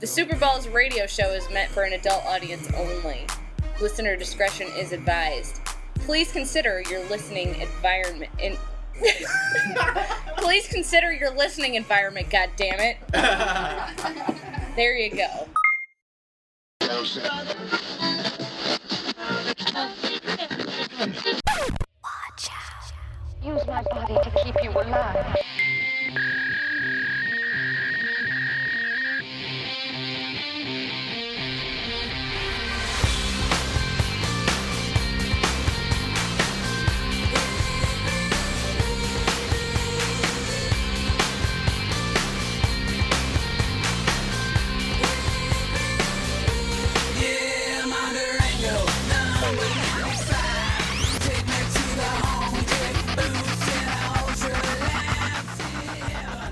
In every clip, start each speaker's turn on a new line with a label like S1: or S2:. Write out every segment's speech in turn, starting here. S1: The Super Bowl's radio show is meant for an adult audience only. Listener discretion is advised. Please consider your listening environment. In- Please consider your listening environment. God damn it! There you go.
S2: Use my body to keep you alive.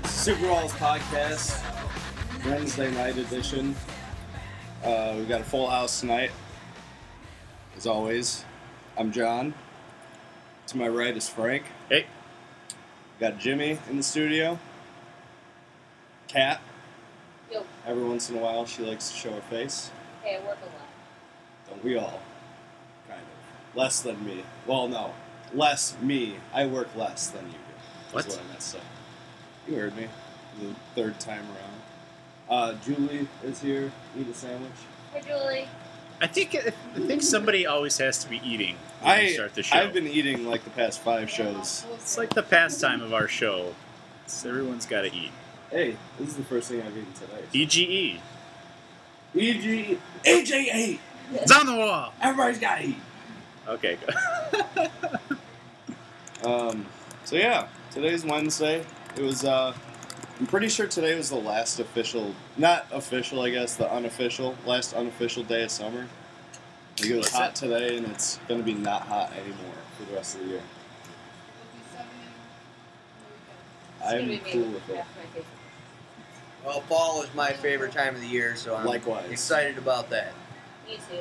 S3: Super Rolls Podcast, Wednesday night edition. Uh, we've got a full house tonight, as always. I'm John. To my right is Frank.
S4: Hey.
S3: We got Jimmy in the studio. Kat.
S1: Yo.
S3: Every once in a while, she likes to show her face.
S1: Hey, I work a lot.
S3: Don't we all? Kind of. Less than me. Well, no. Less me. I work less than you do.
S4: What?
S3: That's what I meant to say. You heard me. The third time around. Uh, Julie is here. Eat a sandwich.
S1: Hey, Julie.
S4: I think I think somebody always has to be eating when we
S3: I,
S4: start the show.
S3: I've been eating like the past five shows.
S4: it's like the pastime of our show. It's everyone's got to eat. E.
S3: Hey, this is the first thing I've eaten E today.
S4: EGE.
S3: EG. AJ8!
S4: It's on the wall.
S3: Everybody's gotta eat!
S4: Okay. Good.
S3: Um, so yeah, today's Wednesday. It was. Uh, I'm pretty sure today was the last official, not official, I guess, the unofficial, last unofficial day of summer. Like, it was
S4: Was
S3: hot
S4: it?
S3: today, and it's going to be not hot anymore for the rest of the year. I'm cool with it.
S5: Well, fall is my favorite time of the year, so I'm
S3: Likewise.
S5: excited about that.
S1: You too.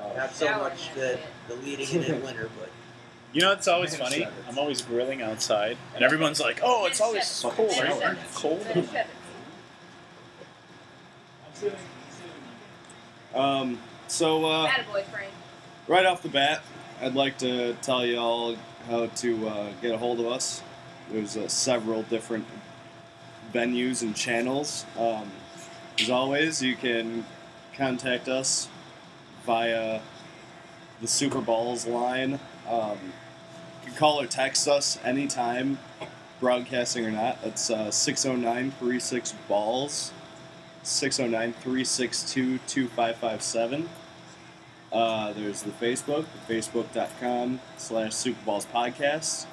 S3: Uh,
S5: Not so
S1: Shower
S5: much
S1: and
S5: the,
S1: that's
S5: the leading in in winter, but
S4: You know it's always
S3: Man,
S4: funny.
S3: shut it.
S4: I'm always grilling outside, and everyone's like, "Oh, it's always
S1: Shut it.
S4: cold. Are you,
S1: Shut
S4: are
S1: it.
S4: you cold?"
S3: um, so uh,
S1: Attaboy, Frank.
S3: right off the bat, I'd like to tell y'all how to uh, get a hold of us. There's uh, several different venues and channels. Um, as always, you can contact us via the Super Balls line. Um, you can call or text us anytime, broadcasting or not. uh, That's 609 36 Balls, 609 362 2557. Uh, there's the Facebook, facebook.com slash Super Balls Podcast,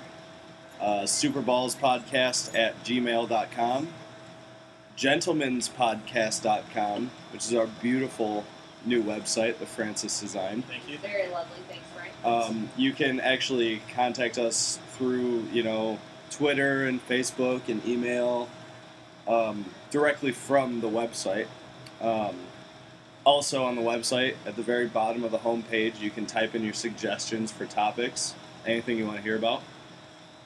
S3: uh, superballspodcast at gmail.com, gentlemanspodcast.com, which is our beautiful new website that Francis designed.
S4: Thank you.
S1: Very lovely. Thanks, Frank.
S3: Um, you can actually contact us through, you know, Twitter and Facebook and email um, directly from the website. Um, also on the website, at the very bottom of the homepage, you can type in your suggestions for topics, anything you want to hear about.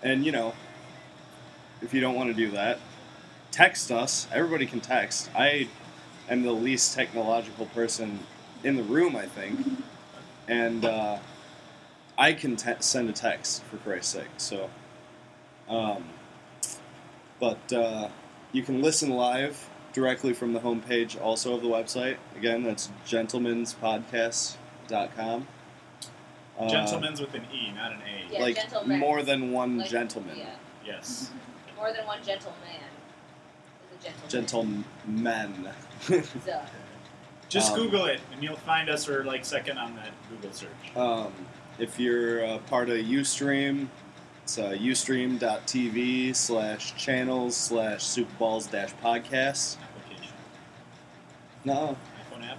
S3: And, you know, if you don't want to do that, text us. Everybody can text. I am the least technological person in the room, I think. And, uh, I can te- send a text for Christ's sake. So, um, but uh, you can listen live directly from the homepage, also of the website. Again, that's gentlemanspodcast.com. Uh,
S4: Gentlemen's with an E, not an A.
S1: Yeah,
S3: like
S1: gentleman.
S3: more than one
S1: Like,
S3: gentleman,
S1: Yeah,
S4: Yes.
S1: more than one gentleman. Is a gentleman.
S3: gentlemen.
S1: So,
S4: Just
S3: Um,
S4: Google it, and you'll find us. We're like second on that Google search.
S3: Um, if you're uh, part of Ustream, it's uh, ustream.tv slash channels slash superballs dash podcast.
S4: Application.
S3: No.
S4: iPhone app.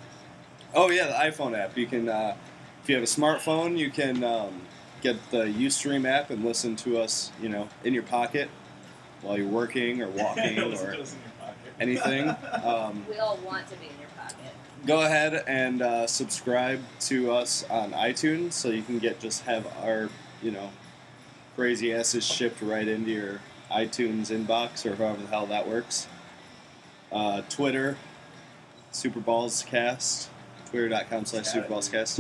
S3: Oh, yeah, the iPhone app. You can, uh, if you have a smartphone, you can um, get the Ustream app and listen to us, you know, in your pocket while you're working or walking
S4: Listen to
S3: or
S4: us in your pocket.
S3: anything. Um,
S1: we all want to be in your pocket.
S3: go ahead and uh, subscribe to us on iTunes so you can get just have our you know crazy asses shipped right into your iTunes inbox or however the hell that works. uh, Twitter, Superballscast, twitter.com slash
S6: It's
S3: Superballscast.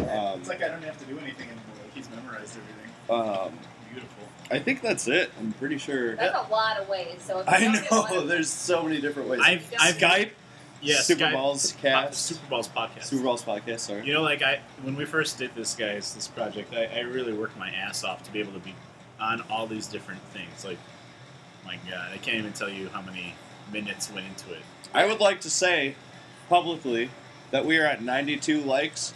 S6: like I don't have to do anything anymore. Like he's memorized everything.
S3: Um, um,
S6: Beautiful.
S3: I think that's it. I'm pretty sure.
S1: That's a lot of ways. So if you
S3: I
S1: don't get one
S3: know.
S1: of them-
S3: There's so many different ways.
S4: I've, I've
S3: Skype,
S4: yeah,
S3: Super
S4: Skype,
S3: Balls
S4: po-
S3: cast.
S4: Super Balls podcast.
S3: Superballs podcast, sorry.
S4: You know, like I when we first did this, guys, this project, I, I really worked my ass off to be able to be on all these different things. Like, my God, I can't even tell you how many minutes went into it.
S3: I would like to say publicly that we are at 92 likes,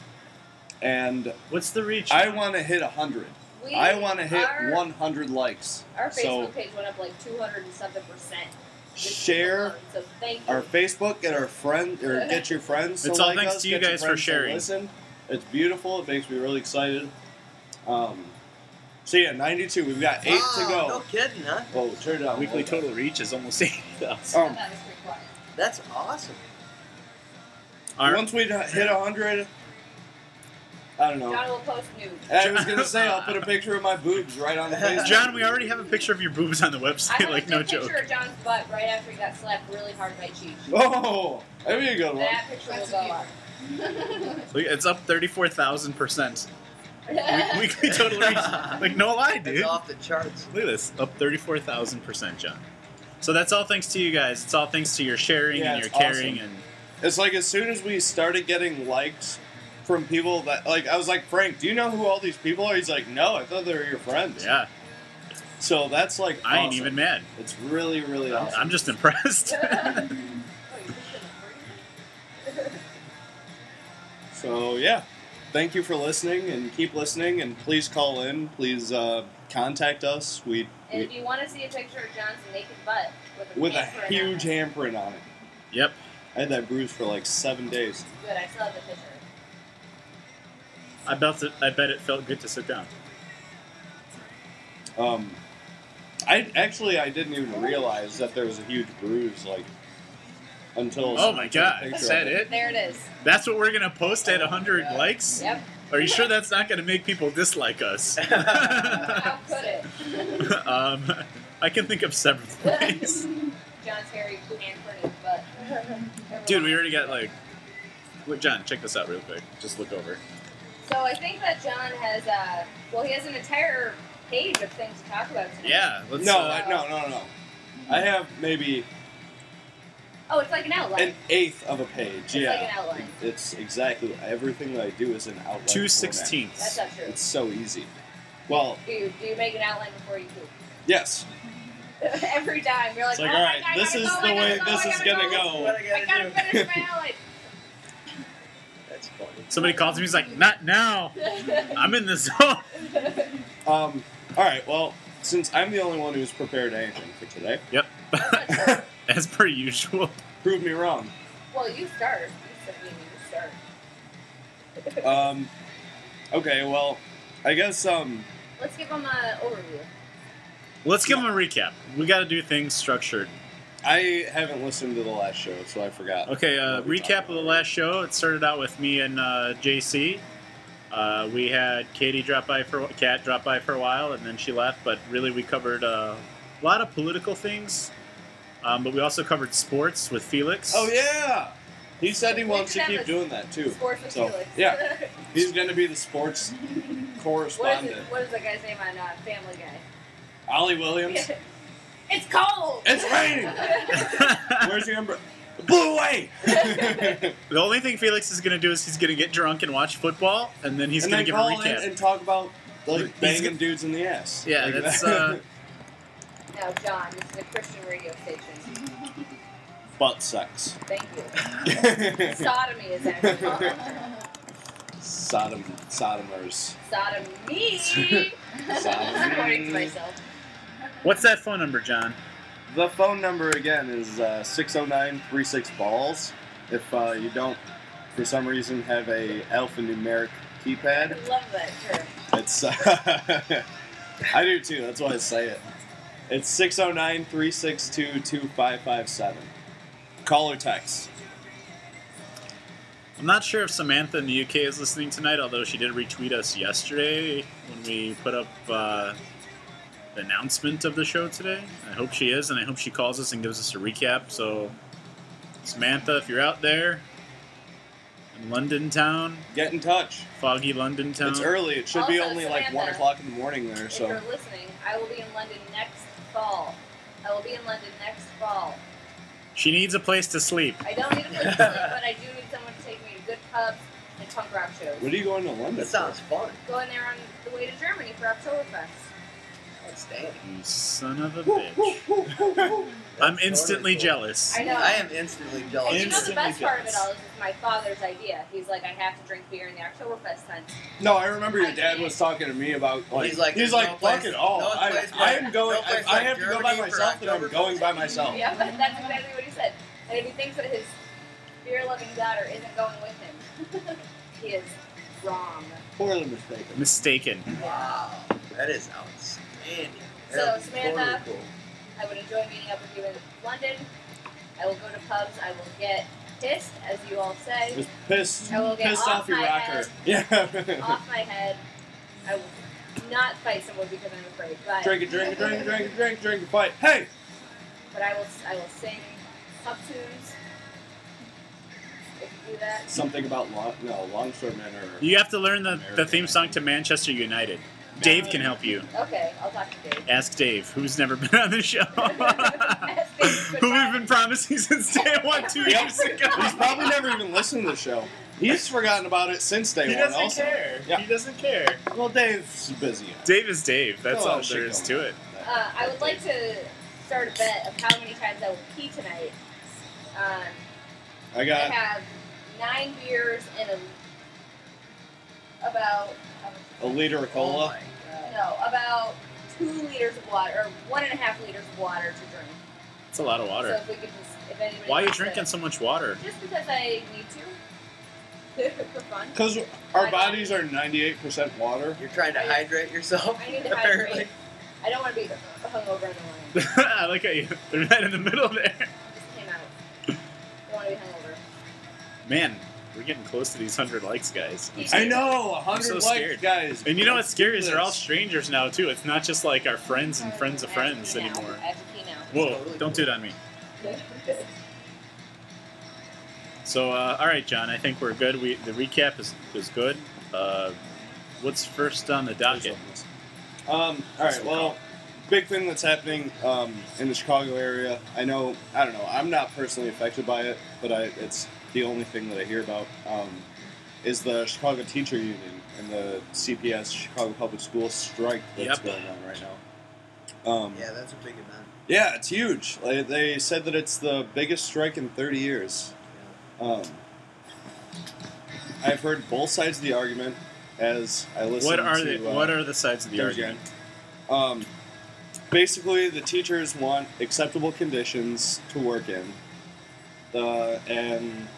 S3: and
S4: What's the reach?
S3: I want to hit 100.
S1: we,
S3: I want to hit
S1: our,
S3: 100 likes.
S1: Our Facebook
S3: So
S1: page went up like 200 and something percent. this week
S3: share
S1: alone, So thank you.
S3: our Facebook, get our friend or get your friends. to
S4: It's all
S3: like
S4: thanks
S3: us,
S4: to you
S3: get your
S4: guys for
S3: friends to
S4: sharing.
S3: Listen, it's beautiful. It makes me really excited. Um, so yeah, 92. We've got eight to
S7: Ah,
S5: Wow,
S3: go.
S5: No kidding, huh?
S3: Oh, turn it on.
S4: Weekly
S3: Hold
S4: total reach is almost eighty thousand.
S3: on.
S1: I
S3: Um,
S1: thought it was pretty quiet.
S5: That's awesome.
S4: Our,
S3: once we hit 100, I don't know.
S1: John will post news.
S3: I was gonna say I'll put a picture of my boobs right on the Facebook.
S4: John, we already have a picture of your boobs on the
S1: I
S4: website.
S1: have
S4: Like,
S1: a
S4: no
S1: good
S4: joke.
S1: picture of John's butt right after he got slapped really hard by Cheech.
S3: Oh, that'd be a good one.
S1: That picture will go up.
S4: Look, It's up thirty-four thousand percent. Weekly total reach. Like, no lie, dude.
S5: That's off the charts.
S4: Look at this, up 34,000%, John. So that's all thanks to you guys. It's all thanks to your sharing
S3: Yeah,
S4: and your
S3: it's
S4: caring
S3: awesome. It's like as soon as we started getting likes from people that like, I was like, Frank, do you know who all these people are? He's like, No, I thought they were your friends.
S4: and yeah,
S3: So that's like,
S4: I ain't
S3: awesome.
S4: even mad.
S3: It's really, really awesome.
S4: I'm just impressed.
S1: Oh,
S3: So yeah, thank you for listening and keep listening and please call in. Please uh, contact us. We,
S1: And
S3: we
S1: if you want to see a picture of John's naked butt with a,
S3: with a
S1: hamper in it,
S3: huge handprint on it.
S4: yep.
S3: I had that bruise for like seven days.
S1: Good, I still have the picture.
S4: I bet it, I bet it felt good to sit down.
S3: Um, I actually I didn't even realize that there was a huge bruise like until.
S4: Oh my
S3: someone took a
S4: god,
S3: picture
S4: is
S3: of
S4: that it?
S1: There it is.
S4: That's what we're gonna post at 100 likes?
S1: Yep.
S4: Are you sure that's not gonna make people dislike us?
S1: How could it?
S4: um, I can think of several things.
S1: John's hairy handprint in his butt.
S4: Dude, we already got like. Look, John, check this out real quick. Just look over.
S1: So I think that John has, uh, well, he has an entire page of things to talk about tonight.
S4: Yeah, let's.
S3: No,
S4: uh,
S3: I, no, no, no. I have maybe
S1: Oh, it's like an outline.
S3: an eighth of a page.
S1: it's like
S3: Yeah,
S1: an outline.
S3: it's exactly everything that I do is an outline. format.
S4: two
S1: That's
S4: sixteenths.
S1: not true.
S3: It's so easy. Well,
S1: Do you, do you make an outline before you poop?
S3: yes.
S1: Every time you're like,
S3: It's like,
S1: oh
S3: all
S1: my
S3: right,
S1: God, oh I
S3: this
S1: gotta
S3: is
S1: go,
S3: the
S1: I gotta
S3: way
S1: go,
S3: this
S1: I
S3: is
S1: gotta
S3: gonna go.
S5: What I
S1: I
S5: gotta
S1: gotta
S5: do?
S1: finish my outline.
S5: That's funny.
S4: Somebody calls me, he's like, not now. I'm in the zone.
S3: Um, all right. Well, since I'm the only one who's prepared anything for today,
S4: Yep.
S1: That's not true.
S4: As per usual.
S3: prove me wrong.
S1: well, you start. You said you need to start.
S3: Um, okay. Well, I guess um.
S1: Let's give them an overview.
S4: Let's give him a recap. We got to do things structured.
S3: I haven't listened to the last show, so I forgot.
S4: Okay, uh,
S3: What we
S4: recap
S3: talked
S4: of the
S3: about.
S4: last show. It started out with me and uh, JC. Uh, we had Katie drop by for Cat drop by for a while, and then she left. But really, we covered uh, a lot of political things. Um, but we also covered sports with Felix.
S3: Oh yeah, he said he
S1: We
S3: wants
S1: should
S3: to
S1: have
S3: keep
S1: a
S3: doing that too.
S1: Sports with
S3: So,
S1: Felix.
S3: yeah. He's going to be the sports
S1: what is it,
S3: correspondent.
S1: What is the guy's name on uh, Family Guy?
S3: Ollie Williams.
S1: it's cold.
S3: It's raining. Where's your umbrella? Blew away. and
S4: the only thing Felix is going to do is he's going to get drunk and watch football, and then he's going to
S3: then
S4: give a
S3: call in
S4: recap.
S3: and talk about like
S4: He's
S3: banging
S4: gonna-
S3: dudes in the ass.
S4: Yeah,
S3: Like
S4: that's,
S3: that.
S4: uh,
S1: now, John, this is a Christian radio station.
S3: butt sex.
S1: Thank you. Sodomy is actually called.
S3: Sodom, sodomers.
S1: Sodomy.
S3: Sodomy.
S1: According to myself.
S4: What's that phone number, John?
S3: The phone number again is uh, 609 36 Balls. If uh, you don't, for some reason, have a alphanumeric
S1: I
S3: keypad,
S1: love that term.
S3: it's. uh, I do too, that's why I say it. It's 609 362 2557. Call or text.
S4: I'm not sure if Samantha in the UK is listening tonight, although she did retweet us yesterday when we put up uh, the announcement of the show today. I hope she is, and I hope she calls us and gives us a recap. So Samantha, if you're out there in London town,
S3: Get in touch.
S4: foggy London town,
S3: It's early. It should be
S1: Also,
S3: only like one
S1: Samantha.
S3: o'clock in the morning there.
S1: If
S3: So
S1: you're listening, I will be in London next fall. I will be in London next fall.
S4: she needs a place to sleep.
S1: I don't need a place to sleep, but I do need someone to take me to good pubs and punk rock shows.
S3: what are you going to London?
S7: That sounds
S3: for?
S7: fun.
S1: Going there on the way to Germany for Oktoberfest.
S7: Outstanding.
S4: You son of a
S3: Woo, woo,
S4: bitch.
S3: woo, woo, woo.
S4: I'm instantly
S7: Wonderful.
S4: jealous.
S1: I know.
S7: I am instantly jealous.
S1: And you know the
S4: Instantly
S1: best part of it
S4: jealous.
S1: all is it's my father's idea. He's like, I have to drink beer in the Oktoberfest tent.
S3: No, I remember your dad was talking to me about like
S7: He's like,
S3: he's
S7: no
S3: like fuck
S7: place-
S3: it all.
S7: no
S3: I,
S7: place
S3: I
S7: like-
S3: am going.
S7: no place
S3: I, I
S7: like
S3: have to go by
S7: Germany for
S3: myself, and I'm
S7: Oktoberfest.
S3: going by myself.
S1: Yeah, but that's exactly what he said. And if he thinks that his beer-loving daughter isn't going with him, he is wrong.
S3: Poorly mistaken.
S4: Mistaken.
S7: Wow, that is outstanding.
S1: So,
S7: That is
S1: Samantha-
S7: wonderful.
S1: I would enjoy meeting up with you in London. I will go to pubs. I will get pissed, as you all say,
S3: Just pissed,
S1: I will get
S3: pissed
S1: off
S3: off your
S1: my
S3: rocker.
S1: head.
S3: Yeah.
S1: off my head. I will not fight someone because I'm afraid, but
S3: drink it, drink it, drink it, drink it, drink it, drink it. Fight. Hey,
S1: But I will, I will sing pub tunes. If you do that,
S3: something about long, no longshoremen or
S4: You have to learn the, the theme song to Manchester United. Dave can help you.
S1: okay, I'll talk to Dave.
S4: Ask Dave, who's never been on the show.
S1: Ask Dave,
S4: Who we've been promising since day one, two
S3: Yep.
S4: years ago.
S3: He's probably never even listened to the show. He's forgotten about it since day
S4: He
S3: one.
S4: doesn't
S3: Also,
S4: care.
S3: Yeah.
S4: He doesn't care.
S3: well, Dave's busy.
S4: Dave is Dave. That's
S3: Oh,
S4: all
S3: shit
S4: there is
S3: going
S4: to it.
S1: Uh, I would like to start a bet of how many times I will pee tonight. Um,
S3: I
S1: I
S3: got
S1: have nine beers and a, about
S3: a liter of
S7: Oh
S3: cola.
S7: my
S1: no about two liters of water or one and a half liters of water to drink.
S4: It's a lot of
S1: So
S4: water.
S1: if we could just, if anybody
S4: Why are you
S1: wants to-
S4: drinking so much water?
S1: Just because I need to for fun.
S3: Because our bodies are 98% water.
S7: You're trying to hydrate yourself.
S1: I need to
S7: apparently.
S1: hydrate. I don't want to be hungover in the morning. It
S4: I like how you they're right in the middle there.
S1: just came out. Don't want to be hungover.
S4: Man, we're getting close to these hundred likes, guys. I'm
S1: I
S3: I
S4: scared.
S3: know,
S4: I'm
S3: 100
S4: so
S3: likes,
S4: scared.
S3: guys.
S4: And you know what's scary is they're all
S3: This.
S4: strangers now too. It's not just like our friends and friends of
S1: I have to
S4: friends
S1: pee now.
S4: anymore.
S1: I have to pee now.
S4: Whoa! Don't do it on me. So, uh, all right, John. I think we're good. We the recap is is good. Uh, what's first on the docket?
S3: Um, all right, well, big thing that's happening um, in the Chicago area. I know, I don't know, I'm not personally affected by it, but I, it's the only thing that I hear about um, is the Chicago Teacher Union and the CPS Chicago Public Schools strike that's
S4: Yep.
S3: going on right now. Um,
S7: Yeah, that's a big event.
S3: Yeah, it's huge. Like, they said that it's the biggest strike in 30 years. Um, I've heard both sides of the argument as I listen.
S4: What are
S3: to,
S4: the
S3: uh,
S4: what are the sides of the
S3: Thursday
S4: argument?
S3: Um, basically, the teachers want acceptable conditions to work in, uh, and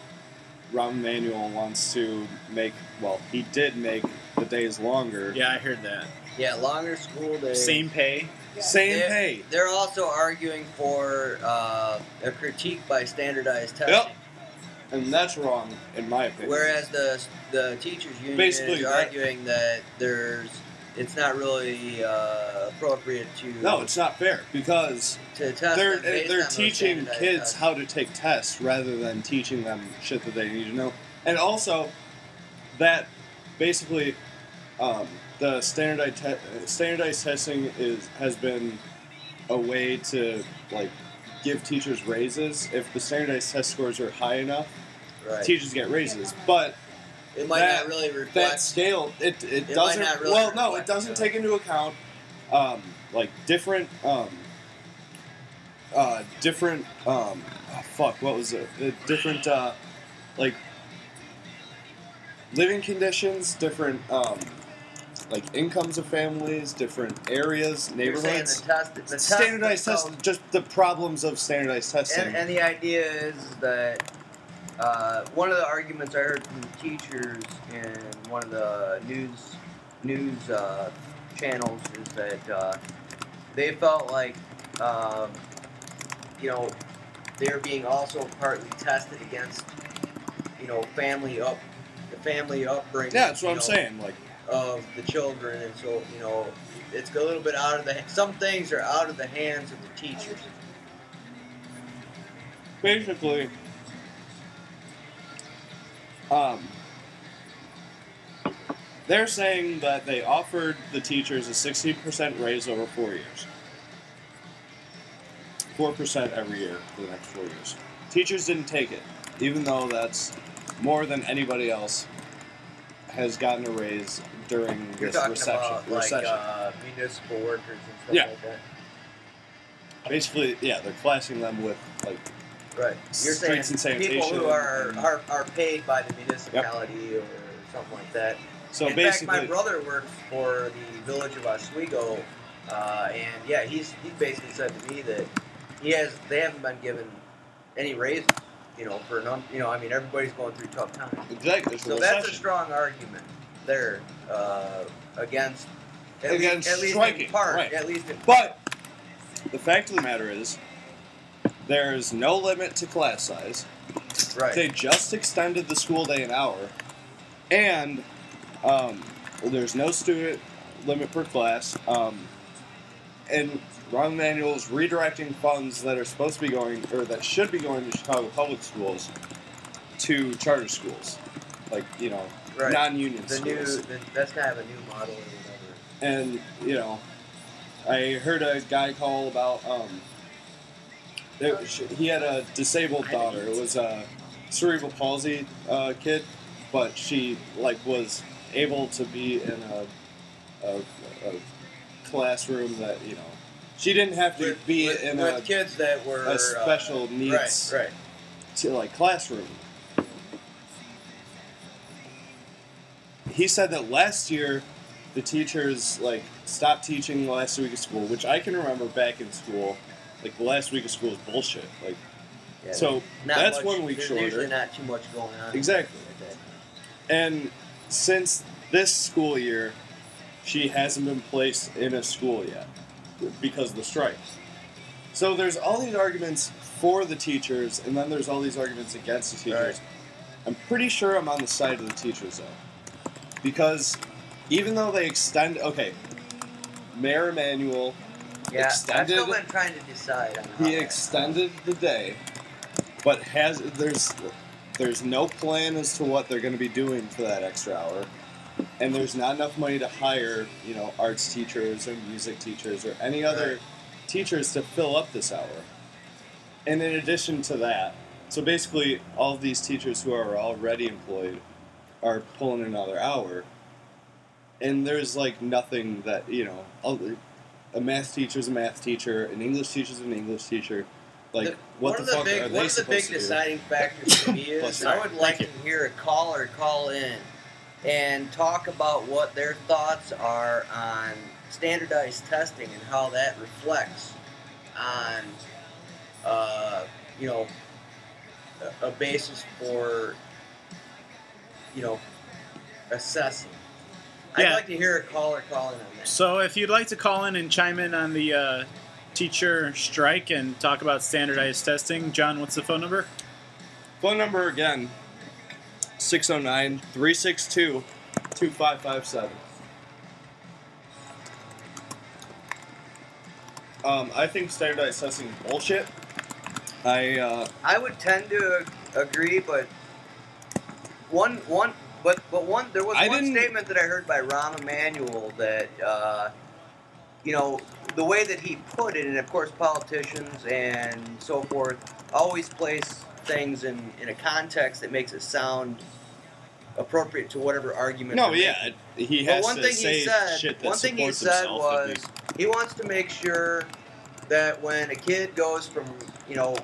S3: Rahm Emanuel wants to make. Well, he did make the days longer.
S4: Yeah, I heard that.
S7: Yeah, longer school days.
S4: Same pay.
S3: Same
S7: Yeah.
S3: pay.
S7: They're also arguing for uh, a critique by standardized testing.
S3: Yep. And that's wrong, in my opinion.
S7: Whereas the the teachers union
S3: Basically,
S7: is
S3: that-
S7: arguing that there's it's not really uh, appropriate to
S3: no, it's not fair because
S7: to test
S3: they're uh,
S7: them based on
S3: they're
S7: those
S3: teaching
S7: standardized
S3: kids
S7: tests.
S3: how to take tests rather than teaching them shit that they need to know. And also, that basically um, the standardized te- uh, standardized testing is has been a way to like give teachers raises if the standardized test scores are high enough.
S7: right.
S3: Teachers get raises, but
S7: it might
S3: that-
S7: not really
S3: that
S7: reflect
S3: scale it, it,
S7: might
S3: doesn't
S7: not really
S3: well no it
S7: reflect
S3: doesn't
S7: the-
S3: take into account um, like different um, uh, different um, oh, fuck what was it the different uh, like living conditions different um, like incomes of families different areas
S7: You're saying
S3: neighborhoods
S7: The test, the test
S3: standardized
S7: itself-
S3: testing just the problems of standardized testing
S7: And, and the idea is that uh, one of the arguments I heard from teachers in one of the news news uh, channels is that uh, they felt like um, you know they're being also partly tested against you know family up the family upbringing.
S3: yeah that's what
S7: you
S3: I'm
S7: know,
S3: saying like
S7: Of the children, and so you know, it's a little bit out of the. Some things are out of the hands of the teachers.
S3: basically Um, they're saying that they offered the teachers a 16% raise over four years. 4% every year for the next four years. Teachers didn't take it, even though that's more than anybody else has gotten a raise during
S7: You're
S3: this
S7: talking
S3: reception.
S7: about like
S3: recession.
S7: uh, municipal workers and stuff
S3: Yeah.
S7: like that.
S3: Basically, yeah, they're classing them with, like,
S7: Right. You're saying
S3: Streets and
S7: people
S3: sanitation
S7: who are,
S3: and-
S7: are are paid by the municipality or something like that.
S3: so
S7: In fact,
S3: basically,
S7: my brother works for the village of Oswego, uh, and yeah, he's he basically said to me that he has they haven't been given any raises, you know, for none. You know, I mean, everybody's going through tough times.
S3: exactly, it's a
S7: So that's a
S3: recession.
S7: strong argument there uh, against at lea-
S3: Against
S7: at least
S3: striking,
S7: in part,
S3: right.
S7: at least in
S3: But the fact of the matter is, there is no limit to class size.
S7: right.
S3: They just extended the school day an hour, and um, there's no student limit per class. Um, and Ron Manuel's redirecting funds that are supposed to be going, or that should be going to Chicago public schools, to charter schools, like you know,
S7: right.
S3: non-union
S7: the new
S3: schools.
S7: the, that's kind of a new model. Or whatever.
S3: and you know, I heard a guy call about um, it, he had a disabled daughter. It was a cerebral palsy uh, kid, but she like was able to be in a, a, a classroom that you know she didn't have to
S7: with,
S3: be
S7: with,
S3: in
S7: with
S3: a
S7: kids that were
S3: a special
S7: uh,
S3: needs-
S7: Right, right.
S3: to like classroom. He said that last year the teachers like stopped teaching the last week of school, which I can remember back in school. Like the last week of school is bullshit. Like
S7: Yeah,
S3: so
S7: not
S3: that's
S7: much-
S3: one week
S7: there's
S3: shorter.
S7: Usually not too much going on.
S3: Exactly.
S7: at that time.
S3: And since this school year, she hasn't been placed in a school yet because of the strikes. So there's all these arguments for the teachers, and then there's all these arguments against the teachers.
S7: Right.
S3: I'm pretty sure I'm on the side of the teachers, though. Because even though they extend. Okay, Mayor Emanuel,
S7: Yeah, I've
S3: Extended-
S7: still been trying to decide on how
S3: he
S7: that-
S3: extended the day, but has there's there's no plan as to what they're going to be doing for that extra hour, and there's not enough money to hire you know arts teachers or music teachers or any other
S7: Right.
S3: teachers to fill up this hour. And in addition to that, so basically all of these teachers who are already employed are pulling another hour, and there's like nothing that you know. Other, a math teacher's a math teacher, an English teacher's an English teacher. Like,
S7: The-
S3: what
S7: one
S3: the,
S7: of the
S3: fuck
S7: big,
S3: are
S7: One
S3: they
S7: of the
S3: supposed
S7: big
S3: to do?
S7: deciding factors for me
S3: Plus,
S7: is
S3: sorry.
S7: I would like to
S4: Thank
S7: hear a caller call in and talk about what their thoughts are on standardized testing and how that reflects on, uh, you know, a, a basis for, you know, assessing. I'd
S4: Yeah.
S7: like to hear a caller call in on that.
S4: So, if you'd like to call in and chime in on the uh, teacher strike and talk about standardized testing, John, what's the phone number?
S3: Phone number again 609 362 2557. Um, I think standardized testing is bullshit. I, uh,
S7: I would tend to ag- agree, but one one but but one there was
S3: I
S7: one
S3: didn't-
S7: statement that I heard by Ron Emanuel that uh, you know the way that he put it, and of course politicians and so forth always place things in in a context that makes it sound appropriate to whatever argument.
S3: no,
S7: they're
S3: yeah, he
S7: But
S3: has
S7: one
S3: to
S7: thing he
S3: say
S7: said-
S3: shit that
S7: one thing he
S3: supports
S7: said
S3: himself at
S7: was-
S3: least.
S7: he wants to make sure that when a kid goes from you know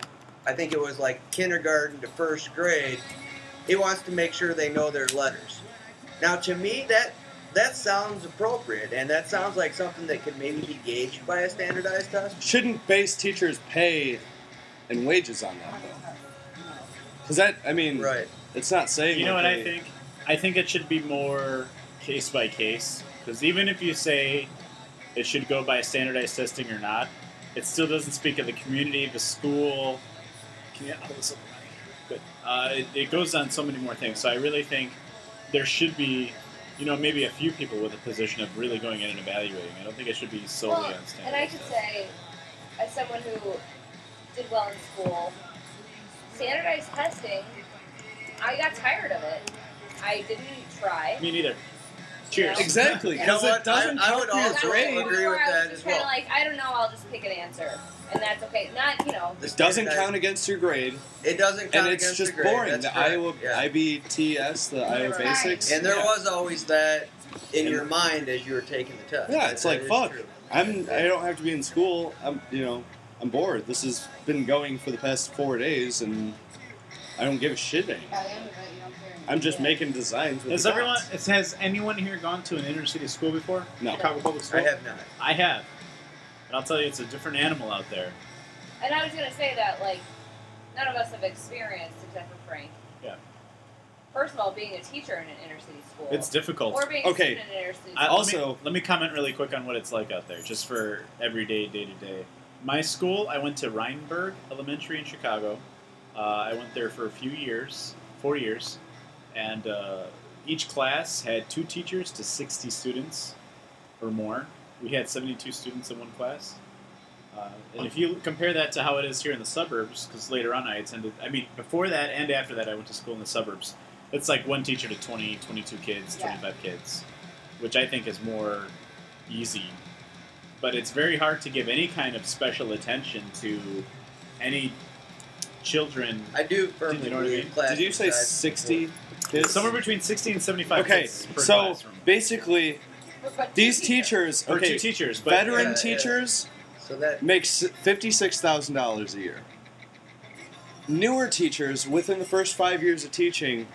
S7: i think it was like kindergarten to first grade he wants to make sure they know their letters now to me that that sounds appropriate and that sounds like something that could maybe be gauged by a standardized test
S3: shouldn't base teachers' pay and wages on that though. Because that, I mean,
S7: right
S3: it's not saying.
S4: You know
S3: that
S4: what I
S3: they-
S4: think? I think it should be more case by case because even if you say it should go by standardized testing or not, it still doesn't speak of the community, the school. Can you- oh, this will- Good. Uh, it, it goes on so many more things. So I really think there should be, you know, maybe a few people with a position of really going in and evaluating. I don't think it should be solely
S1: Well,
S4: on standardized.
S1: And I should
S4: testing.
S1: say, as someone who did well in school, standardized testing I got tired of it. I didn't try.
S4: Me neither. Cheers.
S1: Exactly.
S3: Exactly,
S1: You
S7: know
S3: because
S7: what?
S3: it doesn't
S7: I- I
S3: count
S7: would
S3: for your
S7: also
S3: grade.
S7: agree with that as
S1: Kind
S7: well.
S1: of like I don't know. I'll just pick an answer, and that's okay. Not you know.
S7: This
S3: It doesn't
S7: guy-
S3: count against your grade,
S7: It doesn't
S3: and
S7: count
S3: it's
S7: against
S3: just
S7: the grade.
S3: boring.
S7: That's
S3: the
S7: correct.
S3: Iowa
S7: yeah.
S3: IBTS, the Iowa
S1: Right.
S3: Basics.
S7: And there
S3: yeah.
S7: was always that in your mind as you were taking the test.
S3: Yeah, it's
S7: That
S3: like
S7: is
S3: fuck.
S7: true.
S3: I'm. I don't have to be in school. I'm. You know. I'm bored. This has been going for the past four days, and I don't give a shit anymore. I'm just making designs. With
S4: Has
S3: the
S4: everyone?
S3: dots.
S4: Has anyone here gone to an inner city school before?
S3: No.
S4: Chicago public school.
S7: I have not.
S4: I have. And I'll tell you, it's a different animal out there.
S1: And I was gonna say that like none of us have experienced except for Frank.
S4: Yeah.
S1: First of all, being a teacher in an inner city school.
S4: It's difficult.
S1: or being
S3: Okay.
S1: a student in an inner city
S4: I,
S1: school.
S4: also,
S3: Also-
S4: let me, comment really quick on what it's like out there, just for everyday, day to day. My school, I went to Rhineberg Elementary in Chicago. Uh, I went there for a few years, four years, and uh, each class had two teachers to 60 students or more. We had 72 students in one class. Uh, and if you compare that to how it is here in the suburbs, because later on I attended, I mean, before that and after that, I went to school in the suburbs. It's like one teacher to 20, 22 kids,
S1: Yeah.
S4: 25 kids, which I think is more easy. But it's very hard to give any kind of special attention to any children.
S7: I do firmly
S4: you know what I
S7: believe
S4: mean?
S7: class
S3: Did you say
S7: decides-
S3: 60 kids?
S4: Somewhere between 60 and 75
S3: Okay,
S4: kids per
S3: so
S4: classroom.
S3: basically,
S1: But
S3: these
S1: teachers-
S3: teachers,
S4: Or
S3: okay,
S4: two teachers, but
S3: veteran
S7: Yeah, yeah.
S3: teachers
S7: So that
S3: make fifty-six thousand dollars a year. Newer teachers, within the first five years of teaching,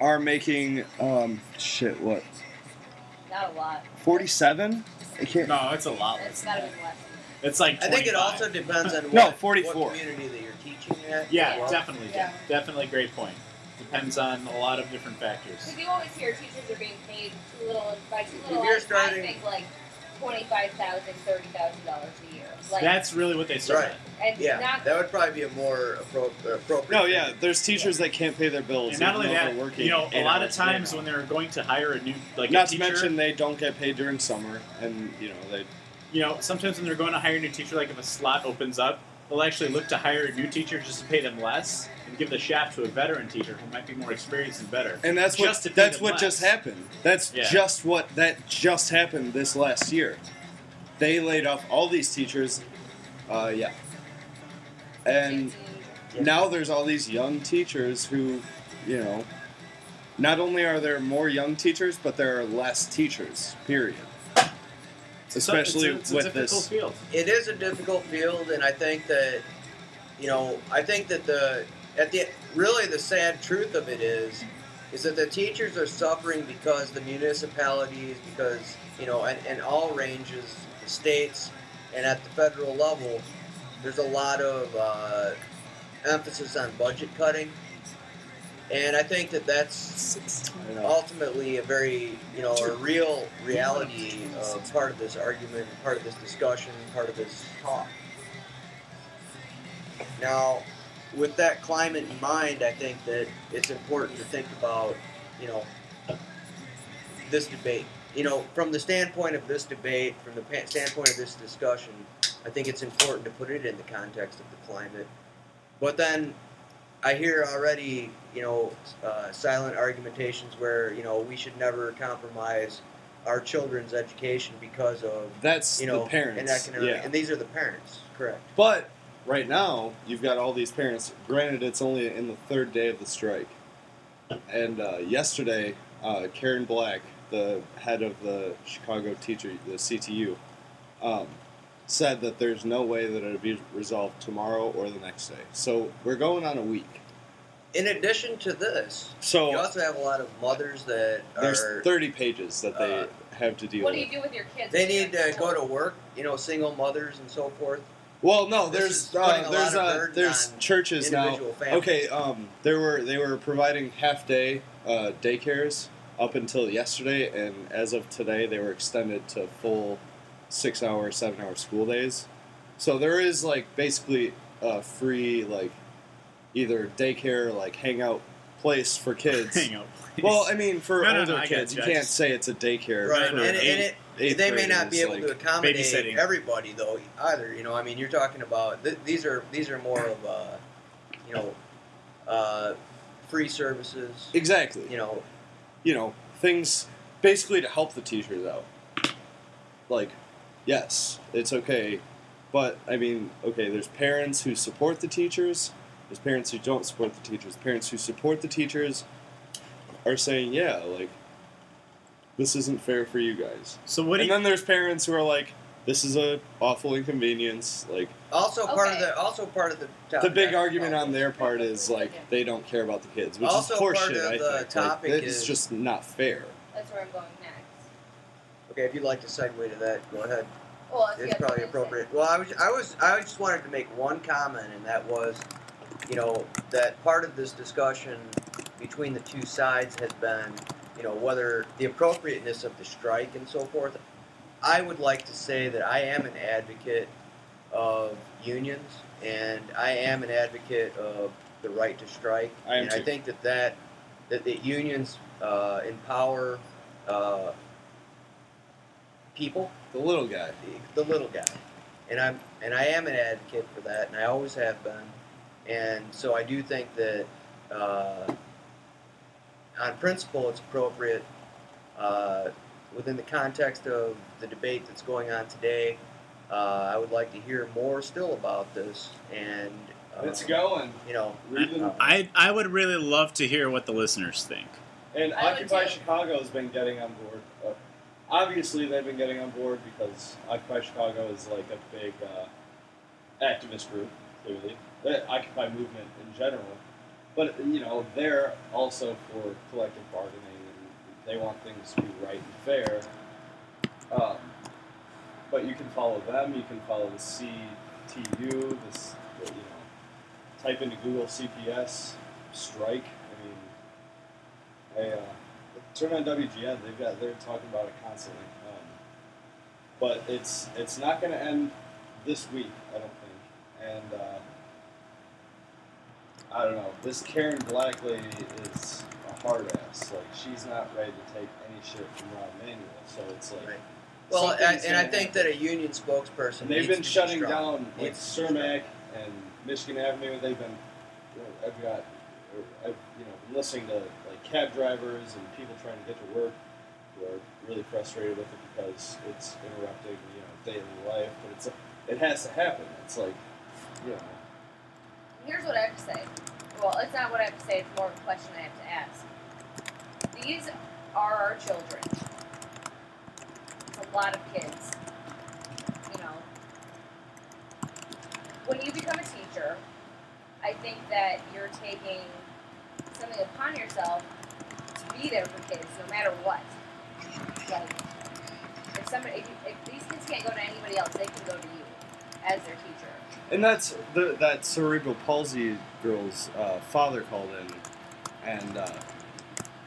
S3: are making um, shit. What
S1: Not a lot.
S3: forty-seven? I can't.
S4: No, it's a lot less
S1: It's
S4: than
S1: gotta
S4: that.
S1: be less.
S4: It's like
S7: I think it
S4: 25.
S7: also depends on what,
S3: No,
S7: what
S3: 44.
S7: community that you're teaching at.
S4: Yeah,
S1: Yeah.
S4: definitely.
S1: Yeah.
S4: Definitely great point. Depends on a lot of different factors.
S1: Because you always hear teachers are being paid too little by too little.
S7: you're
S1: like,
S7: starting-
S1: I think like twenty-five thousand, thirty thousand dollars a year. Like,
S4: That's really what they start
S7: Right.
S4: at.
S1: and
S7: Yeah,
S1: not
S7: that would probably be a more appro- appropriate.
S3: No, yeah. There's teachers that can't pay their bills.
S4: And not only
S3: even though
S4: that,
S3: they're working
S4: you know, a
S3: eight
S4: lot of
S3: hours a day
S4: times
S3: now.
S4: when they're going to hire a new, like
S3: not
S4: a
S3: to
S4: teacher,
S3: mention they don't get paid during summer, and you know they.
S4: you know, sometimes when they're going to hire a new teacher, like if a slot opens up, they'll actually look to hire a new teacher just to pay them less and give the shaft to a veteran teacher who might be more experienced and better.
S3: And that's
S4: Just to
S3: what
S4: pay
S3: that's
S4: them
S3: what
S4: less.
S3: just happened. That's
S4: Yeah.
S3: just what that just happened this last year. They laid off all these teachers. Uh, yeah. And now there's all these young teachers who, you know, not only are there more young teachers, but there are less teachers. Period.
S4: It's a- it's a-
S3: Especially
S4: it's a
S3: with
S4: difficult
S3: this.
S4: field.
S7: it is a difficult field, and I think that you know, I think that the at the really the sad truth of it is, is that the teachers are suffering because the municipalities, because you know, and, and all ranges, the states, and at the federal level, there's a lot of uh, emphasis on budget cutting, and I think that that's
S3: you know.
S7: ultimately a very you know a real reality of part of this argument part of this discussion part of this talk now with that climate in mind i think that it's important to think about you know this debate you know from the standpoint of this debate from the pa- standpoint of this discussion i think it's important to put it in the context of the climate but then I hear already, you know, uh, silent argumentations where you know we should never compromise our children's education because of
S3: That's
S7: you know
S3: the parents.
S7: and economic.
S3: yeah.
S7: And these are the parents, correct?
S3: But right now, you've got all these parents. Granted, it's only in the third day of the strike. And uh, yesterday, uh, Karen Black, the head of the Chicago teacher, the CTU, um, said that there's no way that it'll be resolved tomorrow or the next day. So we're going on a week.
S7: In addition to this, you
S3: So
S7: also have a lot of mothers that
S3: there's
S7: are
S3: 30 pages that they
S7: uh,
S3: have to deal
S1: What do you
S3: with.
S1: do with your kids?
S7: they
S1: when you're
S7: need to
S1: at
S7: go
S1: school?
S7: to work. You know, single mothers and so forth.
S3: Well, no,
S7: This
S3: there's
S7: is putting
S3: uh,
S7: a
S3: there's
S7: lot of
S3: uh,
S7: burden
S3: there's
S7: on
S3: churches now
S7: Individual families.
S3: Okay, um, there were they were providing half day uh, daycares up until yesterday, and as of today, they were extended to full six hour, seven hour school days. So there is like basically a free like either daycare or, like hangout place for kids.
S4: Hang on, please.
S3: Well, I mean, for
S4: No, no, no,
S3: older
S4: I get
S3: kids,
S4: you.
S3: you
S4: I
S3: can't
S4: just-
S3: say it's a daycare.
S7: Right,
S3: for
S7: and, and
S3: eighth-
S7: it,
S3: eighth
S7: they may
S3: graders,
S7: not be able to
S3: like-
S7: accommodate
S4: babysitting.
S7: everybody though either. You know, I mean, you're talking about th- these are these are more of uh, you know uh, free services.
S3: Exactly.
S7: You know,
S3: you know, things basically to help the teachers out. Like, yes, it's okay, but I mean, okay, there's parents who support the teachers, there's parents who don't support the teachers. Parents who support the teachers are saying, yeah, like, this isn't fair for you guys.
S4: So what do
S3: and
S4: you?
S3: then there's parents who are like, this is a awful inconvenience. Like,
S7: also part of
S1: Okay.
S7: the also part of the
S3: the
S7: topic-
S3: big argument on their part is like
S1: Yeah.
S3: they don't care about the kids, which
S7: Also
S3: is
S7: part
S3: horseshit.
S7: of
S3: I
S7: the
S3: think
S7: topic
S3: like,
S7: is-
S3: it's just not fair.
S1: That's where I'm going next.
S7: Okay, if you'd like to segue to that, go ahead.
S1: Well, that's the
S7: It's
S1: other
S7: probably
S1: thing.
S7: appropriate. Well, I was, I was, I just wanted to make one comment, and that was, you know, that part of this discussion between the two sides has been, you know, whether the appropriateness of the strike and so forth. I would like to say that I am an advocate of unions, and I am an advocate of the right to strike.
S3: I am
S7: and I
S3: too.
S7: think that that that, that unions uh, empower uh, people
S3: The little guy.
S7: the little guy, and I'm and I am an advocate for that, and I always have been, and so I do think that uh, on principle it's appropriate uh, within the context of the debate that's going on today. Uh, I would like to hear more still about this, and uh,
S3: going.
S7: You know,
S4: I I would really love to hear what the listeners think.
S3: And
S1: I would
S3: Occupy
S1: too.
S3: Chicago has been getting on board. Uh, obviously, they've been getting on board because Occupy Chicago is like a big uh, activist group, clearly. The Occupy movement in general. But, you know, they're also for collective bargaining and they want things to be right and fair. Um, but you can follow them, you can follow the CTU, this, you know, type into Google CPS, strike. I mean, Hey, uh, turn on WGN. They've got they're talking about it constantly. Um, but it's it's not going to end this week, I don't think. And uh, I don't know. This Karen Black lady is a hard ass. Like she's not ready to take any shit from Ron Manuel. So it's like.
S7: Right. well, and,
S3: something's
S7: and I
S3: gonna
S7: think
S3: happen.
S7: that a union spokesperson.
S3: And they've
S7: needs
S3: been
S7: to be
S3: shutting
S7: strong.
S3: down like
S7: Needs to be
S3: Cermak and Michigan Avenue. They've been, I've got, I've you know been listening to like cab drivers and people trying to get to work who are really frustrated with it because it's interrupting you know daily life. But it's it has to happen. It's like you know
S1: Here's what I have to say. Well, it's not what I have to say, it's more of a question I have to ask. These are our children. It's a lot of kids. You know. When you become a teacher, I think that you're taking something upon yourself to be there for kids no matter what. Like if somebody if, you- if these kids can't go to anybody else, they can go to you as their teacher.
S3: And that's the, that cerebral palsy girl's uh, father called in and uh,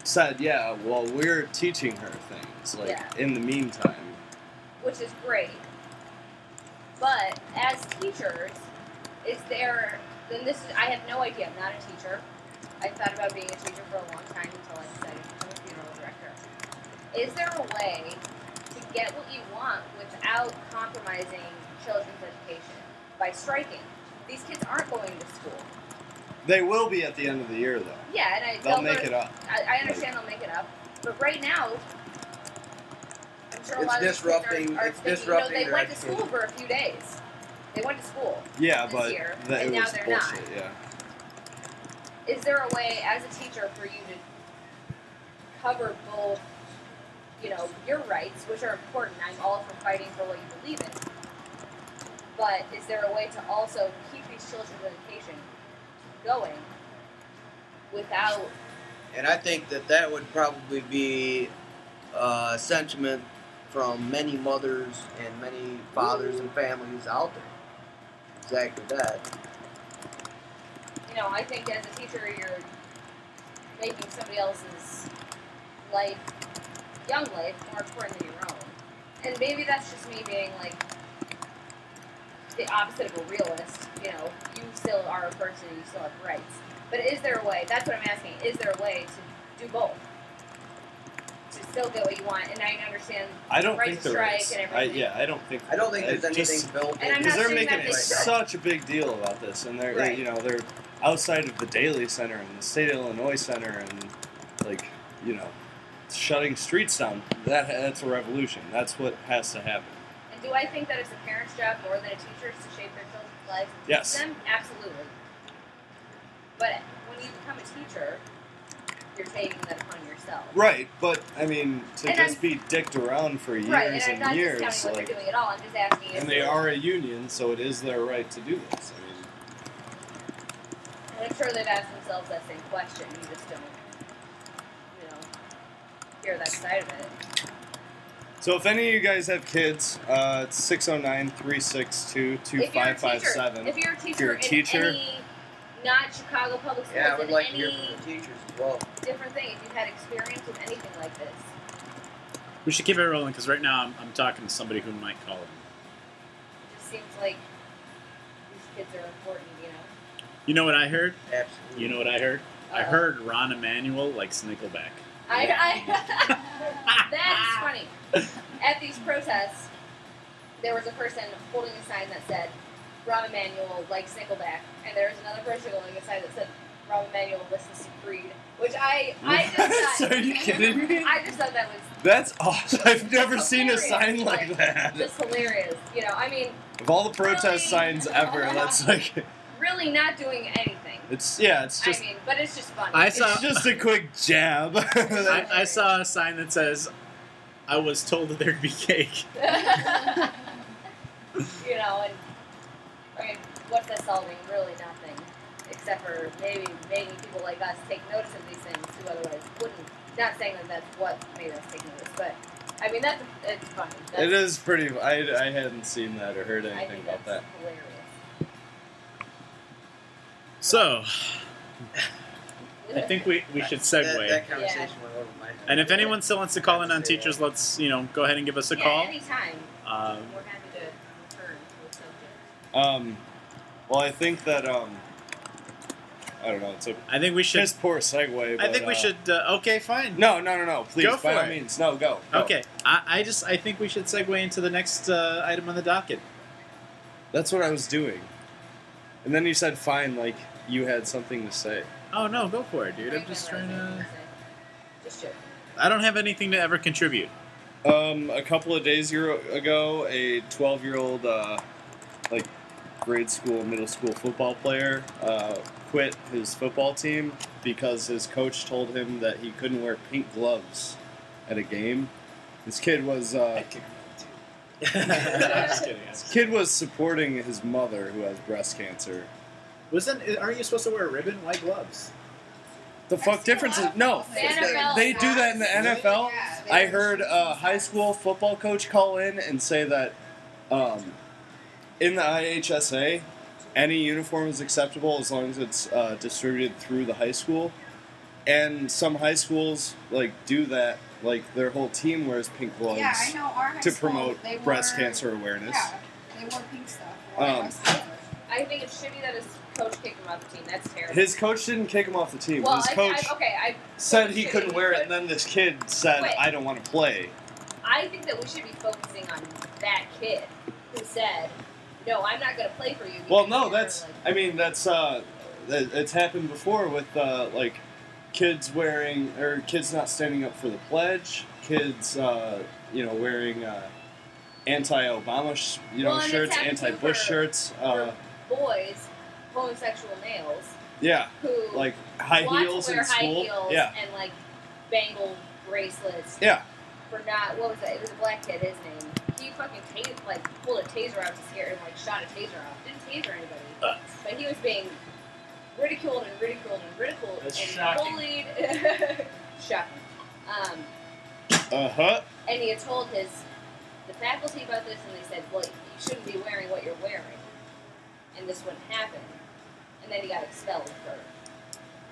S3: said, "Yeah, well, we're teaching her things. Like
S1: Yeah.
S3: in the meantime,
S1: which is great. But as teachers, is there? Then this is. I have no idea. I'm not a teacher. I thought about being a teacher for a long time until I decided to become a funeral director. Is there a way to get what you want without compromising children's education by striking? These kids aren't going to school.
S3: they will be at the end of the year, though.
S1: Yeah, and I,
S3: They'll
S1: they'll go
S3: make
S1: to-
S3: it up."
S1: I, I understand they'll make it up, but right now, I'm sure a
S7: It's
S1: lot of these kids are-
S7: disrupting-
S1: Are,
S7: it's
S1: thinking,
S7: disrupting
S1: You know, they
S7: their
S1: went to school
S7: education.
S1: for a few days. They went to school.
S3: Yeah,
S1: this
S3: but
S1: year,
S3: that
S1: and
S3: it
S1: now
S3: was
S1: they're not.
S3: bullshit. Yeah,
S1: Is there a way, as a teacher, for you to cover both, you know, your rights, which are important? I'm all for fighting for what you believe in. But is there a way to also keep these children's education going without?
S7: And I think that that would probably be a sentiment from many mothers and many fathers and families out there. Exactly that.
S1: you know, I think as a teacher, you're making somebody else's life, young life, more important than your own. And maybe that's just me being like the opposite of a realist. You know, you still are a person, you still have rights. But is there a way? That's what I'm asking. Is there a way to do both? To still get what you want, and I understand.
S3: I don't
S1: Right
S3: think there
S1: strike
S3: is.
S1: and
S3: I,
S1: everything.
S3: yeah, I don't think.
S7: I
S4: Uh,
S7: don't think there's
S3: I just-
S7: anything built
S1: And I'm
S7: in.
S1: not
S3: because they're
S1: saying that
S3: making
S1: they-
S3: such a big deal about this, and they're
S1: Right.
S3: you know they're outside of the Daily Center and the State of Illinois Center and like you know shutting streets down. That that's a revolution. That's what has to happen.
S1: And do I think that it's a parent's job more than a teacher's to shape their children's lives and teach
S3: Yes.
S1: them? Absolutely. But when you become a teacher, you're taking that upon yourself.
S3: Right, but I mean to
S1: And
S3: just
S1: I'm-
S3: be dicked around for years
S1: Right, and I'm
S3: and,
S1: not
S3: years,
S1: discounting what
S3: like,
S1: they're doing at all. I'm just asking. if
S3: and they
S1: they're-
S3: are a union, so it is their right to do this. I mean,
S1: And I'm sure they've asked themselves that same question. You just don't, you know, hear that side of it.
S3: So if any of you guys have kids, uh, it's 609
S1: If
S3: 362
S1: you're a teacher,
S3: 2557.
S1: if you're a teacher,
S3: you're a
S1: in
S3: teacher-
S1: any not Chicago public schools,
S5: Yeah, I would
S1: in
S5: like to
S1: any
S5: hear from the teachers as well.
S1: different thing, if you've had experience with anything like this,
S4: We should keep it rolling because right now I'm, I'm talking to somebody who might call him.
S1: it just seems like these kids are important, you know.
S4: You know what I heard?
S5: Absolutely.
S4: You know what I heard?
S5: Uh,
S4: I
S1: Uh-oh.
S4: heard Ron Emanuel likes Nickelback.
S1: I, I that is funny. At these protests, there was a person holding a sign that said "Rahm Emanuel likes Nickelback," and there was another person holding a sign that said "Rahm Emanuel listens to Creed," which I I just
S3: Are
S1: thought,
S3: you kidding me?
S1: I just thought that was
S3: That's awesome. I've never
S1: That's
S3: seen a
S1: hilarious.
S3: sign like that.
S1: just hilarious. You know, I mean,
S3: Of all the protest signs ever, that's like,
S1: really not doing anything.
S3: it's, yeah, it's just,
S1: I mean, but it's just funny.
S4: I
S1: It's
S4: saw-
S3: it's just a quick jab.
S4: I, I saw a sign that says, "I was told that there'd be cake."
S1: you know, and I mean, what's that solving? Really nothing, except for maybe making people like us take notice of these things who otherwise wouldn't. Not saying that that's what made us take notice, but I mean that's it's funny. That's,
S3: it is pretty, I, I hadn't seen that or heard
S1: I
S3: anything
S1: think
S3: about
S1: that's
S3: that.
S1: hilarious.
S4: So I
S1: Yeah.
S4: think we, we should
S5: That,
S4: segue.
S5: that conversation went over my head.
S4: And if anyone still wants to call in on teachers, let's you know go ahead and give us a
S1: yeah,
S4: call.
S1: anytime.
S4: Um,
S1: We're happy to return to the subject.
S3: Um, well, I think that, um, I don't know, it's a
S4: I think we should.
S3: piss poor segue.
S4: I
S3: but,
S4: think we
S3: uh,
S4: should. Uh, okay, fine.
S3: No, no, no, no, please,
S4: Go
S3: by
S4: for
S3: all
S4: it.
S3: means, no, go. go.
S4: Okay. I, I just I think we should segue into the next uh, item on the docket.
S3: That's what I was doing. And then you said, fine, like you had something to say.
S4: Oh no, go for it, dude.
S1: Great
S4: I'm just trying
S1: memorizing,
S4: to.
S1: Just joking.
S4: I don't have anything to ever contribute.
S3: Um, a couple of days year- ago, a 12 year old, uh, like grade school, middle school football player uh, quit his football team because his coach told him that he couldn't wear pink gloves at a game. This kid was uh,
S4: I'm just kidding. I'm just-
S3: kid was supporting his mother who has breast cancer.
S4: Wasn't aren't you supposed to wear a ribbon, white gloves?
S3: The fuck
S8: That's
S3: difference
S8: a
S3: is
S8: lot of
S3: no.
S1: Vanderbilt
S3: They do that in the
S8: Really?
S3: NFL.
S8: Yeah, they
S3: I
S8: do.
S3: heard a high school football coach call in and say that um, in the IHSA, any uniform is acceptable as long as it's uh, distributed through the high school. And some high schools like do that, like their whole team wears pink gloves
S8: Yeah, I know our high
S3: to
S8: school,
S3: promote
S8: they
S3: breast
S8: wore-
S3: cancer awareness.
S8: Yeah, they wore pink stuff.
S3: Um,
S1: I think it's shitty that his coach kicked him off the team. That's terrible.
S3: His coach didn't kick him off the team.
S1: well,
S3: his
S1: I,
S3: coach
S1: I, okay, I
S3: said he
S1: shit,
S3: couldn't
S1: he
S3: wear it,
S1: could-
S3: and then this kid said,
S1: Wait.
S3: "I don't want to play."
S1: I think that we should be focusing on that kid who said, "No, I'm not going to play for you." because
S3: Well, no,
S1: you're,
S3: that's.
S1: like,
S3: I mean, that's. uh it- It's happened before with uh, like kids wearing or kids not standing up for the pledge, kids uh, you know wearing uh, anti-Obama sh- you know
S1: Well, and it's
S3: shirts,
S1: happened to
S3: anti-Bush
S1: her-
S3: shirts. Uh,
S1: boys homosexual males
S3: yeah,
S1: who
S3: like high
S1: want
S3: heels
S1: to wear
S3: in school.
S1: high heels
S3: Yeah,
S1: and like bangle bracelets
S3: yeah.
S1: for not what was it? It was a black kid. His name. He fucking tased, like pulled a taser out to scare him, like shot a taser off. Didn't taser anybody,
S4: Uh.
S1: but he was being ridiculed and ridiculed and ridiculed
S4: That's
S1: and
S4: shocking.
S1: bullied. shocking. Um,
S3: Uh huh.
S1: and he had told his the faculty about this, and they said, "Well, you shouldn't be wearing what you're wearing," and this wouldn't happen. And then he got expelled for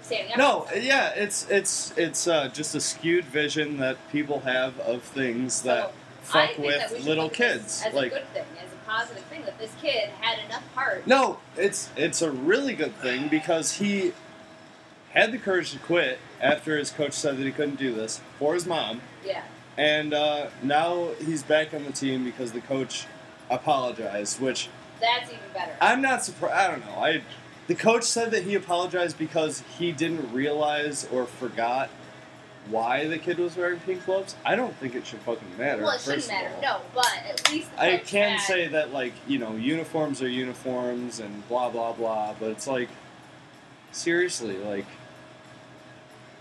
S1: standing up.
S3: No, uh, yeah, it's it's it's uh, just a skewed vision that people have of things
S1: So,
S3: that
S1: I
S3: fuck
S1: think that we
S3: with
S1: should
S3: little
S1: look at this
S3: kids.
S1: As
S3: like
S1: a good thing, as a positive thing, that this kid had enough heart.
S3: No, it's it's a really good thing because he had the courage to quit after his coach said that he couldn't do this for his mom,
S1: Yeah.
S3: and uh, now he's back on the team because the coach apologized. Which
S1: That's even better.
S3: I'm not surprised. I don't know. I The coach said that he apologized because he didn't realize or forgot why the kid was wearing pink gloves. I don't think it should fucking matter.
S1: Well, it shouldn't
S3: first of
S1: matter.
S3: all.
S1: No, but at least the
S3: I
S1: coach
S3: can
S1: had-
S3: say that, like, you know, uniforms are uniforms and blah, blah, blah, but it's like, seriously, like,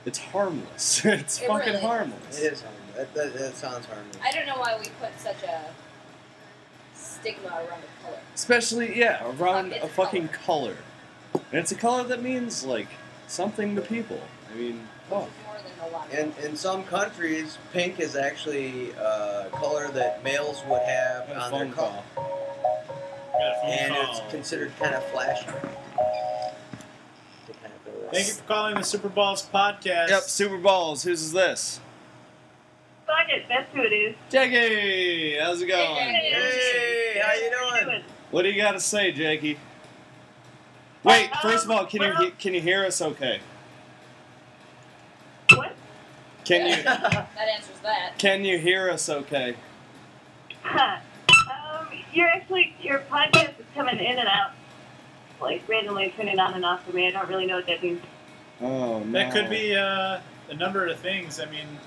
S3: it's harmless. it's
S1: It
S3: fucking
S1: really is.
S3: harmless.
S7: It is harmless. That, that, that sounds harmless.
S1: I don't know why we put such a stigma around the color.
S3: Especially, yeah, around
S1: Fuck, it's
S3: a
S1: a
S3: fucking color. And it's a color that means, like, something to people. I mean,
S1: Which
S3: fuck.
S1: is more than a lot.
S7: In, in some countries, pink is actually a color that males would have
S3: A
S7: on
S3: phone
S7: their
S3: call.
S7: car,
S4: Got a phone
S7: and
S4: call.
S7: it's considered kind of flashy. They kind of go like-
S4: Thank you for calling the Super Balls podcast.
S3: Yep, Super Balls, who's this?
S9: Fuck it, that's who it is.
S3: Jackie! How's it going?
S1: Hey,
S7: Hey, how you
S9: What are
S7: doing?
S3: What do you got to say, Jackie? Wait,
S1: Uh,
S9: Um,
S3: first of all, can you
S9: well-
S3: he- can you hear us okay?
S9: What?
S3: Can you
S1: That answers that.
S3: can you hear us okay?
S9: Huh. Um, you're actually your podcast is coming in and out, like randomly turning on and off for me. I don't really know what that means.
S3: Oh no.
S4: That could be uh, a number of things. I mean,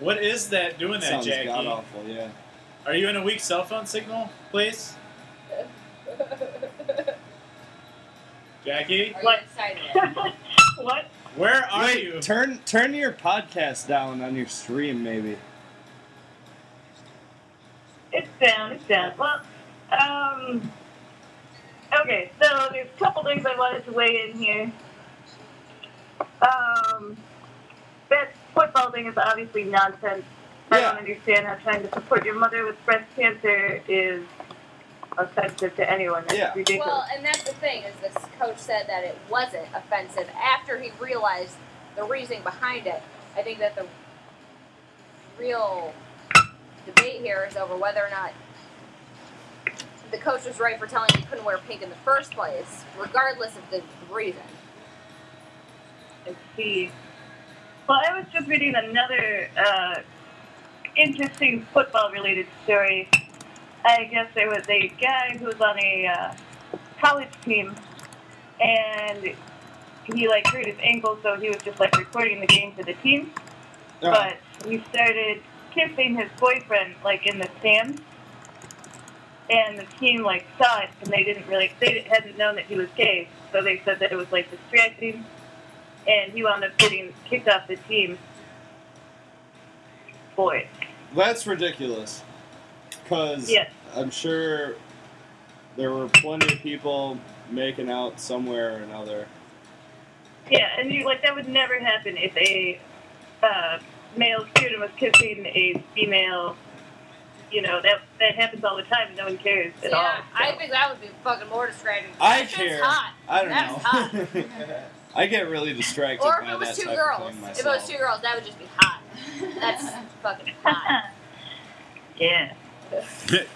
S4: what is that doing that,
S3: Sounds
S4: Jackie?
S3: god awful, yeah.
S4: Are you in a weak cell phone signal, please? Jackie,
S1: Are
S9: What?
S1: you excited?
S9: what?
S4: where are
S3: Wait,
S4: you?
S3: turn turn your podcast down on your stream maybe.
S9: It's down. It's down. Well, um, okay. So there's a couple things I wanted to weigh in here. Um, that football thing is obviously nonsense. I
S3: Yeah.
S9: don't understand how trying to support your mother with breast cancer is offensive to anyone. That's
S3: Yeah.
S9: ridiculous.
S1: Well, and that's the thing is this coach said that it wasn't offensive after he realized the reasoning behind it. I think that the real debate here is over whether or not the coach was right for telling him he couldn't wear pink in the first place, regardless of the reason.
S9: Let's see. Well, I was just reading another uh, interesting football-related story. I guess there was a guy who was on a uh, college team, and he like hurt his ankle, so he was just like recording the game for the team.
S3: Uh,
S9: But he started kissing his boyfriend like in the stands, and the team like saw it, and they didn't really they hadn't known that he was gay, so they said that it was like distracting, and he wound up getting kicked off the team for it.
S3: that's ridiculous. Cuz
S9: Yes.
S3: I'm sure there were plenty of people making out somewhere or another.
S9: Yeah, and you, like that would never happen if a uh, male student was kissing a female. You know that that happens all the time, and no one cares at all.
S1: yeah, I
S9: so.
S1: think that would be fucking more distracting.
S3: I
S1: That shit's
S3: care.
S1: hot.
S3: I don't
S1: That was hot.
S3: know. I get really distracted
S1: Or if
S3: by
S1: it was
S3: that
S1: two
S3: type
S1: girls.
S3: of
S1: If
S3: thing
S1: it was
S3: myself.
S1: two girls, that would just be hot. That's fucking hot.
S9: yeah.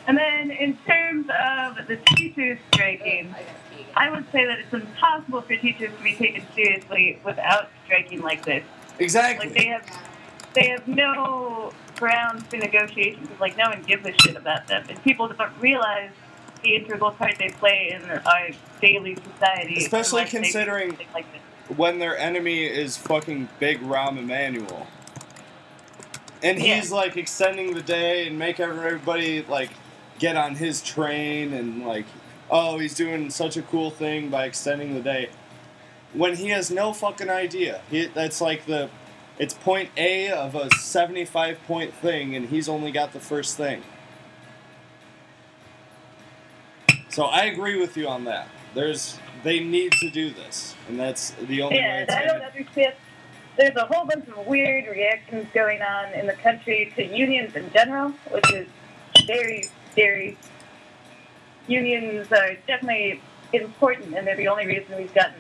S9: And then in terms of the teachers striking,
S1: I gotta pee again.
S9: I would say that it's impossible for teachers to be taken seriously without striking like this.
S3: Exactly.
S9: Like they have they have no grounds for negotiation because like no one gives a shit about them, and people don't realize the integral part they play in our daily society.
S3: Especially
S9: unless they do
S3: considering-
S9: something like this.
S3: when their enemy is fucking Big Rahm Emanuel. And he's like extending the day and make everybody like get on his train and like, oh, he's doing such a cool thing by extending the day. When he has no fucking idea. He, that's like the, it's point A of a 75 point thing and he's only got the first thing. So I agree with you on that. There's, they need to do this. And that's the only way
S9: Yeah,
S3: it's
S9: I
S3: going
S9: don't understand. There's a whole bunch of weird reactions going on in the country to unions in general, which is very scary. Unions are definitely important, and they're the only reason we've gotten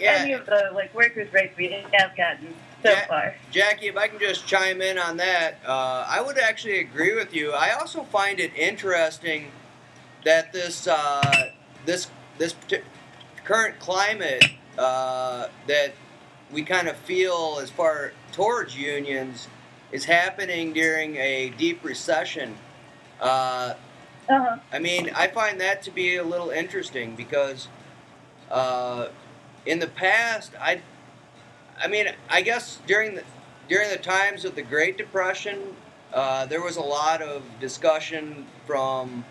S9: any
S7: Yeah,
S9: of the like workers' rights we have gotten so
S7: Yeah.
S9: far.
S7: Jackie, if I can just chime in on that, uh, I would actually agree with you. I also find it interesting that this uh, this this parti- current climate uh, that we kind of feel as far towards unions is happening during a deep recession. Uh,
S9: Uh-huh.
S7: I mean, I find that to be a little interesting because Uh, in the past, I, I mean, I guess during the during the times of the Great Depression, uh, there was a lot of discussion from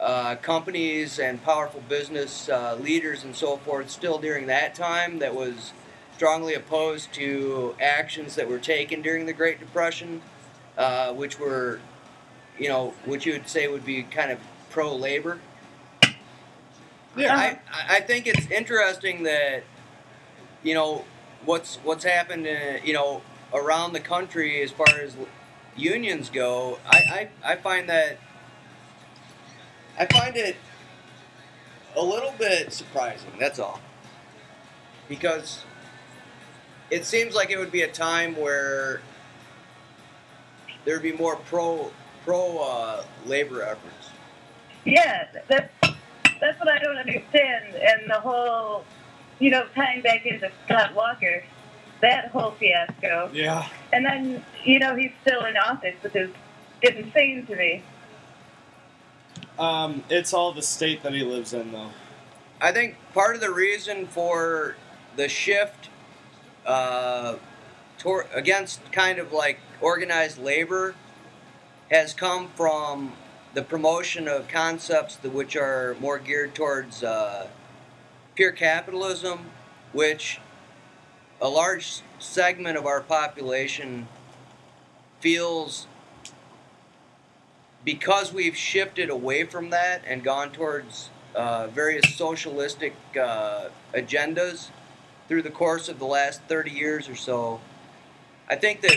S7: uh, companies and powerful business uh, leaders and so forth. Still during that time, that was strongly opposed to actions that were taken during the Great Depression, uh, which were, you know, which you would say would be kind of pro labor.
S3: Yeah.
S7: I, I- I think it's interesting that you know what's what's happened uh, you know around the country as far as unions go. I, I, I find that I find it a little bit surprising. That's all because it seems like it would be a time where there'd be more pro pro uh, labor efforts.
S9: Yeah, that's that's what I don't understand, and the whole, you know, tying back into Scott Walker, that whole fiasco,
S3: Yeah.
S9: and then you know he's still in office, which is insane to me.
S3: Um, it's all the state that he lives in, though.
S7: I think part of the reason for the shift uh, toward, against kind of like organized labor has come from the promotion of concepts that, which are more geared towards uh, pure capitalism, which a large segment of our population feels because we've shifted away from that and gone towards uh, various socialistic uh, agendas through the course of the last 30 years or so, I think that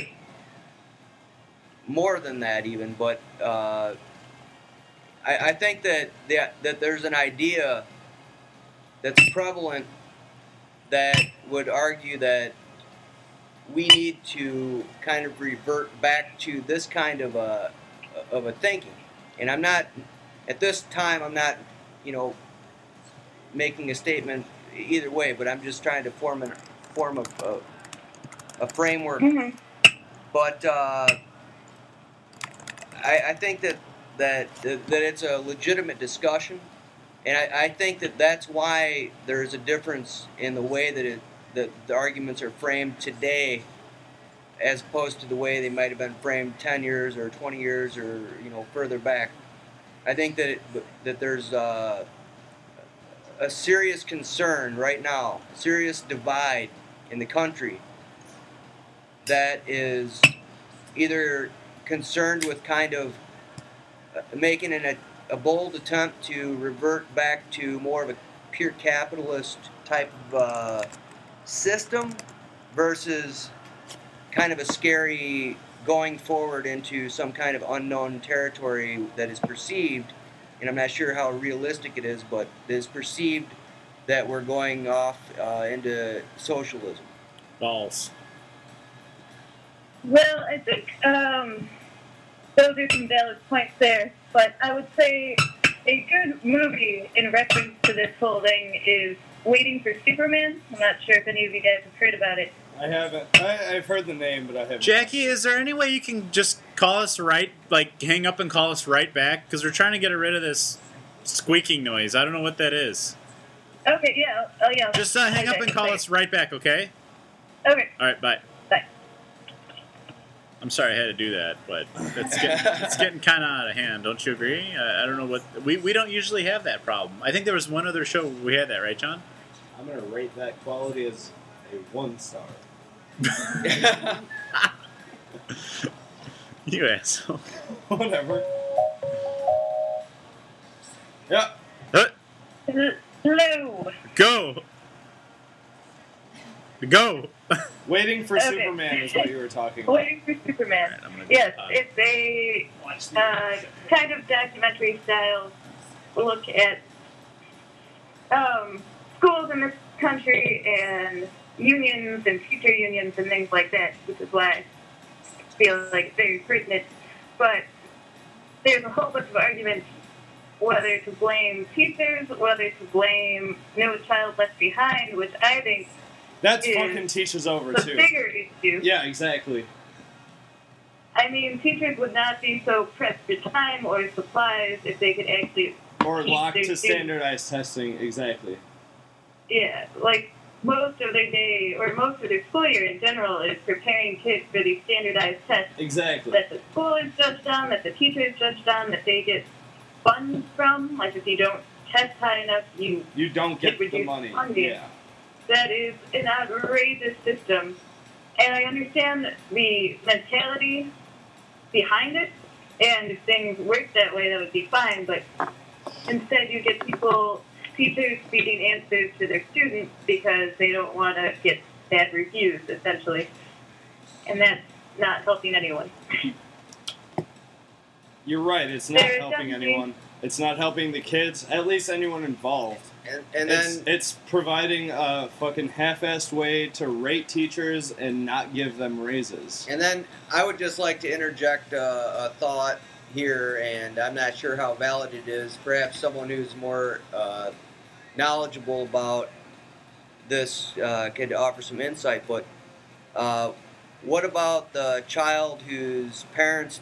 S7: more than that, even, but uh, I, I think that, that that there's an idea that's prevalent that would argue that we need to kind of revert back to this kind of a of a thinking. And I'm not at this time. I'm not, you know, making a statement either way. But I'm just trying to form an form of a, a framework.
S9: Mhm.
S7: But uh, I, I think that that that it's a legitimate discussion, and I, I think that that's why there is a difference in the way that it that the arguments are framed today as opposed to the way they might have been framed 10 years or 20 years or you know further back i think that it, that there's uh, a serious concern right now a serious divide in the country that is either concerned with kind of uh, making an, a bold attempt to revert back to more of a pure capitalist type of uh, system versus kind of a scary going forward into some kind of unknown territory that is perceived, and I'm not sure how realistic it is, but it is perceived that we're going off uh, into socialism.
S4: Balls.
S9: Well, I think um, those are some valid points there, but I would say a good movie in reference to this whole thing is Waiting for Superman. I'm not sure if any of you guys have heard about it.
S3: I haven't. I, I've heard the name, but I haven't.
S4: Jackie, is there any way you can just call us right, like hang up and call us right back? Because we're trying to get rid of this squeaking noise. I don't know what that is.
S9: Okay, yeah, oh yeah.
S4: Just uh, hang up and call us right back, okay?
S9: Okay,
S4: All right, bye.
S9: Bye.
S4: I'm sorry I had to do that, but it's getting, it's getting kind of out of hand. Don't you agree? I, I don't know what we, we don't usually have that problem. I think there was one other show where we had that, right, John?
S3: I'm gonna rate that quality as a one star.
S4: You asshole.
S3: Whatever. Yep.
S4: Huh?
S9: hello.
S4: Uh, Go. Go.
S3: Waiting for
S9: Okay.
S3: Superman is what you were talking about.
S9: Waiting for Superman.
S4: Alright, I'm gonna go
S9: Yes,
S4: pause.
S9: it's a uh, kind of documentary style look at um, schools in this country and unions and future unions and things like that, which is why I feel like it's very pertinent. But there's a whole bunch of arguments whether to blame teachers, whether to blame No Child Left Behind, which I think
S3: That's
S9: Yeah.
S3: fucking teaches over
S9: is a
S3: too.
S9: bigger issue.
S3: Yeah, exactly.
S9: I mean, teachers would not be so pressed for time or supplies if they could actually
S3: Or
S9: Teach
S3: locked
S9: their
S3: to
S9: students.
S3: standardized testing. Exactly.
S9: yeah, like most of their day or most of their school year in general is preparing kids for these standardized tests
S3: Exactly.
S9: that the school is judged on, that the teacher is judged on, that they get funds from. Like if you don't test high enough, you
S3: You don't get
S9: It would
S3: the
S9: be
S3: money.
S9: funded.
S3: Yeah.
S9: that is an outrageous system. And I understand the mentality behind it, and if things worked that way, that would be fine. But instead, you get people, teachers, feeding answers to their students because they don't want to get bad reviews, essentially. And that's not helping anyone.
S3: You're right. It's not
S9: There is
S3: helping
S9: something-
S3: anyone. It's not helping the kids, at least anyone involved.
S7: And, and
S3: it's,
S7: then
S3: it's providing a fucking half-assed way to rate teachers and not give them raises.
S7: and then I would just like to interject a, a thought here, and I'm not sure how valid it is. Perhaps someone who's more uh, knowledgeable about this uh, could offer some insight. But uh, what about the child whose parents,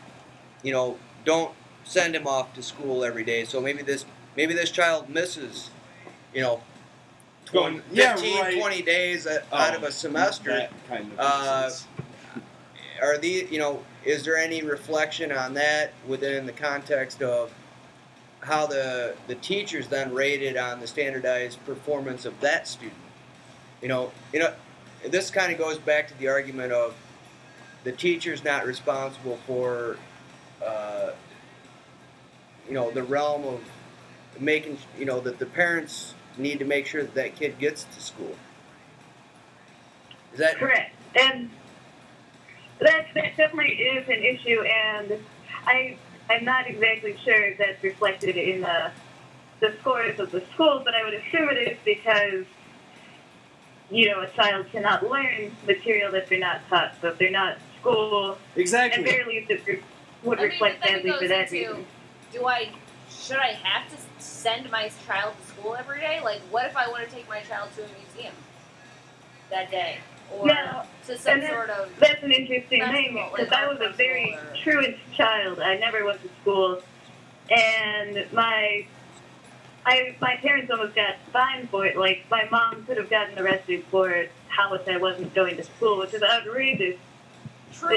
S7: you know, don't send him off to school every day? So maybe this maybe this child misses, you know. 20,
S3: Going- yeah,
S7: 15,
S3: right.
S7: 20 days uh, out of
S3: Oh,
S7: a semester.
S3: That kind of
S7: Uh,
S3: nonsense.
S7: are the you know is there any reflection on that within the context of how the the teachers then rated on the standardized performance of that student you know you know this kind of goes back to the argument of the teacher's not responsible for uh, you know the realm of making you know that the parents need to make sure that that kid gets to school is that
S9: Correct. And that, that definitely is an issue, and I, I'm not exactly sure if that's reflected in the, the scores of the school, but I would assume it is because, you know, a child cannot learn material that they're not taught. So if they're not at school, at
S3: exactly.
S9: very least it re- would
S1: I mean,
S9: reflect
S1: but then it
S9: badly
S1: goes
S9: for
S1: into,
S9: that reason.
S1: do I should I have to send my child to school every day? Like, what if I want to take my child to a museum that day or
S9: No,
S1: to some
S9: and that-
S1: sort of?
S9: That's an interesting thing
S1: Basketball,
S9: because
S1: like,
S9: I was a
S1: basketball
S9: very
S1: or-
S9: truant child. I never went to school, and my I my parents almost got fined for it. Like my mom could have gotten arrested for how much I wasn't going to school, which is outrageous that you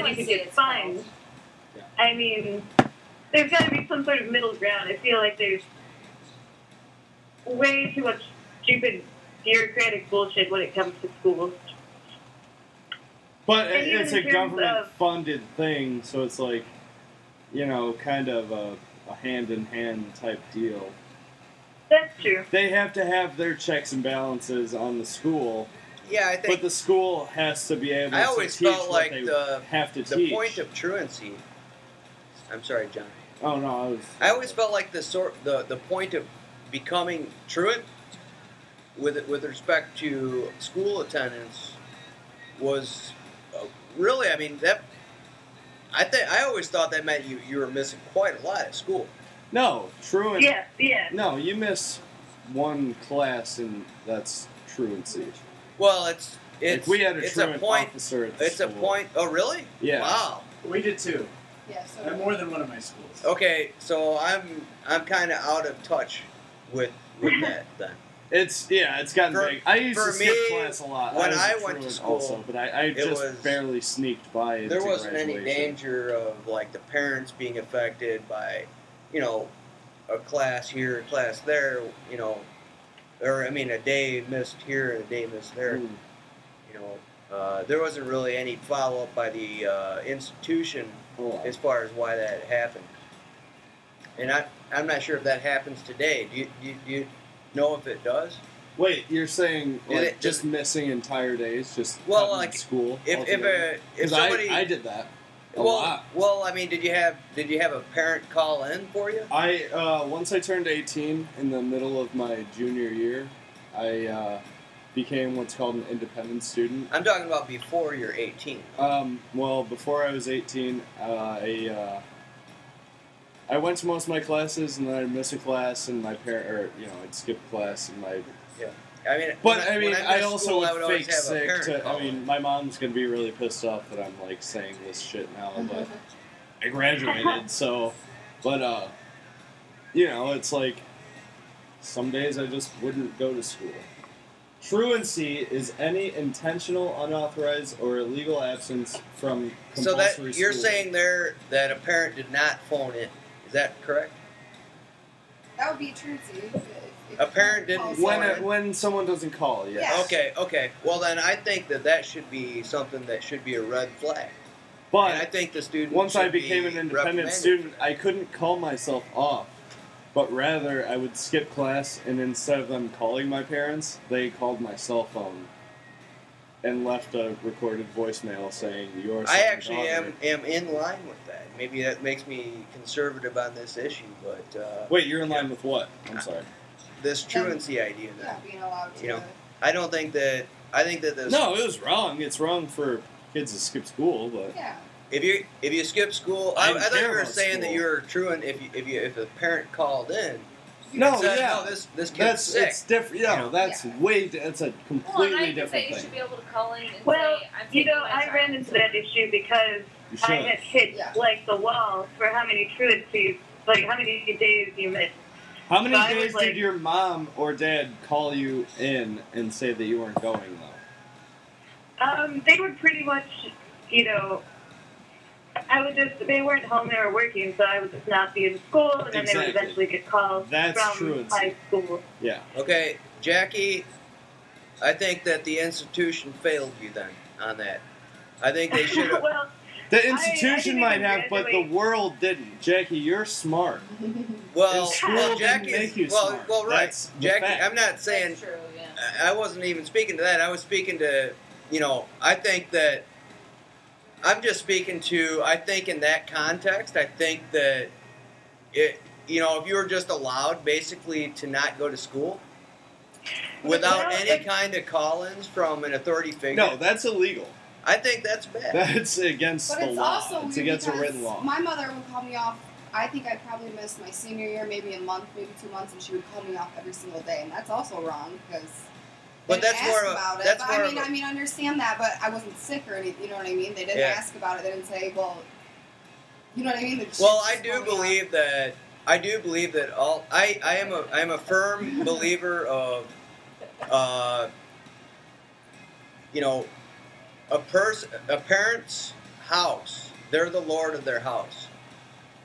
S1: truancy
S9: could get
S1: is called.
S9: fined.
S3: Yeah.
S9: I mean, there's got to be some sort of middle ground. I feel like there's way too much stupid bureaucratic bullshit when it comes to schools.
S3: But
S9: and
S3: it-
S9: even
S3: it's
S9: in
S3: a
S9: terms of-
S3: government-funded thing, so it's like, you know, kind of a, a hand-in-hand type deal.
S9: That's true.
S3: They have to have their checks and balances on the school,
S7: yeah i think
S3: but the school has to be able
S7: I
S3: to
S7: always
S3: teach
S7: felt
S3: what
S7: like
S3: they
S7: the-
S3: have to
S7: the
S3: teach.
S7: point of truancy. I'm sorry, John.
S3: oh no, I was.
S7: I always felt like the sort the, the point of becoming truant with with respect to school attendance was uh, really. I mean that. I think I always thought that meant you, you were missing quite a lot at school.
S3: no truant.
S9: Yeah, yeah.
S3: No, you miss one class, and that's truancy.
S7: Well, it's
S3: If
S7: it's
S3: we had a
S7: it's
S3: truant
S7: a point.
S3: officer. At the
S7: It's a
S3: school.
S7: point. Oh, really?
S3: Yeah.
S7: Wow.
S6: We did too.
S8: Yeah, so.
S6: At more than one of my schools.
S7: Okay, so I'm I'm kind of out of touch with with that then.
S3: It's yeah, it's gotten
S7: For-
S3: big. I used
S7: for
S3: to skip
S7: me,
S3: class a lot
S7: when
S3: was a
S7: I went to
S3: truant
S7: school,
S3: also, but I, I just
S7: was-
S3: barely sneaked by. Into
S7: there wasn't any
S3: graduation.
S7: danger of like the parents being affected by you know a class here a class there you know or i mean a day missed here and a day missed there
S3: Mm.
S7: you know uh, there wasn't really any follow-up by the uh, institution
S3: Oh,
S7: as far as why that happened and I, i'm not sure if that happens today do you, do you, do you know if it does
S3: Wait, you're saying
S7: Yeah,
S3: like,
S7: they-
S3: just missing entire days, just
S7: Well,
S3: cutting
S7: like,
S3: school.
S7: if, uh, if,
S3: altogether?
S7: a, if
S3: 'Cause I-
S7: somebody
S3: I, did that a
S7: well,
S3: lot.
S7: well i mean did you have did you have a parent call in for you
S3: I uh, once I turned 18 in the middle of my junior year, I uh, became what's called an independent student.
S7: I'm talking about before you're 18.
S3: Um, well, before I was 18, uh, I, uh, I went to most of my classes, and then I'd miss a class, and my parent, or you know, I'd skip class, and my.
S7: I mean,
S3: But
S7: when
S3: I mean,
S7: when
S3: I,
S7: missed
S3: also
S7: school,
S3: would,
S7: I would always
S3: fake
S7: have a
S3: sick.
S7: parent
S3: To,
S7: call
S3: I mean, my mom's gonna be really pissed off that I'm like saying this shit now, but I graduated, so. But uh, you know, it's like some days I just wouldn't go to school. Truancy is any intentional, unauthorized, or illegal absence from
S7: So that
S3: compulsory
S7: you're
S3: schooling.
S7: saying there that a parent did not phone in. Is that correct?
S8: That would be truancy. if- if-
S7: A parent didn't
S8: Well,
S3: when it, when someone doesn't call, yes.
S8: Yeah.
S7: Okay, okay. Well, then I think that that should be something that should be a red flag.
S3: But
S7: and I think the student.
S3: Once I
S7: should be
S3: became an independent
S7: reprimanded.
S3: student, I couldn't call myself off, but rather I would skip class, and instead of them calling my parents, they called my cell phone and left a recorded voicemail saying, "Your
S7: I actually am am in line with that. Maybe that makes me conservative on this issue, but uh,
S3: Wait, you're in line with what? I'm sorry.
S7: this truancy idea. Then,
S8: Yeah, being allowed to.
S7: You know, I don't think that. I think that this.
S3: No, it was wrong. It's wrong for kids to skip school, but
S8: yeah.
S7: If you if you skip school, I,
S3: I
S7: I
S3: don't
S7: thought you
S3: care
S7: were
S3: about
S7: saying that
S3: school.
S7: you were truant if you if you if a parent called in.
S3: no,
S7: said,
S3: yeah,
S7: No, this this kid's
S3: that's
S7: sick.
S3: it's different. Yeah,
S7: Yeah.
S3: that's way. di- That's a
S1: Well, and
S3: completely
S1: I think that
S3: different
S1: you
S3: thing.
S1: should be able to call in and
S9: Well,
S1: say, I'm
S9: You
S1: taking
S9: know,
S1: my
S9: I
S1: time.
S9: ran into that issue because
S3: You
S9: I
S3: should.
S9: had hit
S8: Yeah.
S9: like the wall for how many truancies, like how many days you missed.
S3: How many
S9: So I was
S3: days
S9: like-
S3: did your mom or dad call you in and say that you weren't going though?
S9: Um, they were pretty much, you know, I would just, they weren't home, they were working, so I would just not be in school, and then they
S3: Exactly.
S9: would eventually get calls
S3: That's
S9: from
S3: truancy.
S9: my school.
S3: Yeah.
S7: Okay, Jackie, I think that the institution failed you then on that. I think they should have.
S9: well,
S3: The
S9: I
S3: institution
S9: didn't
S3: might
S9: even
S3: have, but the
S9: graduate.
S3: world didn't. Jackie, you're smart.
S7: Well,
S3: And school
S7: well
S3: didn't
S7: Jackie.
S3: make you
S7: well,
S3: smart.
S7: well, right,
S3: That's the
S7: Jackie.
S3: fact.
S7: I'm not saying
S1: That's true, yeah.
S7: I- I wasn't even speaking to that. I was speaking to, you know, I think that I'm just speaking to. I think in that context, I think that it, you know, if you were just allowed basically to not go to school without
S9: Well,
S7: any
S9: it's-
S7: kind of call-ins from an authority figure,
S3: No, that's illegal.
S7: I think that's bad.
S3: That's against
S8: But
S3: the
S8: it's
S3: law.
S8: also
S3: it's
S8: weird
S3: against the
S8: because
S3: written law.
S8: My mother would call me off. I think I probably missed my senior year, maybe a month, maybe two months, and she would call me off every single day, and that's also wrong because.
S7: But
S8: they didn't
S7: that's
S8: ask
S7: more of a-
S8: about it.
S7: that's
S8: but
S7: more
S8: I
S7: of
S8: mean,
S7: a-
S8: I mean, I understand that, but I wasn't sick or anything. You know what I mean? They didn't
S7: Yeah.
S8: ask about it. They didn't say, well, you know what I mean? They just-
S7: Well, I
S8: just
S7: do
S8: called me off.
S7: believe that I do believe that all I, I am a I am a firm believer of uh, you know a person a parent's house they're the lord of their house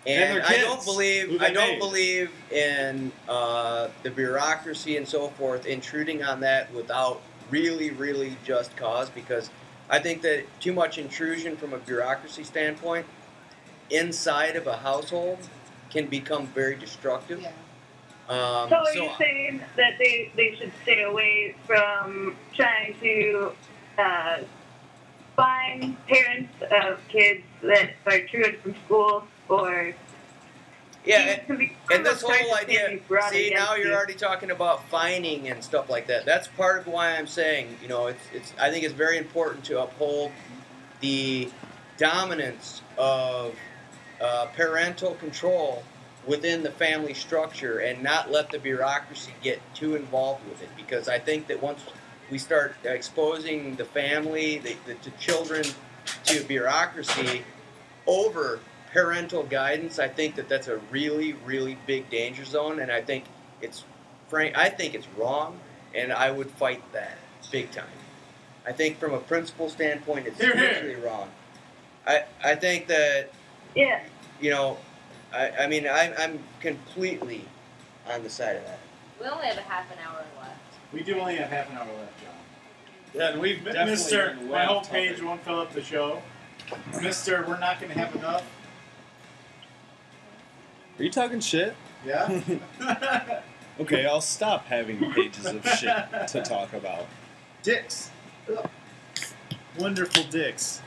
S3: And
S7: and,
S3: their
S7: I don't
S3: kids, who
S7: believe
S3: they
S7: I don't
S3: made.
S7: believe in uh, the bureaucracy and so forth intruding on that without really really just cause because I think that too much intrusion from a bureaucracy standpoint inside of a household can become very destructive.
S8: Yeah.
S7: Um,
S9: so are you saying that they, they should stay away from trying to uh, find parents of kids that are truant from school or
S7: yeah,
S9: it
S7: and-
S9: can be
S7: And this
S9: criminal
S7: whole
S9: charges can
S7: idea,
S9: be brought
S7: see,
S9: against
S7: now you're
S9: you.
S7: already talking about fining and stuff like that. That's part of why I'm saying, you know, it's, it's I think it's very important to uphold the dominance of uh, parental control within the family structure and not let the bureaucracy get too involved with it. Because I think that once we start exposing the family, the, the, the children to bureaucracy over parental guidance, I think that that's a really, really big danger zone, and I think it's frank. I think it's wrong, and I would fight that big time. I think from a principle standpoint, it's
S6: Hear, hear.
S7: hugely wrong. I I think that
S9: Yeah.
S7: you know, I I mean I, I'm completely on the side of that.
S1: We only have a half an hour left.
S6: We do only have half an hour left, John.
S3: Yeah, and we've definitely
S6: Mister,
S3: gotten way
S6: my
S3: off
S6: homepage page
S3: topic.
S6: won't fill up the show. Mister, we're not going to have enough.
S3: Are you talking shit?
S6: Yeah.
S3: Okay, I'll stop having pages of shit to talk about.
S6: Dicks.
S4: Wonderful dicks.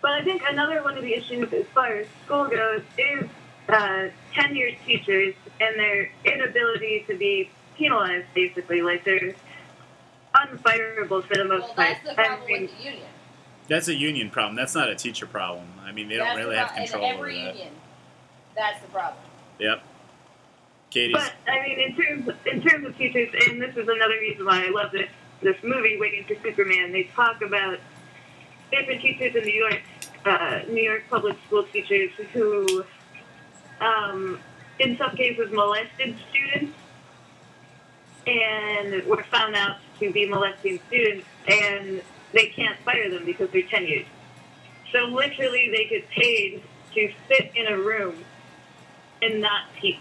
S9: But I think another one of the issues as far as school goes is uh, tenured teachers and their inability to be penalized, basically. Like they're unfireable for the most
S1: Well,
S9: part.
S1: that's the
S9: Oh, I
S1: problem
S9: mean,
S1: with the union.
S4: That's a union problem. That's not a teacher problem. I mean, they don't
S1: that's
S4: really
S1: the
S4: have
S1: problem.
S4: control
S1: in
S4: over
S1: every
S4: that.
S1: union. That's the problem.
S4: Yep. Katie's.
S9: but I mean, in terms in terms of teachers, and this is another reason why I love this this movie, Waiting for Superman. They talk about different teachers in New York, uh, New York public school teachers who, um, in some cases, molested students and were found out to be molesting students, and they can't fire them because they're tenured. So literally, they get paid to sit in a room and not teach.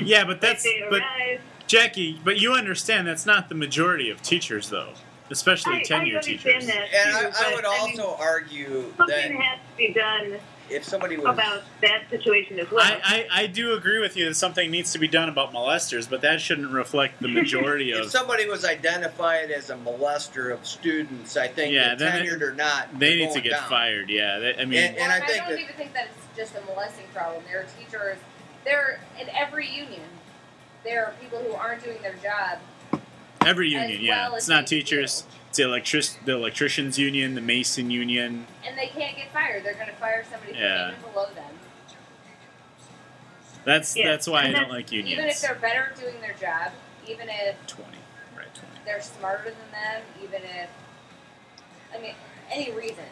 S4: Yeah, but that's
S9: they
S4: but
S9: arise.
S4: Jackie, but you understand that's not the majority of teachers though, especially
S9: I, I
S4: tenure
S9: understand
S4: teachers.
S9: that.
S7: And
S9: too,
S7: I, I
S9: but,
S7: would
S9: mean,
S7: also argue
S9: something
S7: that
S9: has to be done
S7: if somebody was
S9: about that situation as well.
S4: I, I, I do agree with you that something needs to be done about molesters, but that shouldn't reflect the majority
S7: if
S4: of.
S7: somebody was identified as a molester of students, I think
S4: Yeah, then
S7: tenured or not,
S4: They
S7: they're
S4: need to get
S7: going down.
S4: fired. Yeah, that, I mean,
S7: And-
S1: Well,
S7: I
S1: I,
S7: think
S1: don't
S7: that-
S1: even think that it's just a molesting problem. There are teachers, there in every union, there are people who aren't doing their job.
S4: every
S1: as
S4: union. yeah,
S1: well as
S4: it's not
S1: they feel.
S4: teachers. It's the electric, the electricians union, the mason union.
S1: and they can't get fired. They're going to fire somebody who
S4: Yeah.
S1: came in below them,
S4: That's
S9: Yeah,
S4: that's why I
S9: and
S4: don't
S9: that's-
S4: like
S1: even if
S4: unions.
S1: they're better at doing their job, even if
S4: Twenty, right? Twenty.
S1: they're smarter than them, even if I mean any reason,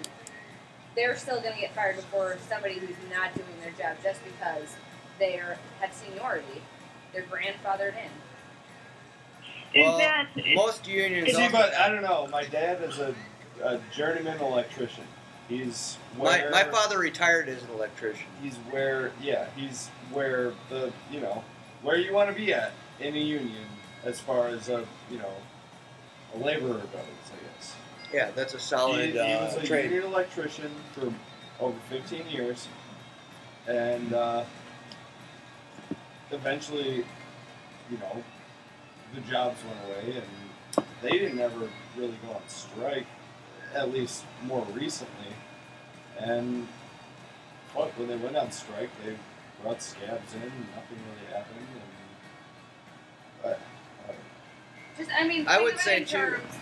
S1: they're still going to get fired before somebody who's not doing their job just because they are, have seniority. They're grandfathered in.
S9: Is
S7: Well,
S9: that
S7: Most unions.
S9: Is
S6: See,
S9: he-
S7: also-
S6: but I don't know. My dad is a, a journeyman electrician. He's
S7: my,
S6: where
S7: my father retired as an electrician.
S6: He's where yeah. He's where the you know where you want to be at in a union as far as a you know a laborer goes. I guess.
S7: Yeah, that's a
S6: he,
S7: solid
S6: he
S7: uh,
S6: was a
S7: trade.
S6: union electrician for over 15 years, and uh, eventually, you know, the jobs went away, and they didn't ever really go on strike, at least more recently. And fuck, when they went on strike, they brought scabs in, and nothing really happened. And, but, uh,
S1: Just I mean,
S7: I
S1: think
S7: would
S1: about
S7: say
S1: it in
S7: too-
S1: terms-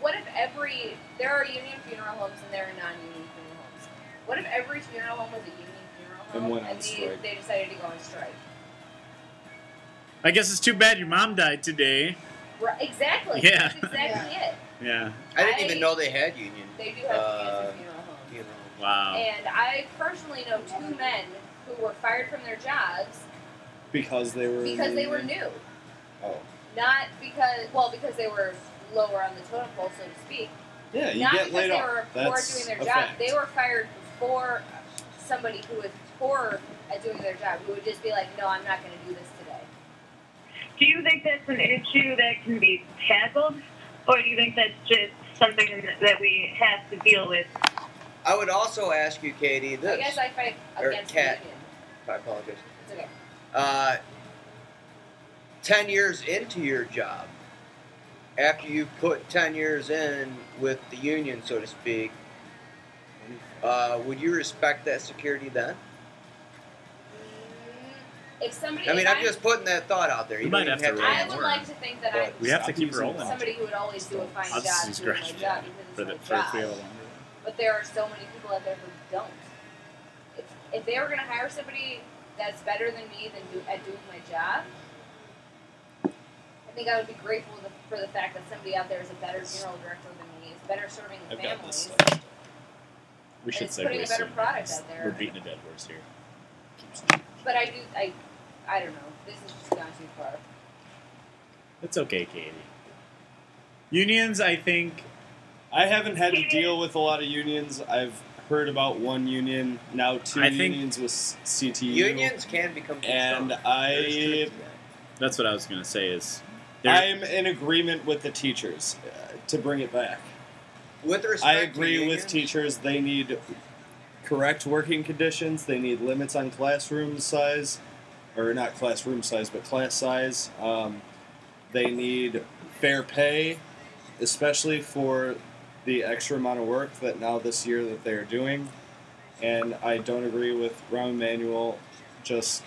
S1: What if every there are union funeral homes and there are non-union funeral homes? What if every funeral home was a union funeral home
S6: And went on
S1: they,
S6: strike.
S1: they decided to go on strike?
S4: I guess it's too bad your mom died today.
S1: Right, exactly.
S4: Yeah.
S1: That's exactly it.
S4: Yeah.
S7: I didn't even
S1: I-
S7: know they had union.
S1: They do have
S7: Uh,
S1: to be funeral homes.
S7: You know.
S6: oh.
S4: Wow.
S1: And I personally know two men who were fired from their jobs
S3: because they were in
S1: because
S3: the
S1: they were
S3: union.
S1: new,
S6: oh,
S1: not because well because they were lower on the totem pole, so to speak.
S3: Yeah, you
S1: not
S3: get
S1: because
S3: laid
S1: they
S3: off.
S1: were poor
S3: That's
S1: doing their
S3: a
S1: job.
S3: fact.
S1: They were fired before somebody who was poor at doing their job who would just be like, "No, I'm not going to do this today."
S9: Do you think that's an issue that can be tackled, or do you think that's just something that we have to deal with?
S7: I would also ask you, Katie. This
S1: I guess I fight
S7: Or
S1: against
S7: cat.
S1: the union.
S7: I apologize.
S1: It's okay.
S7: Uh, ten years into your job, after you've put ten years in with the union, so to speak, uh, would you respect that security then?
S1: Mm, If somebody,
S7: I mean,
S1: if
S7: I'm just putting that thought out there. You
S4: We
S7: don't
S4: might
S7: even
S4: have to
S7: have
S1: I
S4: roll
S1: would
S4: word.
S1: like to think that
S7: But
S1: I'm
S4: We have to keep
S3: Stop using
S4: rolling
S1: somebody who would always do a fine
S4: I'll
S1: job
S4: just use
S1: doing my
S4: grass,
S1: job because
S4: for the
S1: it's
S4: for
S1: my
S4: three
S1: job. But there are so many people out there who don't. If, if they were going to hire somebody that's better than me than do, at doing my job, I think I would be grateful the, for the fact that somebody out there is a better funeral director than me, is better serving
S4: I've got
S1: families.
S4: this. We should
S1: It's putting
S4: segue
S1: a better
S4: soon.
S1: product out there.
S4: We're beating a dead horse here.
S1: But I do, I, I don't know. This has just gone too far.
S4: It's okay, Katie. Unions, I think.
S3: I haven't had to deal with a lot of unions. I've heard about one union now, two
S4: I think-
S3: unions with CTU,
S7: unions can become
S3: and
S7: controlled. There's
S3: I
S7: truth to that.
S4: That's what I was gonna say. Is there,
S3: I'm in agreement with the teachers uh, to bring it back.
S7: with respect,
S3: I
S7: to
S3: agree with
S7: unions,
S3: teachers. They need correct working conditions. They need limits on classroom size, or not classroom size, but class size. Um, they need fair pay, especially for the extra amount of work that now this year that they are doing. And I don't agree with Rahm Emanuel just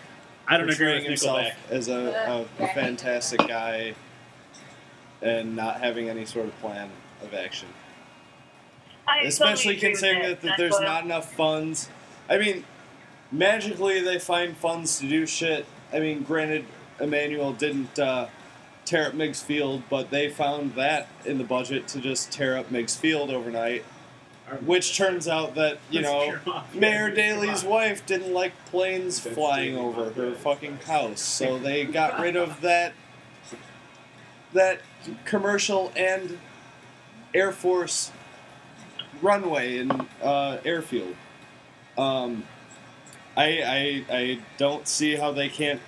S4: I don't agree
S3: portraying
S4: with
S3: himself
S4: Nickelback.
S3: as a, a
S1: Yeah.
S3: fantastic guy and not having any sort of plan of action
S9: I
S3: especially
S9: totally agree with
S3: considering that, that
S9: That's
S3: there's
S9: what-
S3: not enough funds. I mean, magically they find funds to do shit. I mean, granted, Emmanuel didn't uh, tear up Miggs Field, but they found that in the budget to just tear up Miggs Field overnight. Which turns out that uh, you know Mayor Daley's wife didn't like planes
S6: That's
S3: flying
S6: really
S3: over
S6: not
S3: her
S6: bad.
S3: fucking house, so they got rid of that that commercial and Air Force runway and uh, airfield. Um, I, I I don't see how they can't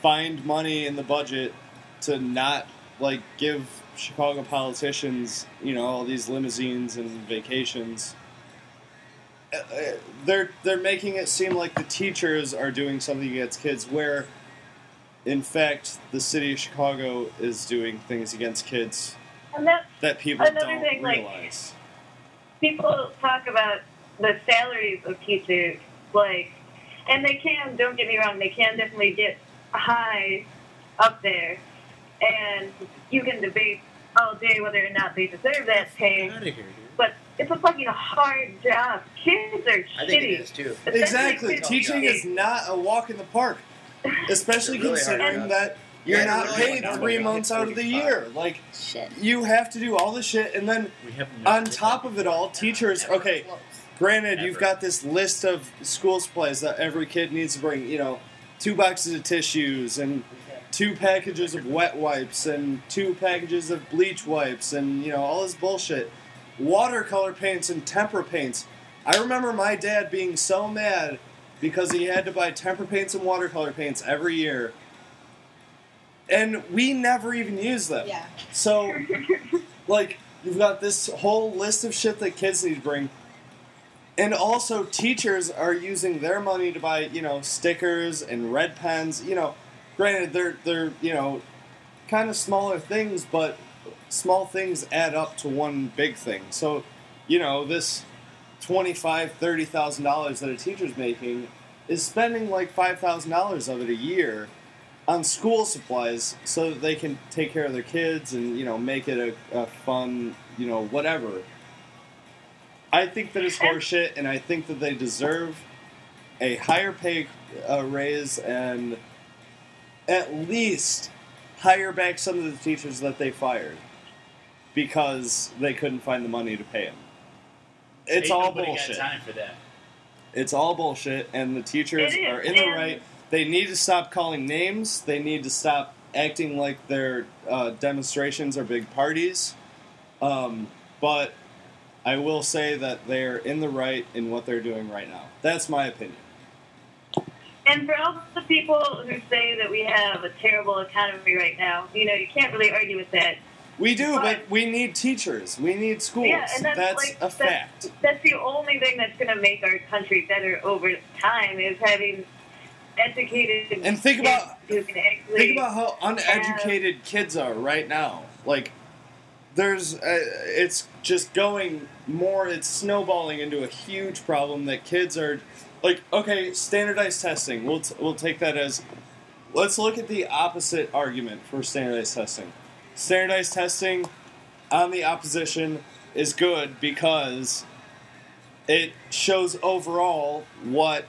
S3: find money in the budget to not like give Chicago politicians, you know, all these limousines and vacations. Uh, uh, They're they're making it seem like the teachers are doing something against kids, where in fact the city of Chicago is doing things against kids
S9: And that's
S3: that people
S9: Another
S3: don't
S9: thing, like-
S3: realize.
S9: people talk about the salaries of teachers, like, and they can. Don't get me wrong; they can definitely get high up there, and you can debate all day whether or not they deserve that pay.
S4: Get out of here,
S9: But it's a fucking hard job. Kids are
S7: I think it
S9: shitty.
S7: is too.
S9: Especially
S3: exactly,
S9: kids.
S3: teaching is not a walk in the park, especially
S7: It's a really hard
S3: considering
S7: job.
S3: that you're
S7: Yeah,
S3: not
S7: it's really
S3: paid
S7: hard.
S3: three
S7: It's
S3: months out of the
S7: 45.
S3: year. Like
S10: Shit.
S3: you have to do all the shit, and then
S4: dude. We have no
S3: on top of it all, teachers. Okay,
S8: Close.
S3: granted, you've
S4: Ever.
S3: got this list of school supplies that every kid needs to bring. You know, two boxes of tissues and two packages of wet wipes and two packages of bleach wipes and you know all this bullshit, watercolor paints and temper paints. I remember my dad being so mad because he had to buy temper paints and watercolor paints every year. And we never even used them.
S8: Yeah.
S3: So, like, you've got this whole list of shit that kids need to bring. And also, teachers are using their money to buy, you know, stickers and red pens. You know, granted, they're, they're you know, kind of smaller things, but small things add up to one big thing. So, you know, this twenty-five, thirty thousand dollars that a teacher's making is spending like five thousand dollars of it a year on school supplies so that they can take care of their kids and you know make it a, a fun you know whatever i think that it's horseshit and i think that they deserve a higher pay uh, raise and at least hire back some of the teachers that they fired because they couldn't find the money to pay them it's
S4: Ain't
S3: all
S4: nobody
S3: bullshit
S4: Got time for that.
S3: it's all bullshit, and the teachers
S9: It is,
S3: are in the
S9: and-
S3: right. They need to stop calling names. They need to stop acting like their uh, demonstrations are big parties. Um, but I will say that they're in the right in what they're doing right now. That's my opinion.
S9: And for all the people who say that we have a terrible economy right now, you know, you can't really argue with that.
S3: We do, but
S9: Right.
S3: we need teachers. We need schools.
S9: Yeah, and that's, like,
S3: a
S9: that's-
S3: fact.
S9: that's the only thing that's going to make our country better over time is having educated
S3: And think
S9: kids
S3: about-
S9: who can actually
S3: Think about how uneducated kids are right now. Like, there's, uh, it's just going more, it's snowballing into a huge problem that kids are, like, okay, standardized testing. We'll, t- we'll take that as, let's look at the opposite argument for standardized testing. Standardized testing on the opposition is good because it shows overall what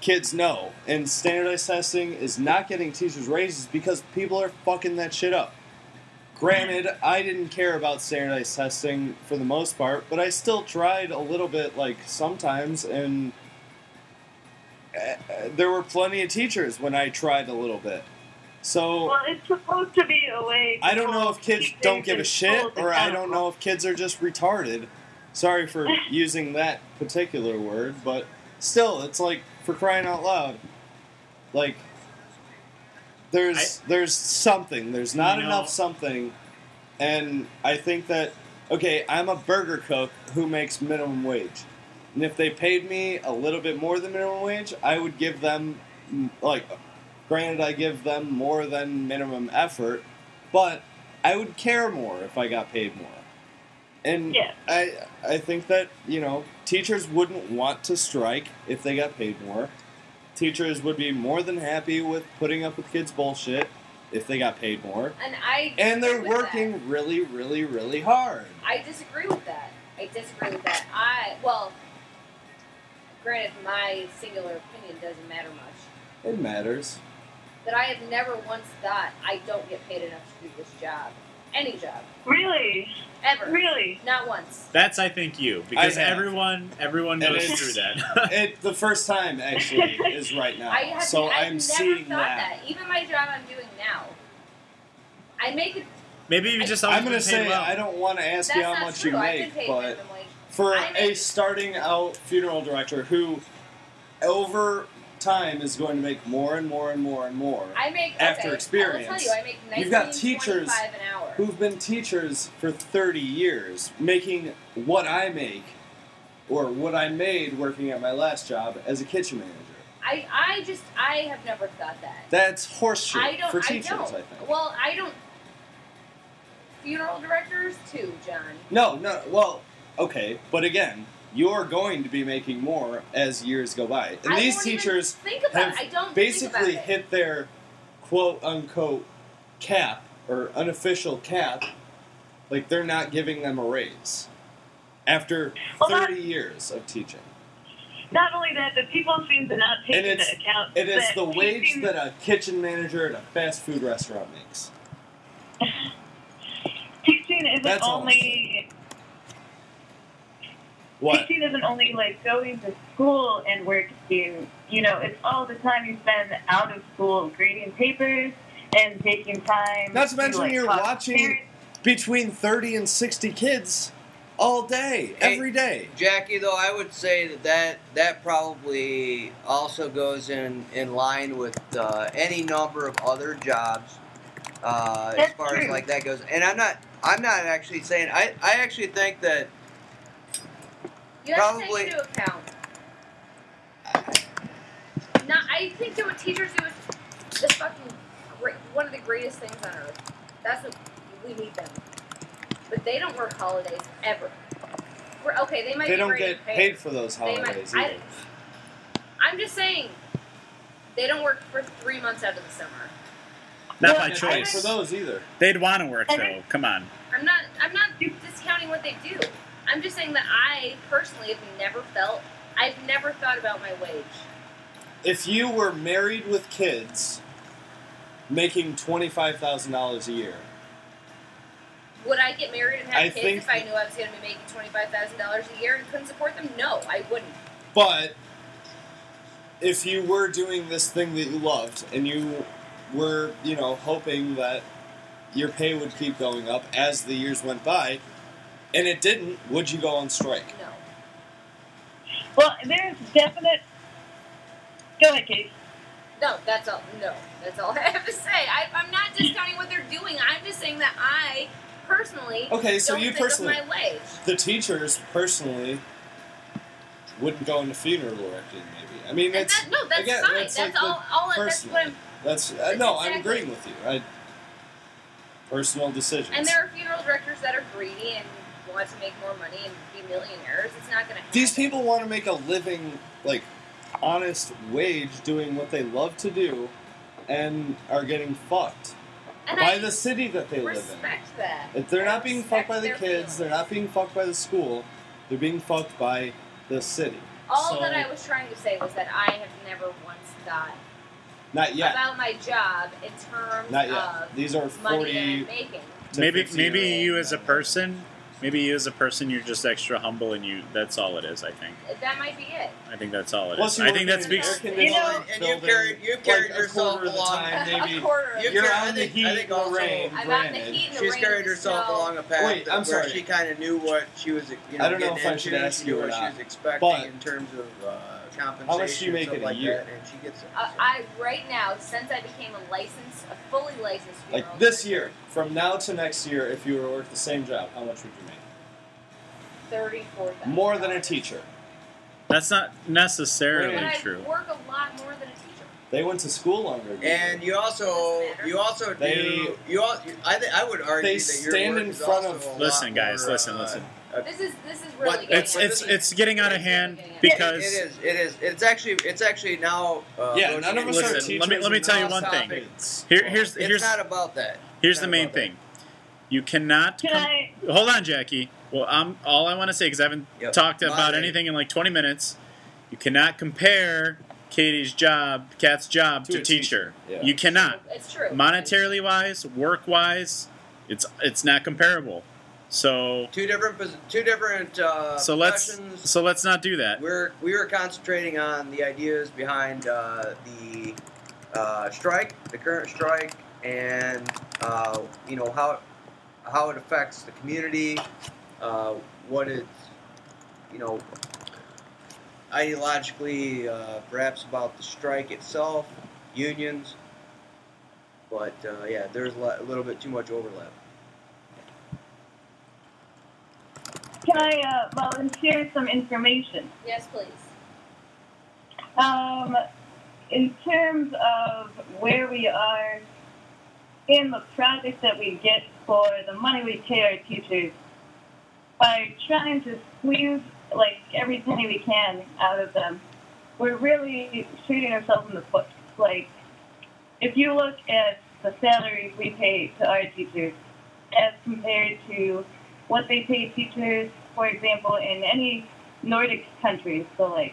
S3: kids know. And standardized testing is not getting teachers raises because people are fucking that shit up. Granted, I didn't care about standardized testing for the most part, but I still tried a little bit, like sometimes, and uh, uh, there were plenty of teachers when I tried a little bit. So
S9: well, it's supposed to be a way. to
S3: I don't know if
S9: hold
S3: kids
S9: teachers
S3: don't give a
S9: and
S3: shit,
S9: schools
S3: or I don't
S9: accountable.
S3: know if kids are just retarded. Sorry for using that particular word, but still, it's like for crying out loud. Like there's there's something. There's not
S4: You know-
S3: enough something, and I think that okay, I'm a burger cook who makes minimum wage, and if they paid me a little bit more than minimum wage, I would give them mm, like. Granted, I give them more than minimum effort, but I would care more if I got paid more. And
S9: Yeah.
S3: I I think that, you know, teachers wouldn't want to strike if they got paid more. Teachers would be more than happy with putting up with kids' bullshit if they got paid more.
S1: And I
S3: And they're
S1: disagree with that.
S3: working really, really, really hard.
S1: I disagree with that. I disagree with that. I well, granted, my singular opinion doesn't matter much,
S3: It matters.
S1: but I have never once thought I don't get paid enough to do this job, any job,
S9: Really,
S1: ever,
S9: really.
S1: not once.
S4: That's I think you because
S3: have.
S4: everyone everyone
S3: And
S4: goes
S3: it's-
S4: through that.
S3: It the first time actually is right now.
S1: I have
S3: so
S1: I've
S3: am
S1: never
S3: seeing
S1: thought that. Even my job I'm doing now, I make
S4: Maybe you just.
S3: I'm
S4: always
S3: gonna
S4: been paid
S3: say
S4: well.
S3: I don't want to ask
S1: That's
S3: you how
S1: not
S3: much
S1: true.
S3: you
S1: I've been
S3: make,
S1: paid
S3: but
S1: minimum wage.
S3: for
S1: I
S3: a
S1: make-
S3: starting out funeral director who, over time, is going to make more and more and more and more.
S1: I make okay,
S3: after
S1: I
S3: experience.
S1: will tell you, I make 19,
S3: You've got teachers
S1: 25 an hour.
S3: who've been teachers for 30 years, making what I make or what I made working at my last job as a kitchen manager.
S1: I, I just I have never thought that.
S3: That's horseshit
S1: I don't.
S3: for
S1: I
S3: teachers, I,
S1: don't.
S3: think.
S1: Well, I don't. Funeral directors too, John.
S3: No, no, well, okay, but again, you're going to be making more as years go by. And
S1: I
S3: these
S1: don't even
S3: teachers
S1: think about.
S3: have
S1: it. I don't
S3: basically
S1: think about it.
S3: hit their quote unquote cap or unofficial cap, like they're not giving them a raise after
S9: Well, that-
S3: 30 years of teaching.
S9: Not only that, the people seem to not take
S3: And
S9: into
S3: it's-
S9: account.
S3: It is
S9: that
S3: the wage
S9: teaching-
S3: that a kitchen manager at a fast food restaurant makes.
S9: teaching isn't
S3: That's all I'm
S9: only
S3: What?
S9: teaching isn't only like going to school and working. You know, it's all the time you spend out of school grading papers and taking time.
S3: Not to mention
S9: like,
S3: you're
S9: talk to
S3: watching-
S9: parents.
S3: Between 30 and 60 kids all day,
S7: Hey.
S3: every day.
S7: Jackie, though, I would say that that, that probably also goes in, in line with uh, any number of other jobs uh, as
S9: That's
S7: far as
S9: true.
S7: like that goes. And I'm not I'm not actually saying I, I actually think that
S1: You have
S7: probably-
S1: to take into account. Not. I think that what teachers do is the fucking great, one of the greatest things on earth. That's what we need them. But they don't work holidays ever. We're, okay, they might.
S3: They
S1: be
S3: don't
S1: great
S3: get
S1: at
S3: paid for those holidays
S1: They might,
S3: either.
S1: I, I'm just saying, they don't work for three months out of the summer.
S4: Not
S9: Well,
S4: by
S9: I
S3: They don't get paid For
S4: choice.
S3: those either.
S4: They'd want to work
S9: I
S4: though. Come on.
S1: I'm not. I'm not discounting what they do. I'm just saying that I personally have never felt. I've never thought about my wage.
S3: If you were married with kids, making $25,000 a year,
S1: Would I get married and have
S3: I
S1: kids
S3: think-
S1: if I knew I was going to be making twenty five thousand dollars a year and couldn't support them? No, I wouldn't.
S3: But if you were doing this thing that you loved and you were, you know, hoping that your pay would keep going up as the years went by, and it didn't, would you go on strike?
S1: No.
S9: Well, there's definite. Go ahead, Katie.
S1: No, that's all. No, that's all I have to say. I, I'm not discounting what they're doing. I'm just saying that I personally
S3: Okay, so
S1: don't
S3: you
S1: think
S3: personally,
S1: of my wage.
S3: the teachers personally, wouldn't go into funeral directing. Maybe I mean
S1: And
S3: it's
S1: that, no, that's
S3: again,
S1: fine.
S3: that's
S1: That's,
S3: like the
S1: all. All that's
S3: personal.
S1: what I'm.
S3: that's uh, no, I'm
S1: Exactly.
S3: agreeing with you. I personal decisions.
S1: And there are funeral directors that are greedy and want to make more money and be millionaires. It's not going to.
S3: These people want to make a living, like, honest wage doing what they love to do and are getting fucked
S1: and
S3: by
S1: I
S3: the city that they live
S1: respect that.
S3: in. If they're
S1: I
S3: not being
S1: respect
S3: fucked by the
S1: their
S3: kids,
S1: feelings.
S3: they're not being fucked by the school, they're being fucked by the city.
S1: All
S3: So-
S1: that I was trying to say was that I have never once thought
S3: Not yet.
S1: about my job in terms
S3: not yet.
S1: of
S3: These are
S1: money that
S3: 40
S1: I'm making.
S3: to
S4: Maybe
S3: 50
S4: maybe
S3: year old
S4: you as a
S3: men.
S4: person, maybe you as a person, you're just extra humble, and you. That's all it is. I think.
S1: That might be it.
S4: I think that's all it is.
S3: Plus you
S4: I
S3: work
S4: think
S3: in
S4: that
S3: an
S4: speaks.
S3: air-conditioned
S9: You know,
S7: and you've
S3: building,
S7: carried- you've carried
S3: like, a
S7: yourself
S3: quarter of the
S7: along.
S3: time,
S1: a
S3: maybe.
S1: quarter of
S7: You've
S1: the
S3: You're
S7: carried-
S1: time.
S7: I
S3: on the
S7: think- I
S3: heat
S7: think
S3: or
S7: also-
S3: rain.
S1: I'm out in the
S3: granted.
S1: heat and the
S7: she's
S1: rain
S7: carried
S1: and the
S7: herself
S1: snow.
S7: along a path
S3: Wait,
S7: that-
S3: I'm
S7: where
S3: sorry.
S7: she kind of knew what she was. You know,
S3: I don't know
S7: getting
S3: if I should
S7: into,
S3: ask
S7: she
S3: you
S7: knew
S3: or
S7: what
S3: not,
S7: she was expecting
S3: but-
S7: in terms of uh, compensation.
S3: How much do you make
S7: stuff
S3: in a
S7: like
S3: year?
S7: That, and she gets. It,
S1: Uh,
S7: so.
S1: I right now, since I became a licensed, a fully licensed funeral,
S3: Like this year, from now to next year, if you were to work the same job, how much would you make?
S1: thirty-four thousand.
S3: More than a teacher.
S4: That's not necessarily
S1: But I
S4: true.
S1: work a lot more than a teacher.
S3: They went to school longer. than you
S7: And
S3: did.
S7: you also,
S1: Doesn't matter.
S7: you also
S3: They-
S7: do, you all, I, th- I would argue
S3: They
S7: that your
S3: stand
S7: work
S3: in
S7: is
S3: front
S7: also
S3: of-
S7: a lot
S4: Listen, guys,
S7: more,
S4: listen,
S7: uh,
S4: listen.
S1: This is this is
S7: What-
S1: really getting
S4: It's
S1: on
S4: it's
S1: me.
S4: it's getting out of hand because
S7: it is, it is, it's actually, it's actually now. Uh,
S3: yeah,
S7: going
S3: none of us
S7: into-
S4: Listen,
S3: are
S4: let me-
S3: teachers.
S4: let me
S3: and
S4: tell you
S3: none of
S4: one
S3: us
S4: thing.
S3: are kids.
S4: here here's
S7: It's
S4: here's
S7: not about that.
S4: here's
S7: not
S4: the main
S7: about that.
S4: thing. You cannot
S9: Can
S4: com-
S9: I?
S4: Hold on, Jackie. Well, I'm all I want to say because I haven't
S7: Yep.
S4: talked about
S7: Moderate.
S4: anything in like 20 minutes. You cannot compare Katie's job, Kat's job,
S3: To
S4: to,
S3: a
S4: teacher.
S3: teacher, yeah.
S4: You cannot.
S1: It's true.
S4: Monetarily wise, work wise, it's it's not comparable. So
S7: Two different, pos- two different. Uh,
S4: so let's
S7: professions.
S4: so let's not do that.
S7: We're we were concentrating on the ideas behind uh, the uh, strike, the current strike, and uh, you know how
S5: how it affects the community, uh, what it's, you know, ideologically uh, perhaps about the strike itself, unions. But uh, yeah, there's a, lot, a little bit too much overlap.
S9: Can I uh, volunteer some information?
S1: Yes, please.
S9: Um, in terms of where we are in the project that we get for the money we pay our teachers, by trying to squeeze like every penny we can out of them, we're really shooting ourselves in the foot. Like, if you look at the salaries we pay to our teachers as compared to what they pay teachers, for example, in any Nordic country, so like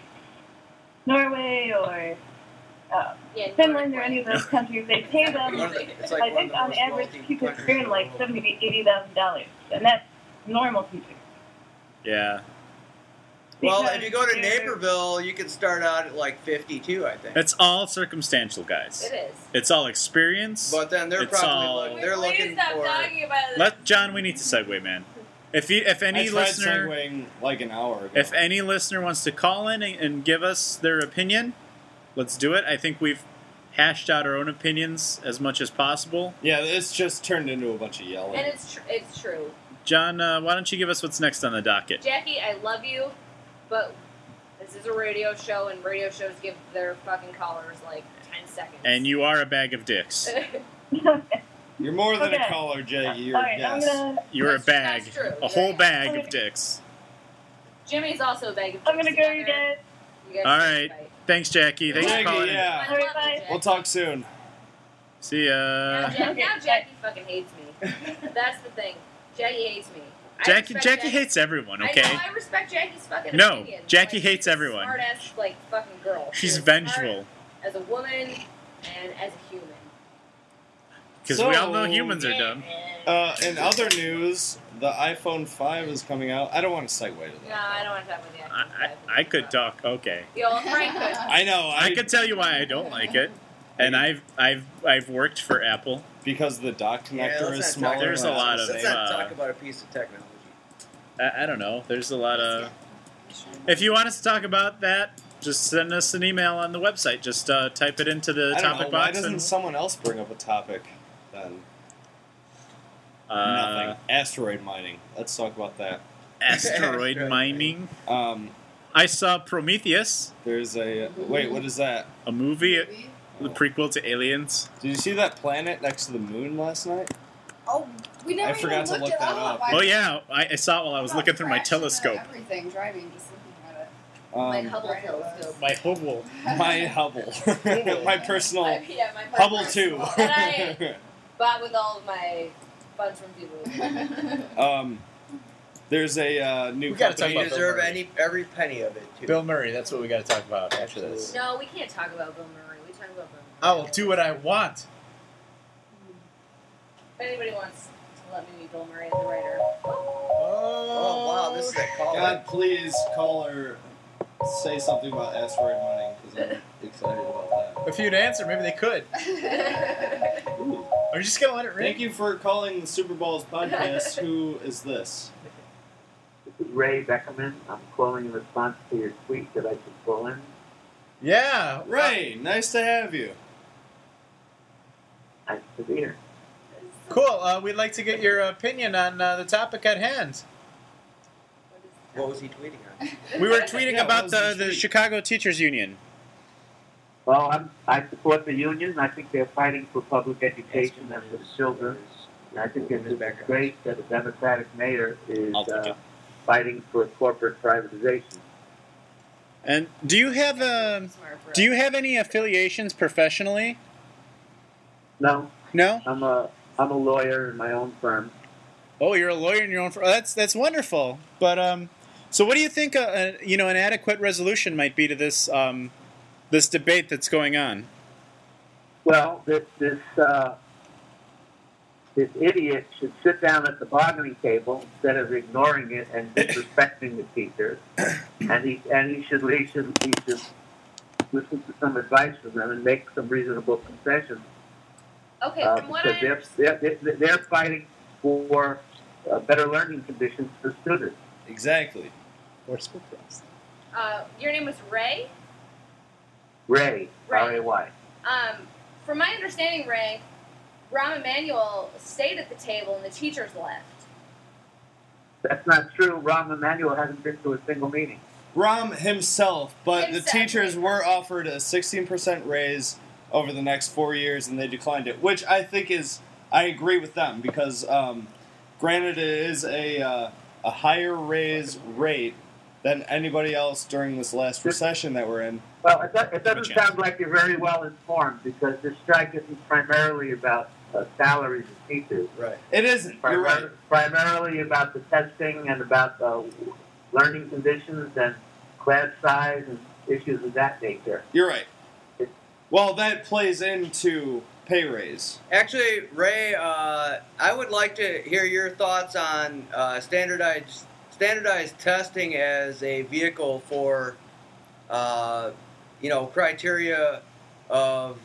S9: Norway or uh,
S1: Yeah,
S9: Finland
S1: Nordic
S9: or
S1: way.
S9: any of those countries, they pay them.
S5: One of the- it's like
S9: I
S5: one of
S9: think
S5: the
S9: on
S5: most
S9: average,
S5: wealthy
S9: teachers
S5: countries in
S9: earn
S5: the
S9: like
S5: world.
S9: seventy to eighty thousand dollars, and that's normal teachers.
S4: Yeah.
S7: Well,
S9: Because
S7: if you go to
S9: they're-
S7: Naperville, you can start out at like 52, I think.
S4: It's all circumstantial, guys.
S1: It is.
S4: It's all experience.
S7: But then they're
S4: It's uh,
S7: probably
S4: all-
S7: look, they're
S1: Please
S7: looking
S1: stop
S7: for.
S1: talking about this.
S4: Let John, we need to segue, man. If you, if any
S3: I tried
S4: listener,
S3: segueing like an hour ago.
S4: if any listener wants to call in and, and give us their opinion, let's do it. I think we've hashed out our own opinions as much as possible.
S3: yeah, it's just turned into a bunch of yelling.
S1: and it's tr- it's true.
S4: John, uh, why don't you give us what's next on the docket?
S1: Jackie, I love you, but this is a radio show, and radio shows give their fucking callers like ten seconds.
S4: And you are a bag of dicks.
S3: You're more than a
S9: Okay.
S3: caller, Jaggy. You're
S9: All
S3: a
S9: right, I'm
S3: guest.
S9: gonna
S4: You're a
S1: That's-
S4: bag,
S1: that's true.
S4: a whole
S1: You're-
S4: bag of dicks.
S1: Jimmy's also a bag of
S9: I'm gonna
S1: dicks
S9: go,
S1: together.
S9: you guys.
S1: You guys
S4: All
S1: should
S4: right.
S1: fight.
S4: Thanks, Jackie. Thanks
S3: Jackie,
S4: for calling. in.
S3: yeah.
S1: I love you,
S9: Bye-bye.
S1: Jack.
S3: We'll talk soon.
S4: See
S1: Now,
S4: ya.
S1: Jack, now Jackie fucking hates me. That's the thing. Jackie hates me. I
S4: Jackie,
S1: respect
S4: Jackie hates everyone.
S1: I
S4: Okay,
S1: know, I respect Jackie's fucking
S4: No,
S1: opinion.
S4: Jackie
S1: Like,
S4: hates
S1: she's a
S4: everyone.
S1: Smart-ass, like, fucking girl.
S4: she's
S1: She is
S4: vengeful
S1: smart As a woman and as a human.
S4: because we all know
S3: So-
S4: humans are dumb.
S3: Uh, in other news, the iPhone 5 is coming out. I don't want to segue to
S1: No,
S3: that.
S1: I don't want to talk about the
S4: I,
S1: iPhone
S4: I,
S1: five.
S4: I could talk. Okay,
S1: The old Frank could.
S3: I know. I,
S4: I could tell you why I don't like it. And I've I've I've worked for Apple.
S3: because the dock
S5: Yeah,
S3: connector
S5: let's
S3: is
S5: not
S3: smaller.
S5: talk
S4: There's
S3: than
S4: a
S3: I
S4: lot
S3: was
S4: of,
S5: Let's
S3: saying.
S5: not
S4: uh,
S5: talk about a piece of technology.
S4: I, I don't know. There's a lot of. If you want us to talk about that, just send us an email on the website. Just uh, type it into the
S3: I don't
S4: topic
S3: know, Why
S4: box
S3: doesn't
S4: and
S3: someone else bring up a topic then?
S4: uh,
S3: Nothing. Asteroid mining. Let's talk about that.
S4: asteroid mining.
S3: Um,
S4: I saw Prometheus,
S3: there's a wait. What is that?
S4: a movie, the
S3: Oh.
S4: prequel to Aliens.
S3: Did you see that planet next to the moon last night?
S8: Oh, we never
S3: I forgot
S8: even
S3: to
S8: looked
S3: look
S8: it
S3: that
S8: up.
S3: up.
S8: I-
S4: Oh yeah, I, I saw it while I was
S8: about
S4: looking through my
S8: fraction of
S4: telescope.
S8: Everything driving, just looking at it.
S1: My
S3: Um,
S1: Hubble telescope.
S4: My Hubble.
S3: my uh, Hubble, my personal
S1: yeah, my
S3: Hubble
S1: first-
S3: two.
S1: That I bought with all of my funds from people.
S3: um, there's a uh, new.
S10: We gotta
S5: You
S10: talk
S3: company-
S10: about Bill
S5: deserve
S10: Murray.
S5: any every penny of it too.
S10: Bill Murray, that's what we got to talk about after this.
S1: No, we can't talk about Bill Murray. We talk about Bill Murray.
S4: Oh,
S10: I will do what I want.
S1: If anybody wants to let me be Bill Murray as a writer,
S5: Oh wow, this is a call.
S6: God, please, caller, say something about asteroid mining because I'm excited about that.
S10: If you'd answer, maybe they could.
S6: Ooh.
S10: Are you just gonna let it ring?
S6: Thank you for calling the Super Bowls podcast. Who is this?
S11: Ray Beckerman. I'm calling in response to your tweet that I should call in.
S10: Yeah.
S3: Ray, nice to have you.
S11: Nice to be here.
S10: Cool. Uh, we'd like to get your opinion on uh, the topic at hand.
S5: What was he tweeting on?
S4: We were tweeting
S3: Yeah, what
S4: about
S3: was
S4: the,
S3: the
S4: the
S3: tweet?
S4: Chicago Teachers Union.
S11: Well, I'm, I support the union. I think they're fighting for public education and for children. And I think it's a disgrace that a Democratic mayor is
S4: I'll take
S11: uh,
S4: it.
S11: fighting for corporate privatization.
S4: And do you have um
S1: Smart bro.
S4: do you have any affiliations professionally?
S11: No,
S4: No.
S11: I'm a I'm a lawyer in my own firm.
S4: Oh, you're a lawyer in your own. fr- Oh, that's that's wonderful. But um, so what do you think? A, a, you know, an adequate resolution might be to this um, this debate that's going on.
S11: Well, this this uh, this idiot should sit down at the bargaining table instead of ignoring it and disrespecting the teacher, and he and he should he should he should listen to some advice from them and make some reasonable concessions
S1: Okay,
S11: uh,
S1: from what I
S11: because they're, they're they're fighting for uh, better learning conditions for students.
S3: Exactly.
S10: Or school props.
S1: Uh, your name was Ray.
S11: Ray,
S1: Ray.
S11: R-A-Y.
S1: Um, from my understanding, Ray, Rahm Emanuel stayed at the table and the teachers left.
S11: That's not true. Rahm Emanuel hasn't been to a single meeting.
S3: Rom himself, but the
S1: Himself.
S3: teachers were offered a 16% raise over the next four years, and they declined it, which I think is I agree with them because, um, granted, it is a uh, a higher raise rate than anybody else during this last recession that we're in.
S11: Well, it, do- it doesn't
S3: chance.
S11: sound like you're very well informed because this strike isn't primarily about uh, salaries of teachers.
S6: Right.
S3: It isn't. You're right.
S11: Primar- Primarily about the testing and about uh, learning conditions and class size and issues of that nature.
S3: You're right. Well, that plays into pay raise.
S7: Actually, Ray, uh, I would like to hear your thoughts on uh, standardized standardized testing as a vehicle for, uh, you know, criteria of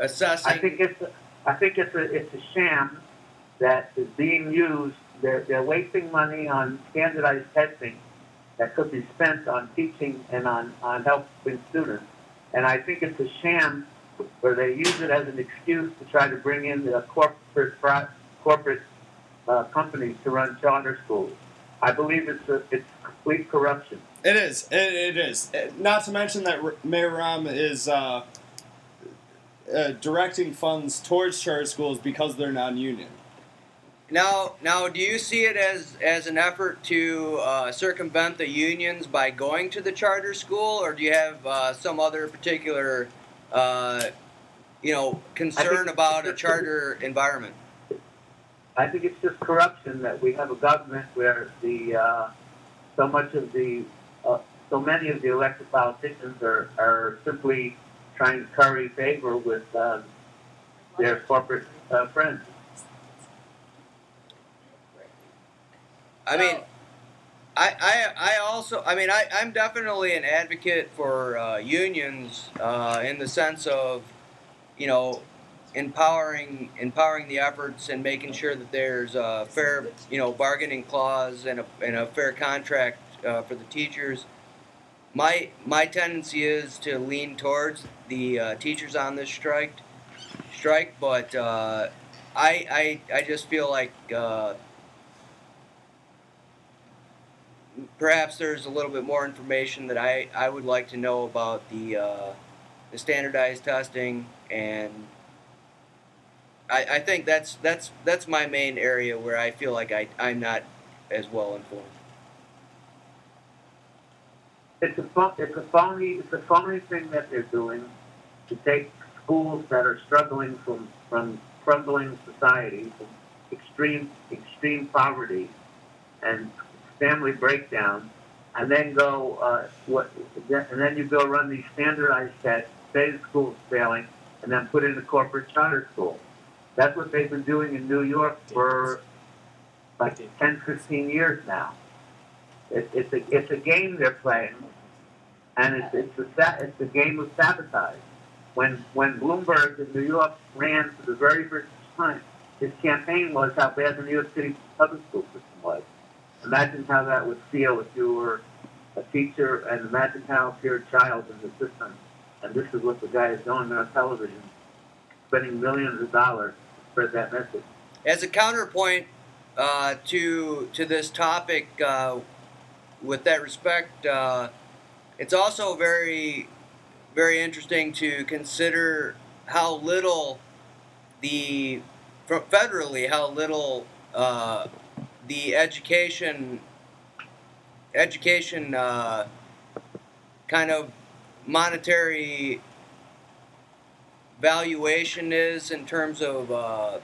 S7: assessing.
S11: I think it's I think it's a it's a sham that is being used. They're they're wasting money on standardized testing that could be spent on teaching and on on helping students. And I think it's a sham where they use it as an excuse to try to bring in the corporate pro- corporate uh, companies to run charter schools. I believe it's a, it's complete corruption.
S3: It is. It, it is. Eh, Not to mention that R- Mayor Rahm is uh, uh, directing funds towards charter schools because they're non-union.
S7: Now, now, do you see it as as an effort to uh, circumvent the unions by going to the charter school, or do you have uh, some other particular, uh, you know, concern about a charter environment?
S11: I think it's just corruption that we have a government where the uh, so much of the uh, so many of the elected politicians are, are simply trying to curry favor with um, their corporate uh, friends.
S7: I mean, I, I, I also, I mean, I, I'm definitely an advocate for uh, unions uh, in the sense of, you know, empowering empowering the efforts and making sure that there's a fair, you know, bargaining clause and a, and a fair contract uh, for the teachers. My my tendency is to lean towards the uh, teachers on this strike, strike, but uh, I, I I just feel like. Uh, perhaps there's a little bit more information that I, I would like to know about the uh, the standardized testing and I, I think that's that's that's my main area where I feel like I, I'm not as well informed.
S11: It's a phony, it's a phony it's a phony thing that they're doing to take schools that are struggling from from crumbling society, from extreme extreme poverty, and family breakdown, and then go uh, what and then you go run these standardized tests, say the school's failing, and then put in a corporate charter school. That's what they've been doing in New York for like 10, 15 years now. It, it's a it's a game they're playing, and it's it's a sa- it's a game of sabotage. When when Bloomberg in New York ran for the very first time, his campaign was how bad the New York City public school system was. Imagine how that would feel if you were a teacher, and imagine how if you're a child in the system. And this is what the guy is doing on television, spending millions of dollars to spread that message.
S7: As a counterpoint uh, to to this topic, uh, with that respect, uh, it's also very very interesting to consider how little the fr- federally how little uh, the education education uh, kind of monetary valuation is in terms of uh,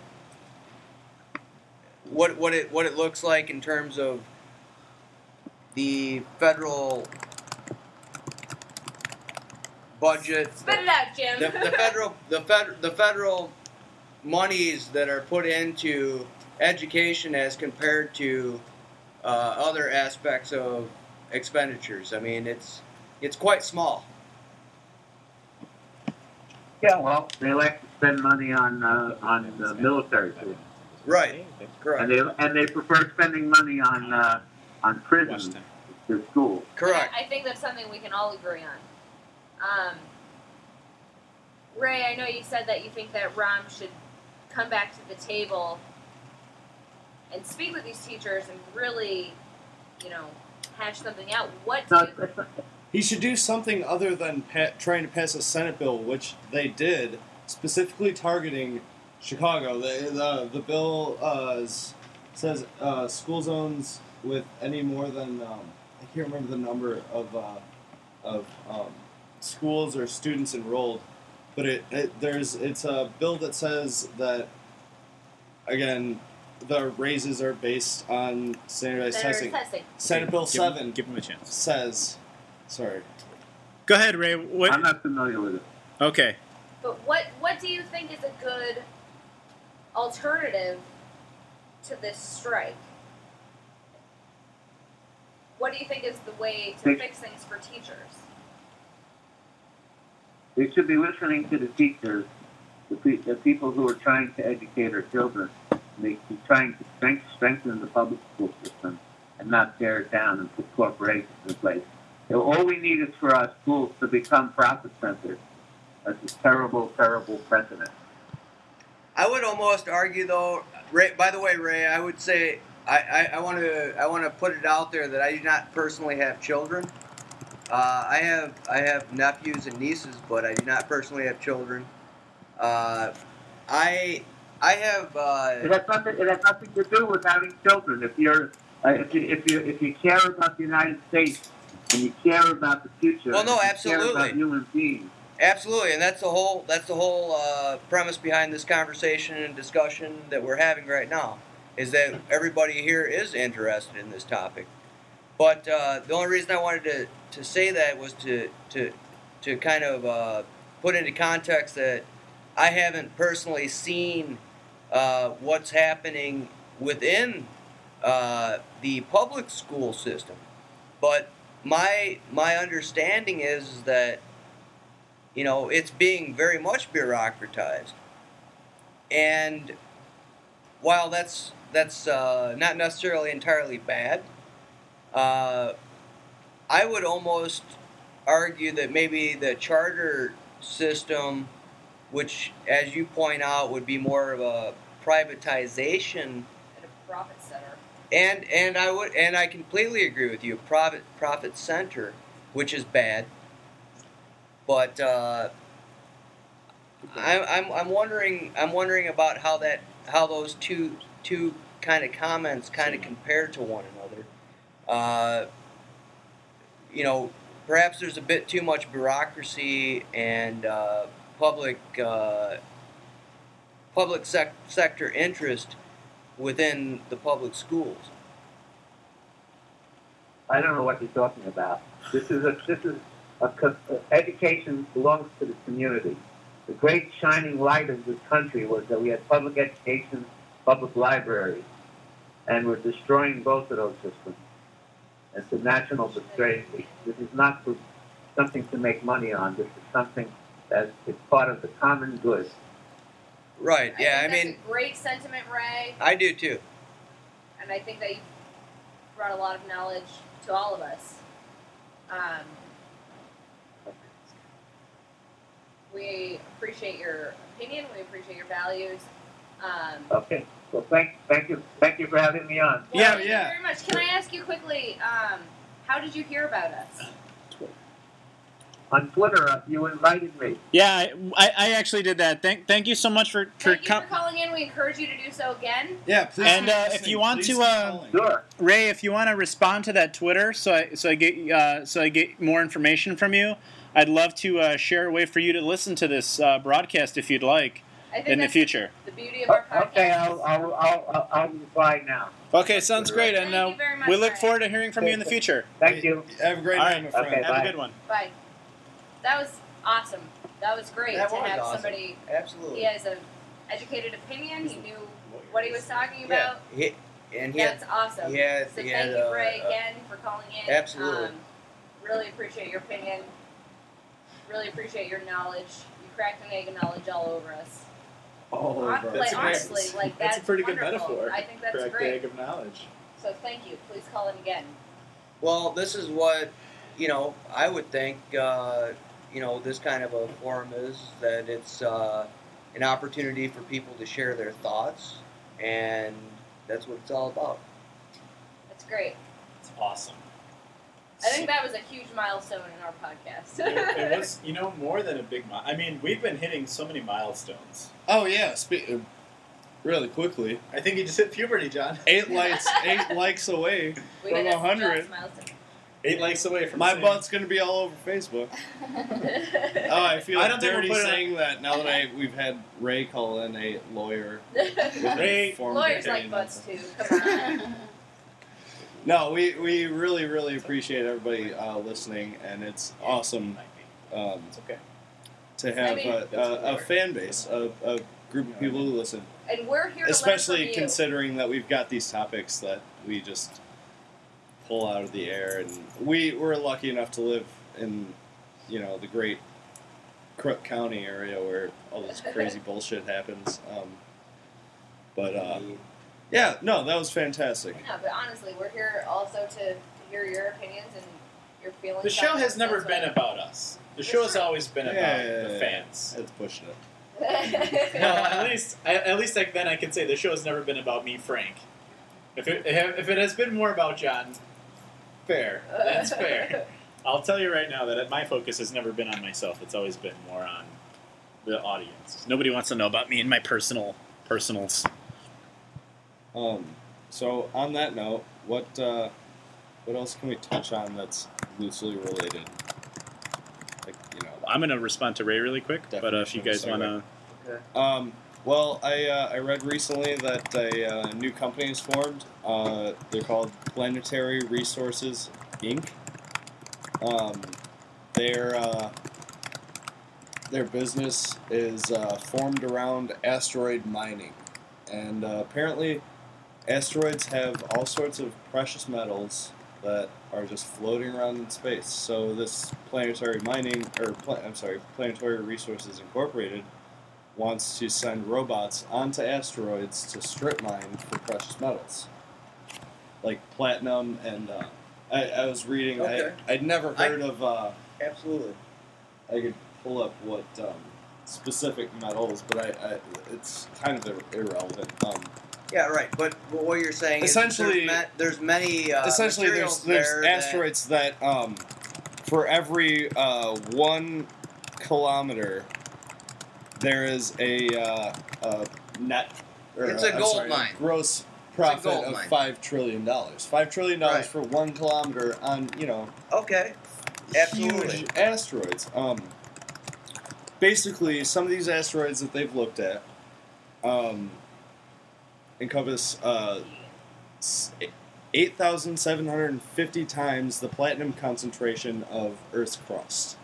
S7: what what it what it looks like in terms of the federal budget
S1: Spit it out, Jim.
S7: the, the federal the fed, the federal monies that are put into education as compared to uh, other aspects of expenditures. I mean, it's it's quite small.
S11: Yeah, well, they like to spend money on uh, on the military. too.
S7: Right.
S11: and
S7: Correct.
S11: they and they prefer spending money on uh, on prisons
S4: Weston.
S11: than schools.
S7: Correct.
S1: I think that's something we can all agree on. Um, Ray, I know you said that you think that Rom should come back to the table and speak with these teachers and really, you know, hash something out. What do
S11: No,
S1: you
S11: that's not-
S3: He should do something other than pa- trying to pass a Senate bill, which they did, specifically targeting Chicago. The, the, the bill uh, s- says uh, school zones with any more than, um, I can't remember the number of, uh, of um, schools or students enrolled, but it, it, there's, it's a bill that says that, again, the raises are based on standardized
S1: Senator
S3: testing.
S1: Sessing.
S3: Senate Bill
S4: Give him-
S3: 7
S4: Give him a chance.
S3: says, sorry.
S4: Go ahead, Ray. What?
S11: I'm not familiar with it.
S4: Okay.
S1: But what what do you think is a good alternative to this strike? What do you think is the way to
S11: Think-
S1: fix things for teachers?
S11: They should be listening to the teachers, the, pe- the people who are trying to educate our children. They should be trying to strength- strengthen the public school system and not tear it down and put corporations in place. You know, all we need is for our schools to become profit centers. That's a terrible, terrible precedent.
S7: I would almost argue, though. Ray, by the way, Ray, I would say I I want to I want to put it out there that I do not personally have children. Uh, I have I have nephews and nieces, but I do not personally have children. Uh, I I have.
S11: It
S7: Uh,
S11: has nothing. It has nothing to do with having children. If you're, uh, if you, if you, if you care about the United States and you care about the future,
S7: Well, no,
S11: and you Care
S7: absolutely.
S11: about human beings.
S7: Absolutely, and that's the whole that's the whole uh, premise behind this conversation and discussion that we're having right now is that everybody here is interested in this topic. But uh, the only reason I wanted to, to say that was to to to kind of uh, put into context that I haven't personally seen uh, what's happening within uh, the public school system, but my my understanding is that you know, it's being very much bureaucratized. And while that's that's uh, not necessarily entirely bad, uh, I would almost argue that maybe the charter system, which, as you point out, would be more of a privatization
S1: And a profit center.
S7: and and I would and I completely agree with you. Profit profit center, which is bad. But uh, I, I'm I'm wondering I'm wondering about how that how those two two kind of comments kind of compare to one another. Uh, you know, perhaps there's a bit too much bureaucracy and uh, public uh, public sec- sector interest within the public schools.
S11: I don't know what you're talking about. This is a this is a, co- education belongs to the community. The great shining light of this country was that we had public education, public libraries, and we're destroying both of those systems. It's a national disgrace. This is not for something to make money on. This is something that is part of the common good.
S7: Right. Yeah. I
S1: think
S7: mean,
S1: that's a great sentiment, Ray,
S7: I do too.
S1: and I think that you brought a lot of knowledge to all of us. Um, we appreciate your opinion. We appreciate your values. Um,
S11: Okay. Well, thank thank you thank you for having me on.
S1: Well,
S3: Yeah,
S1: thank
S3: yeah.
S1: you very much. Can I ask you quickly, um, how did you hear about us?
S11: On Twitter, uh, you invited me.
S4: Yeah, I, I actually did that. Thank thank you so much for for,
S1: Thank you
S4: com-
S1: for calling in. We encourage you to do so again.
S3: Yeah, please.
S4: And,
S3: keep
S4: uh, if
S3: listening.
S4: you want
S3: Please
S4: to,
S3: keep
S4: uh,
S3: calling.
S11: Sure.
S4: Ray. If you want to respond to that Twitter, so I so I get uh, so I get more information from you. I'd love to uh, share a way for you to listen to this uh, broadcast if you'd like
S1: I think
S4: in the
S1: that's
S4: future.
S1: the beauty of
S11: Oh,
S1: our podcast.
S11: okay, I'll I'll I'll I'll, I'll reply now.
S4: Okay, sounds great,
S1: Thank
S4: and uh,
S1: you very much.
S4: we look
S1: Ray.
S4: forward to hearing from you in the future.
S11: Thank you.
S3: Have a great
S4: All
S3: night,
S4: right.
S3: my friend.
S11: Okay,
S4: Have a
S11: Bye.
S4: good one.
S1: Bye. That was awesome. That was great
S7: That
S1: to
S7: was
S1: have
S7: awesome.
S1: somebody.
S7: Absolutely.
S1: He has an educated opinion. He knew what he was talking about.
S7: He, and he
S1: That's awesome.
S7: had, he had,
S1: So
S7: he
S1: thank
S7: had,
S1: you,
S7: uh,
S1: Ray,
S7: uh,
S1: again for calling in.
S7: Absolutely.
S1: Um, really appreciate your opinion. Really appreciate your knowledge. You cracked an egg of knowledge all over us.
S6: all over.
S1: Hon- like, honestly, like
S4: that's
S1: that's,
S4: a pretty good
S1: wonderful.
S4: metaphor
S1: I think that's
S4: for a
S1: great.
S4: bag of knowledge.
S1: So thank you. Please call it again.
S7: Well, this is what you know. I would think uh, you know this kind of a forum is that it's uh, an opportunity for people to share their thoughts, and that's what it's all about.
S1: That's great.
S4: It's awesome.
S1: I think that was a huge milestone in our podcast.
S4: it, it was, you know, more than a big mile. I mean, we've been hitting so many milestones.
S3: Oh yeah, spe- uh, really quickly.
S4: I think you just hit puberty, John.
S3: Eight likes, eight likes away
S1: We
S3: from
S1: hit
S3: a
S1: a
S3: hundred.
S4: Eight likes away from
S3: My
S4: saying-
S3: butt's gonna be all over Facebook.
S1: milestone.
S3: Oh, I feel
S4: I don't think we'll
S3: dirty
S4: put it on-
S3: saying that now that I we've had Ray call in a lawyer.
S7: Oh.
S3: with
S4: Ray-
S3: a formed
S1: Lawyers like
S3: opinion.
S1: butts too. Come on.
S3: No, we, we really really appreciate everybody uh, listening, and it's awesome
S4: Might be.
S3: um,
S4: It's okay.
S3: to have
S1: I mean-
S3: a, a, a fan base, a, a group of people who listen.
S1: and we're here to
S3: especially
S1: learn from you.
S3: considering that we've got these topics that we just pull out of the air and we we're lucky enough to live in you know the great crook county area where all this crazy bullshit happens um, but uh, yeah no that was fantastic
S1: No, but honestly, we're here also to, to hear your opinions and your feelings.
S4: The show
S1: on
S4: has
S1: this.
S4: never
S1: That's
S4: been about us. The show has
S1: true.
S4: always been about
S3: Yeah.
S4: the fans.
S3: it's pushing it
S1: what-
S4: Well, at least, I, at least like then I can say the show has never been about me, Frank. If it if it has been more about John, fair. That's fair. I'll tell you right now that my focus has never been on myself. It's always been more on the audience. Nobody wants to know about me and my personal personals.
S3: um, so on that note what uh, what else can we touch on that's loosely related like you know
S4: I'm gonna respond to Ray really quick, but uh, if you guys
S3: Definition of
S4: want to.
S5: Okay.
S3: Um, well, I, uh, I read recently that a uh, new company is formed. Uh, they're called Planetary Resources Inc. Um, their uh, their business is uh, formed around asteroid mining, and uh, apparently, asteroids have all sorts of precious metals that are just floating around in space. So this planetary mining, or pla- I'm sorry, Planetary Resources Incorporated wants to send robots onto asteroids to strip mine for precious metals, like platinum and. Uh, I, I was reading.
S7: Okay.
S3: I, I'd never
S7: I-
S3: heard of. Uh,
S7: Absolutely.
S3: I could pull up what um, specific metals, but I, I it's kind of ir- irrelevant. Um,
S7: Yeah, right. But, but what you're saying is that
S3: Essentially-
S7: there's, ma- there's many uh,
S3: essentially, there's
S7: materials
S3: there's
S7: there that-
S3: asteroids that, um, for every uh, one kilometer, there is a, uh, a net. Or,
S7: It's
S3: uh,
S7: a
S3: I'm
S7: gold
S3: sorry, a
S7: mine.
S3: gross
S7: gold
S3: profit of
S7: mine.
S3: five trillion dollars. Five trillion dollars
S7: Right.
S3: for one kilometer on you know
S7: okay. Absolutely.
S3: huge asteroids. Um, basically, some of these asteroids that they've looked at um, encompass uh, s- 8,750 times the platinum concentration of Earth's crust.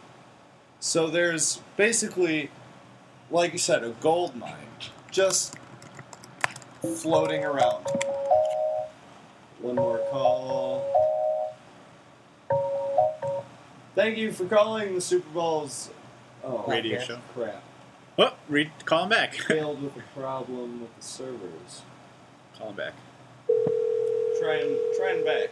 S3: So there's basically, like you said, a gold mine just floating around. One more call. Thank you for calling the Super Bowl's oh,
S4: Radio show.
S3: Crap.
S4: Oh, read, call him back.
S3: Failed with a problem with the servers.
S4: call him back.
S3: Try and try and back.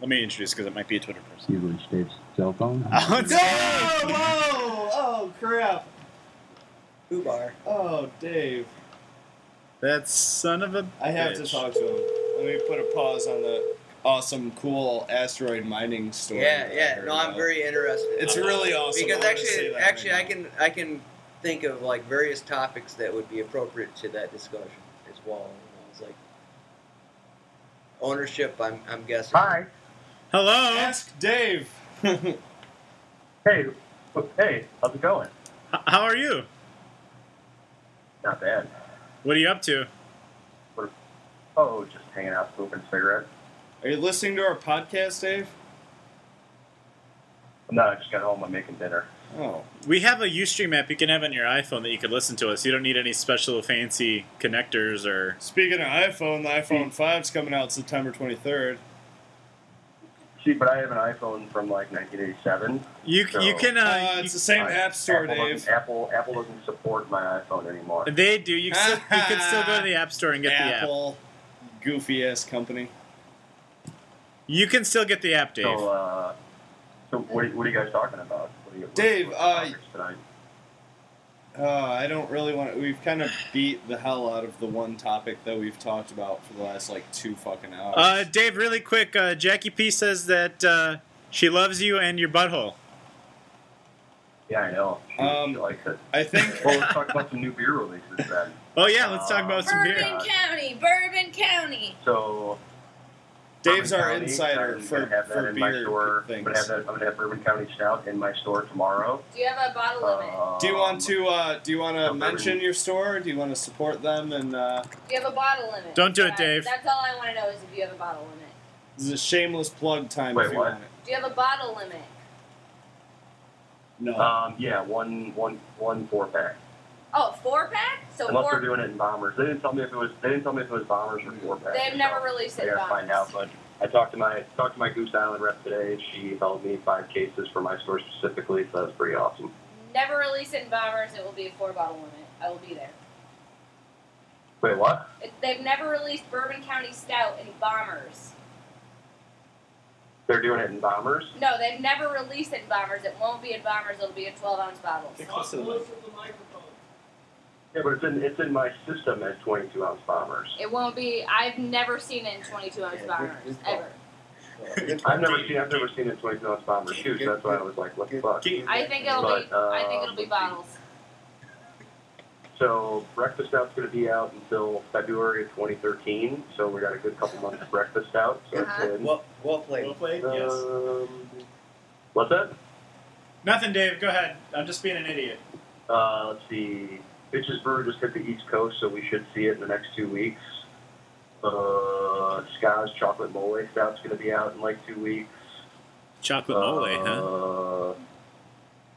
S4: Let me introduce because it might be a Twitter person.
S12: You've reached Dave's cell phone.
S3: Oh, No! Whoa! Oh crap!
S7: Ubar.
S3: Oh Dave,
S4: That son of a.
S3: I have to
S4: bitch.
S3: talk to him. Let me put a pause on the awesome, cool asteroid mining story.
S7: Yeah,
S3: that I
S7: yeah.
S3: heard
S7: No, I'm
S3: about.
S7: very interested.
S3: It's
S4: I'm-
S3: really awesome.
S7: because
S3: I wanna say
S7: actually,
S3: that
S7: actually,
S3: right
S7: I can I can think of like various topics that would be appropriate to that discussion as well. And I was like, ownership. I'm I'm guessing.
S11: Hi.
S3: now.
S4: Hello.
S3: Ask Dave.
S12: Hey, w- hey, how's it going?
S4: H- how are you?
S12: Not bad.
S4: What are you up to?
S12: Oh, just hanging out, smoking cigarettes.
S3: Are you listening to our podcast, Dave?
S12: No, I just got home. I'm making dinner.
S3: Oh,
S4: We have a UStream app you can have on your iPhone that you could listen to us. You don't need any special fancy connectors or.
S3: Mm. speaking of iPhone, the iPhone 5's coming out September 23rd.
S11: See, but I have an iPhone from like 1987.
S4: You
S11: so
S4: you can. Uh,
S3: it's
S4: you-
S3: the same
S11: I-
S3: app store,
S11: Apple
S3: Dave.
S11: doesn't- Apple Apple doesn't support my iPhone anymore.
S4: They do. You can, still, you can still go to the app store and get
S3: Apple, goofy ass company.
S4: the app. You can still get the app, Dave.
S11: So, uh, so what, what are you guys talking about? What are you, what-
S3: Dave,
S11: what
S3: uh,
S11: topics tonight?
S3: Uh, I don't really want. to... We've kind of beat the hell out of the one topic that we've talked about for the last like two fucking hours.
S4: Uh, Dave, really quick. Uh, Jackie P says that uh, she loves you and your butthole.
S11: Yeah, I know. She,
S3: Um,
S11: she likes it.
S3: I think.
S11: Well, let's talk about some new beer releases then.
S4: Oh yeah, let's talk about some beer.
S1: Bourbon County, Bourbon County.
S11: So
S3: Dave's
S11: Bourbon
S3: our
S11: County,
S3: insider
S11: I'm
S3: for-
S11: gonna have that
S3: for
S11: in my
S3: beer
S11: store. I'm
S3: things.
S11: gonna have that. I'm gonna have Bourbon County Stout in my store tomorrow.
S1: Do you have a bottle
S4: Uh,
S1: of it?
S11: Um,
S3: do you want to? Uh, do you want to
S11: Um,
S3: mention your store? Do you want to support them? And uh,
S1: Do you have a bottle in it?
S4: Don't do it,
S1: That-
S4: Dave.
S1: That's all I want to know is if you have a bottle in it.
S3: this is a shameless plug time.
S11: Wait,
S3: if you
S11: what?
S3: want it.
S1: Do you have a bottle limit?
S3: No.
S11: Um, yeah, one one one four pack.
S1: Oh, four pack? So
S11: Unless
S1: four.
S11: they're doing it in bombers. They didn't tell me if it was. They didn't tell me if it was bombers or four pack.
S1: They've never released
S11: I
S1: it.
S11: gotta find out,
S1: bottles.
S11: but I talked to my talked to my Goose Island rep today. She held me five cases for my store specifically, so that's pretty awesome.
S1: Never release it in bombers. It will be a four bottle limit. I will be there.
S11: Wait, what?
S1: It, they've never released Bourbon County Stout in bombers.
S11: They're doing it in bombers.
S1: No, they've never released it in bombers. It won't be in bombers. It'll be in 12 ounce bottles.
S3: Get close to the mic.
S11: Yeah, but it's in it's in my system as 22 ounce bombers.
S1: It won't be. I've never seen it in 22 ounce bombers ever.
S11: I've never seen I've never seen a 22 ounce bomber too, so that's why I was like, what the fuck?
S1: I think it'll be.
S11: But, uh,
S1: I think it'll be bottles.
S11: So breakfast out's going to be out until February of 2013. So we got a good couple months of breakfast out. So that's
S1: Uh-huh.
S11: good.
S7: Well, well played.
S4: Well played. Yes.
S11: Um, what's that?
S4: Nothing, Dave. Go ahead. I'm just being an idiot.
S11: Uh, let's see. Bitches Brew just hit the East Coast, so we should see it in the next two weeks. Uh, Sky's Chocolate Mole Stout's going to be out in like two weeks.
S4: Chocolate mole, huh?
S11: Uh,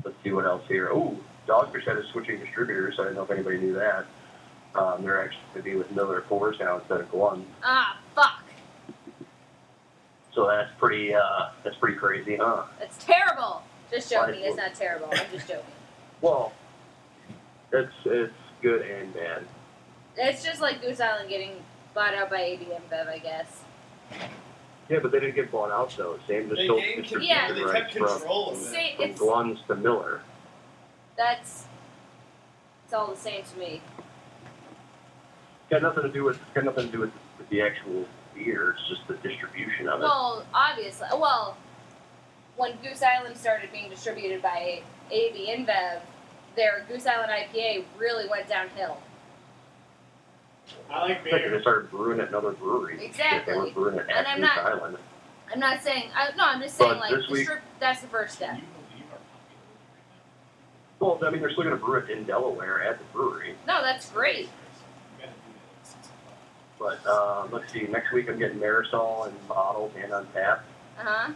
S11: Let's see what else here. Oh, Dogfish Head is switching distributors. I don't know if anybody knew that. Um, they're actually going to be with Miller Coors now instead of Glen.
S1: Ah, fuck.
S11: So that's pretty. Uh, that's pretty crazy, huh?
S1: That's terrible. Just joking.
S11: Why-
S1: It's not terrible. I'm just joking.
S11: Well, it's it's good and bad.
S1: It's just like Goose Island getting bought out by ABM Bev, I guess.
S11: Yeah, but they didn't get bought out though. Sam just
S13: They
S11: sold
S13: gained
S11: distribution
S1: Yeah.
S13: They
S11: rights
S13: kept control
S11: from,
S13: of it.
S1: See,
S11: Oh, from
S1: it's
S11: Glenn's to Miller.
S1: that's. It's all the same to me.
S11: Got nothing to do with got nothing to do with, with the actual beer. It's just the distribution of it.
S1: Well, obviously. Well, when Goose Island started being distributed by AB InBev, their Goose Island IPA really went downhill.
S4: I like
S11: Like, they started brewing at another brewery. Shit, They
S1: Exactly.
S11: were brewing it
S1: And
S11: at
S1: I'm
S11: Goose
S1: not-
S11: Island.
S1: I'm not saying. I, no, I'm just saying,
S11: But
S1: like,
S11: this week-
S1: distrib- that's the first step.
S11: Well, I mean, they're still going to brew it in Delaware at the brewery.
S1: No, that's great.
S11: But um, let's see. Next week, I'm getting Marisol and bottles and on tap.
S1: Uh huh.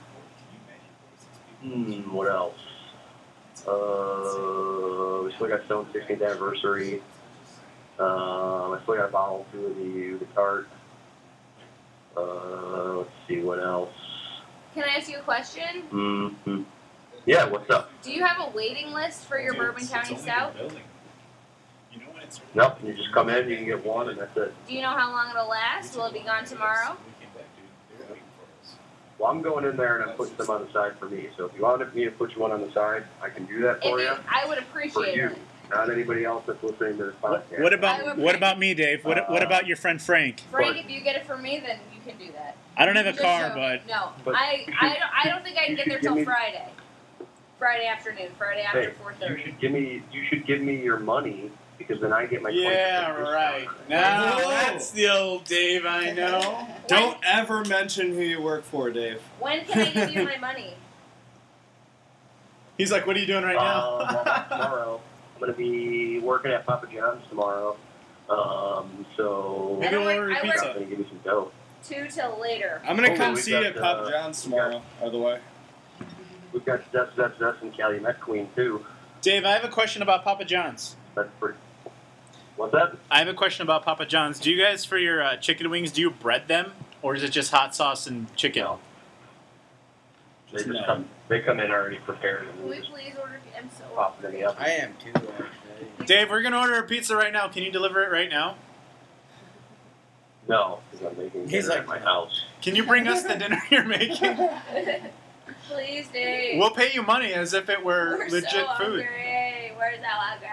S11: Hmm. What else? Uh, we still got Stone's 16th anniversary. Um, I still got a bottle or two of the the tart. Uh, let's see what else.
S1: Can I ask you a question?
S11: Mm-hmm. Yeah. What's up?
S1: Do you have a waiting list for your
S13: Dude,
S1: Bourbon
S13: it's-
S1: County
S13: it's only
S1: Stout?
S13: the building. You know when it's
S11: Nope. You just come in, you can get one, and that's it.
S1: Do you know how long it'll last? Will it be gone tomorrow?
S11: Well, I'm going in there and I'm putting some on the side for me. So if you wanted me to put you one on the side, I can do that
S1: If
S11: for
S1: you,
S11: you.
S1: I would
S11: For
S1: appreciate
S11: you,
S1: it.
S11: not anybody else that's listening to this podcast.
S4: What
S1: I
S4: about
S1: would
S4: what about me, Dave? What what
S11: Uh,
S4: about your friend Frank?
S1: Frank, if you get it for me, then you can do that.
S4: I don't have a
S1: Just
S4: car,
S1: so-
S4: but
S1: No,
S11: But-
S1: I, I, don't, I don't think I can
S11: You
S1: get
S11: should
S1: there
S11: give
S1: till
S11: me-
S1: Friday. Friday afternoon, Friday after
S11: Hey,
S1: four
S11: you
S1: thirty.
S11: should give me you should give me your money because then I get my 20%
S4: yeah,
S11: discount. Uh,
S4: right. Now
S3: Whoa.
S4: that's the old Dave I know.
S3: Don't ever mention who you work for, Dave.
S1: When can I give you my money?
S4: He's like, "What are you doing right
S11: Um, well, that's
S4: now?"
S11: tomorrow I'm gonna be working at Papa John's tomorrow, um, so
S1: I
S4: Maybe
S1: don't
S4: we'll
S1: work- I
S4: repeat
S1: work-
S11: I'm gonna give you some dough.
S1: Two till later.
S3: I'm gonna
S11: Oh,
S3: come
S11: we've
S3: see you
S11: got,
S3: at Papa
S11: uh,
S3: John's tomorrow. By the way,
S11: We've got Zest, Zest, Zest, and Calumet Queen too.
S4: Dave, I have a question about Papa John's.
S11: That's pretty. What's that?
S4: I have a question about Papa John's. Do you guys, for your uh, chicken wings, do you bread them, or is it just hot sauce and chicken?
S11: No. They just come. They come in already prepared and
S1: Will
S11: we
S1: we
S11: just
S1: please order? I'm so.
S11: pop it in the oven.
S7: I am too. Actually.
S4: Dave, we're gonna order a pizza right now. Can you deliver it right now?
S11: No, because I'm making
S7: He's
S11: dinner at my house.
S4: Can you bring us the dinner you're making?
S1: please, Dave.
S4: We'll pay you money as if it were
S1: We're
S4: legit
S1: so
S4: food.
S1: hungry. Where's that hungry?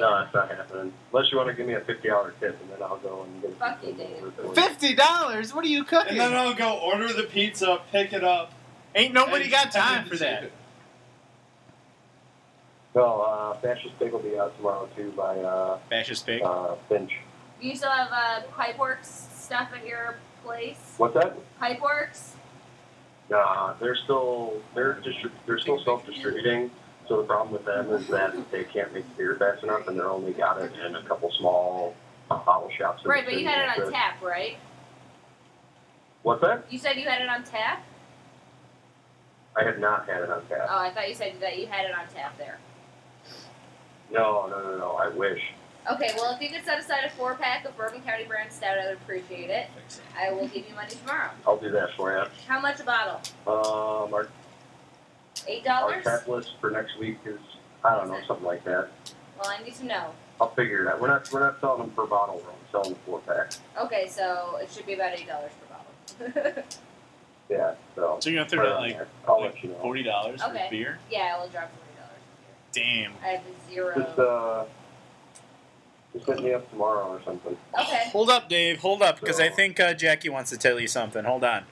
S11: No, that's not happening. Unless you want to give me a fifty-hour tip, and then I'll go and get.
S1: Fuck you, Dave.
S4: Fifty dollars? What are you cooking?
S14: And then I'll go order the pizza, pick it up.
S4: Ain't nobody
S14: and-
S4: got time
S14: and
S4: for that.
S11: No, uh, Fascist Pig will be out tomorrow too by uh,
S4: Fascist pig.
S11: uh, Finch.
S1: Do you still have uh, Pipeworks stuff at your place?
S11: What's that?
S1: Pipeworks?
S11: Nah, they're still they're distri- they're still self-distributing. So the problem with them is that they can't make beer fast enough, and they're only got it in a couple small uh, bottle shops. in the
S1: Right, but you
S11: city.
S1: had it on
S11: So-
S1: tap, right?
S11: What's that?
S1: You said you had it on tap?
S11: I have not had it on tap.
S1: Oh, I thought you said that you had it on tap there.
S11: No, no, no, no. I wish.
S1: Okay, well, if you could set aside a four pack of Bourbon County Brand Stout, I would appreciate it. I will give you money tomorrow.
S11: I'll do that for you.
S1: How much a bottle?
S11: Um, our
S1: Eight
S11: our
S1: dollars?
S11: tap list for next week is I don't know something like that.
S1: Well, I need to know.
S11: I'll figure it out. We're not we're not selling them per bottle. We're selling them four pack.
S1: Okay, so it should be about eight dollars per bottle.
S11: Yeah. So.
S4: So you're gonna throw
S11: right
S4: down,
S11: on
S4: like-
S11: there. I'll
S4: like
S11: let you know.
S4: Forty dollars for
S1: Okay.
S4: beer?
S1: yeah, I will drop forty dollars.
S4: Damn.
S1: I have zero.
S11: Just uh, just hit me up tomorrow or something.
S1: Okay.
S4: Hold up, Dave. Hold up, because I think uh, Jackie wants to tell you something. Hold on.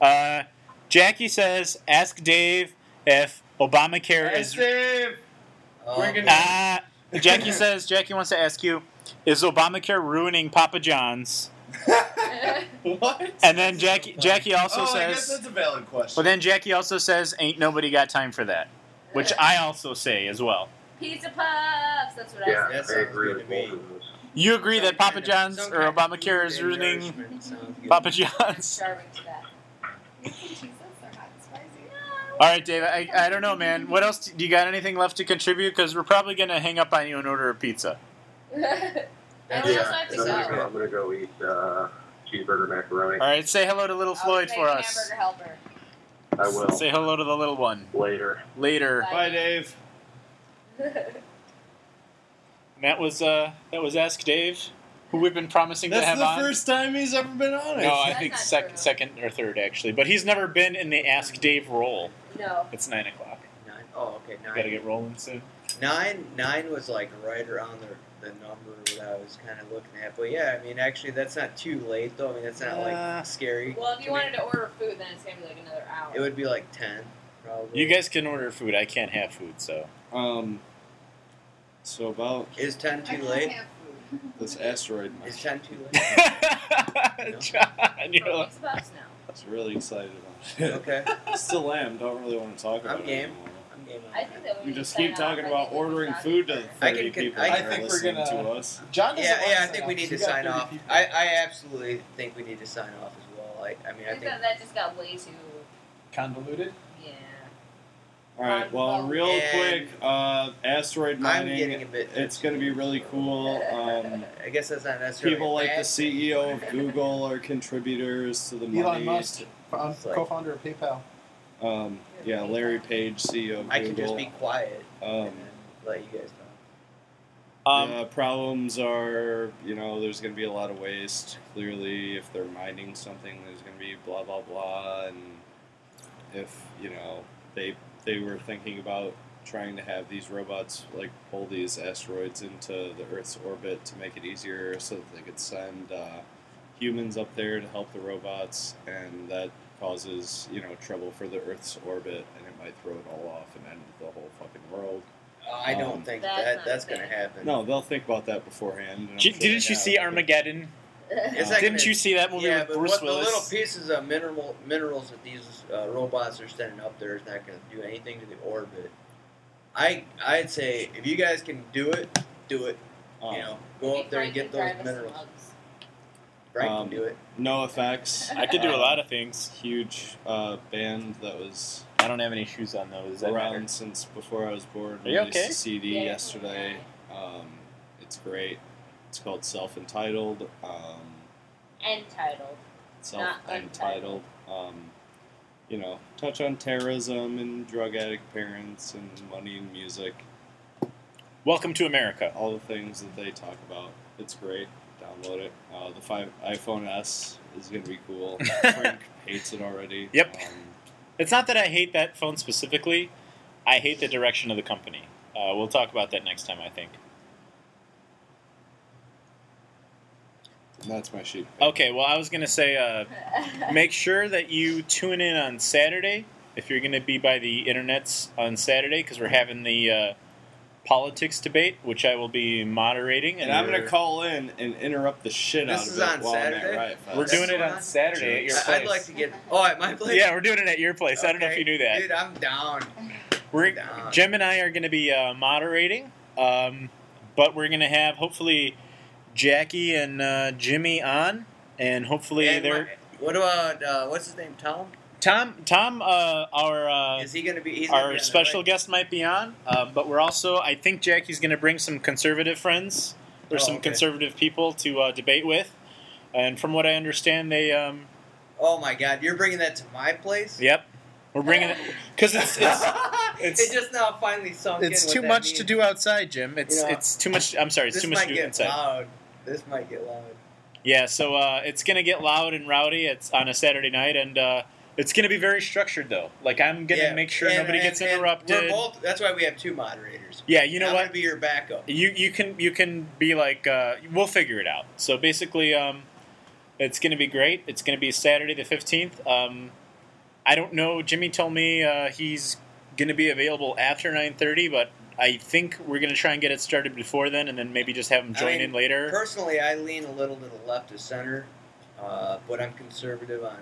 S4: Uh, Jackie says, "Ask Dave if Obamacare is."
S14: Dave,
S7: Um,
S4: Ah, Jackie says Jackie wants to ask you, is Obamacare ruining Papa John's?
S14: what?
S4: And then Jackie Jackie
S14: oh,
S4: also
S14: I guess
S4: says,
S14: that's a valid question.
S4: well, then Jackie also says, ain't nobody got time for that, which I also say as well.
S1: Pizza puffs. That's what
S11: Yeah,
S1: I
S7: that
S11: I
S7: sounds
S11: agree
S7: good to me.
S11: with both of those.
S4: You agree that Papa John's
S7: Some
S4: or
S7: kind of
S4: Obamacare is
S7: food
S4: ruining
S7: nourishment sounds good.
S4: Papa
S1: said. I'm
S4: John's?
S1: starving to death.
S8: Jesus, they're hot and spicy.
S4: All right, Dave. I, I don't know, man. What else do you got? Anything left to contribute? Because we're probably gonna hang up on you and order a pizza.
S1: and we
S11: yeah,
S1: also have to
S11: so I'm, gonna go,
S1: go.
S11: I'm gonna go eat uh, cheeseburger macaroni.
S4: All right, say hello to little Floyd
S1: I'll
S4: for
S1: take
S4: us.
S1: Hamburger helper.
S11: I will
S4: Say hello to the little one
S11: later.
S4: later.
S1: Bye.
S14: Bye, Dave.
S4: And that was uh, that was Ask Dave, who we've been promising to
S14: That's
S4: have
S14: the
S4: on.
S14: first time he's ever been on it.
S4: No, I
S1: That's
S4: think
S1: not
S4: sec-
S1: true.
S4: second or third actually, but he's never been in the Ask Dave role.
S1: no.
S4: It's nine o'clock.
S7: Nine. Oh, okay.
S4: We gotta
S7: Nine.
S4: get rolling soon.
S7: Nine. Nine was like right around the, the number that I was kind of looking at. But yeah, I mean, actually, that's not too late though. I mean, that's not
S4: Uh,
S7: like scary.
S1: Well, if
S7: to
S1: you
S7: me.
S1: wanted to order food, then it's gonna be like another hour.
S7: it would be like ten, probably.
S4: You guys can order food. I can't have food, so
S3: Um, so about
S7: Is ten
S8: I
S7: too
S8: can't
S7: late?
S8: have food.
S3: this asteroid,
S7: Is ten too late?
S4: John, you're
S1: For
S4: like,
S1: pizza puffs now.
S3: I was really excited about
S7: okay,
S3: it. Still am. Don't really want to talk about
S7: I'm
S3: it.
S7: game.
S3: anymore.
S7: I'm game. On
S1: I
S7: that.
S1: think that we
S3: We
S1: need to
S3: just
S1: sign
S3: keep
S1: off.
S3: talking
S1: I
S3: about
S1: think we
S3: ordering
S1: can
S3: food to
S1: stop
S3: the
S7: I
S3: 30
S7: can con-
S3: people
S7: I
S3: that
S7: can-
S3: are
S7: I
S14: think we're
S3: listening
S14: gonna-
S3: to us.
S9: John doesn't
S7: Yeah,
S9: want
S7: yeah.
S9: to
S7: I think we need to
S9: got
S7: sign
S9: 30
S7: off.
S9: people.
S7: I, I absolutely think we need to sign off as well. Like, I mean,
S1: there. I
S7: I
S1: think
S7: think
S1: that, that just got way too.
S9: Convoluted.
S1: Yeah.
S3: All right. Well, real
S7: And-
S3: quick, uh, asteroid
S7: I'm
S3: mining.
S7: getting a bit.
S3: it's going to be really cool. Um,
S7: I guess that's not necessarily.
S3: people like the E CEO
S7: bad.
S3: of Google are contributors to the money.
S9: Elon Musk, um,
S7: It's like-
S9: co-founder of PayPal.
S3: Um, yeah, Larry Page, CEO of Google.
S7: I can just be quiet
S3: Um,
S7: and then let you guys talk.
S4: um,
S3: the problems are, you know, there's going to be a lot of waste. Clearly, if they're mining something, there's going to be blah blah blah, and if you know they they were thinking about trying to have these robots like pull these asteroids into the Earth's orbit to make it easier, so that they could send uh, humans up there to help the robots, and that causes you know trouble for the Earth's orbit, and it might throw it all off and end the whole fucking world.
S7: I don't
S3: Um,
S7: think
S1: That's
S7: that
S1: not
S7: that's
S1: bad.
S7: gonna happen.
S3: No, they'll think about that beforehand. and I'm
S4: j-
S3: sure
S4: didn't
S3: they
S4: you
S3: have,
S4: see
S3: but-
S4: Armageddon?
S7: It's
S3: Um,
S7: not
S4: Didn't
S7: gonna-
S4: you see that movie
S7: Yeah,
S4: with
S7: but
S4: Bruce
S7: what the
S4: Willis?
S7: little pieces of mineral minerals that these uh, robots are sending up there is not gonna do anything to the orbit. I I'd say if you guys can do it, do it.
S3: Um,
S4: Uh-huh.
S7: you know, go
S1: Maybe
S7: up there and
S1: Frank
S7: get
S1: can
S7: those
S1: drive us
S7: minerals.
S1: some Hugs.
S7: Frank
S3: Um,
S7: can do it.
S3: No effects.
S4: I could do a
S3: Um,
S4: lot of things.
S3: huge uh, band that was
S4: I don't have any shoes on though. Does that
S3: around
S4: matter?
S3: since before I was born.
S4: Are you
S3: Released
S4: okay?
S3: a CD
S1: Yeah,
S3: yesterday. Um, it's great. It's called Self Entitled. Um,
S1: End titled.
S3: self Entitled. Um, you know, touch on terrorism and drug addict parents and money and music.
S4: Welcome to America.
S3: All the things that they talk about. It's great. Download it. Uh, the five, iPhone S is going to be cool. Frank hates it already. Um,
S4: Yep. It's not that I hate that phone specifically. I hate the direction of the company. Uh, we'll talk about that next time, I think.
S3: And that's my sheep.
S4: Okay, well, I was going to say uh, make sure that you tune in on Saturday if you're going to be by the internets on Saturday because we're having the uh, politics debate, which I will be moderating.
S3: And I'm going to call in and interrupt the shit
S4: This
S3: out of
S4: is
S3: it
S4: on
S3: while I'm
S4: Saturday?
S3: at Riot Fest.
S4: We're doing it on Saturday at your
S3: Jerks.
S4: place. I'd like
S7: to get. Oh, at my place.
S4: Yeah, we're doing it at your place. I don't know if you knew that.
S7: Dude, I'm down.
S4: We're
S7: Nah.
S4: Jem and I are going to be uh, moderating, um, but we're going to have hopefully Jackie and uh, Jimmy on, and hopefully
S7: And
S4: they're
S7: my- what about uh, what's his name? Tom.
S4: Tom. Tom, uh, our uh,
S7: Is he going to be? He's gonna be
S4: our
S7: on the
S4: special guest might be on, um, but we're also I think Jackie's going to bring some conservative friends or
S7: Oh,
S4: some
S7: okay.
S4: conservative people to uh, debate with, and from what I understand, they um,
S7: Oh my God! You're bringing that to my place?
S4: yep, we're bringing it because it's, it's
S7: it just now finally sunk in.
S15: It's
S7: what
S15: too
S7: that
S15: much
S7: means.
S15: to do outside, Jim. It's
S7: You know,
S4: it's too much. I'm sorry, it's
S7: this
S4: too much
S7: might
S4: to do
S7: get
S4: inside.
S7: loud. This might get loud.
S4: Yeah, so uh, it's gonna get loud and rowdy. It's on a Saturday night, and uh, it's gonna be very structured though. Like I'm gonna
S7: Yeah,
S4: make sure
S7: and-
S4: nobody
S7: and-
S4: gets
S7: and
S4: interrupted.
S7: We're both, that's why we have two moderators.
S4: yeah, you know
S7: I'm
S4: what?
S7: gonna be your backup.
S4: you you can you can be like uh, we'll figure it out. So basically, um, it's going to be great. It's going to be Saturday the fifteenth. Um, I don't know. Jimmy told me uh, he's going to be available after nine thirty, but I think we're going to try and get it started before then, and then maybe just have him
S7: I
S4: join
S7: mean,
S4: in later.
S7: Personally, I lean a little to the left of center, uh, but I'm conservative on, on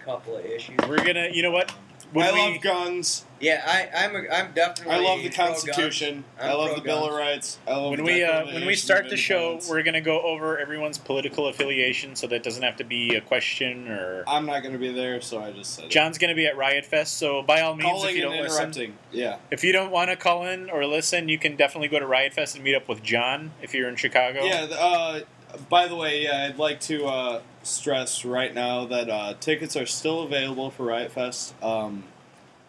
S7: a couple of issues.
S4: we're gonna, you know what?
S3: I
S4: When we-
S3: love guns.
S7: Yeah, I, I'm a, I'm definitely.
S3: I love the
S7: pro-gun.
S3: Constitution.
S7: I'm
S3: I love the
S7: pro-gun.
S3: Bill of Rights. I love
S4: when
S3: Oh, the
S4: we uh,
S3: Declaration
S4: when we start
S3: of
S4: the show,
S3: Independence.
S4: we're gonna go over everyone's political affiliation, so that doesn't have to be a question or.
S3: I'm not going to be there, so I just said it.
S4: John's gonna be at Riot Fest, so by all means,
S3: Calling
S4: if you don't
S3: and
S4: listen,
S3: interrupting. Yeah.
S4: If you don't want to call in or listen, you can definitely go to Riot Fest and meet up with John if you're in Chicago.
S3: Yeah. th- Uh, by the way, yeah, I'd like to uh, stress right now that uh, tickets are still available for Riot Fest. Um,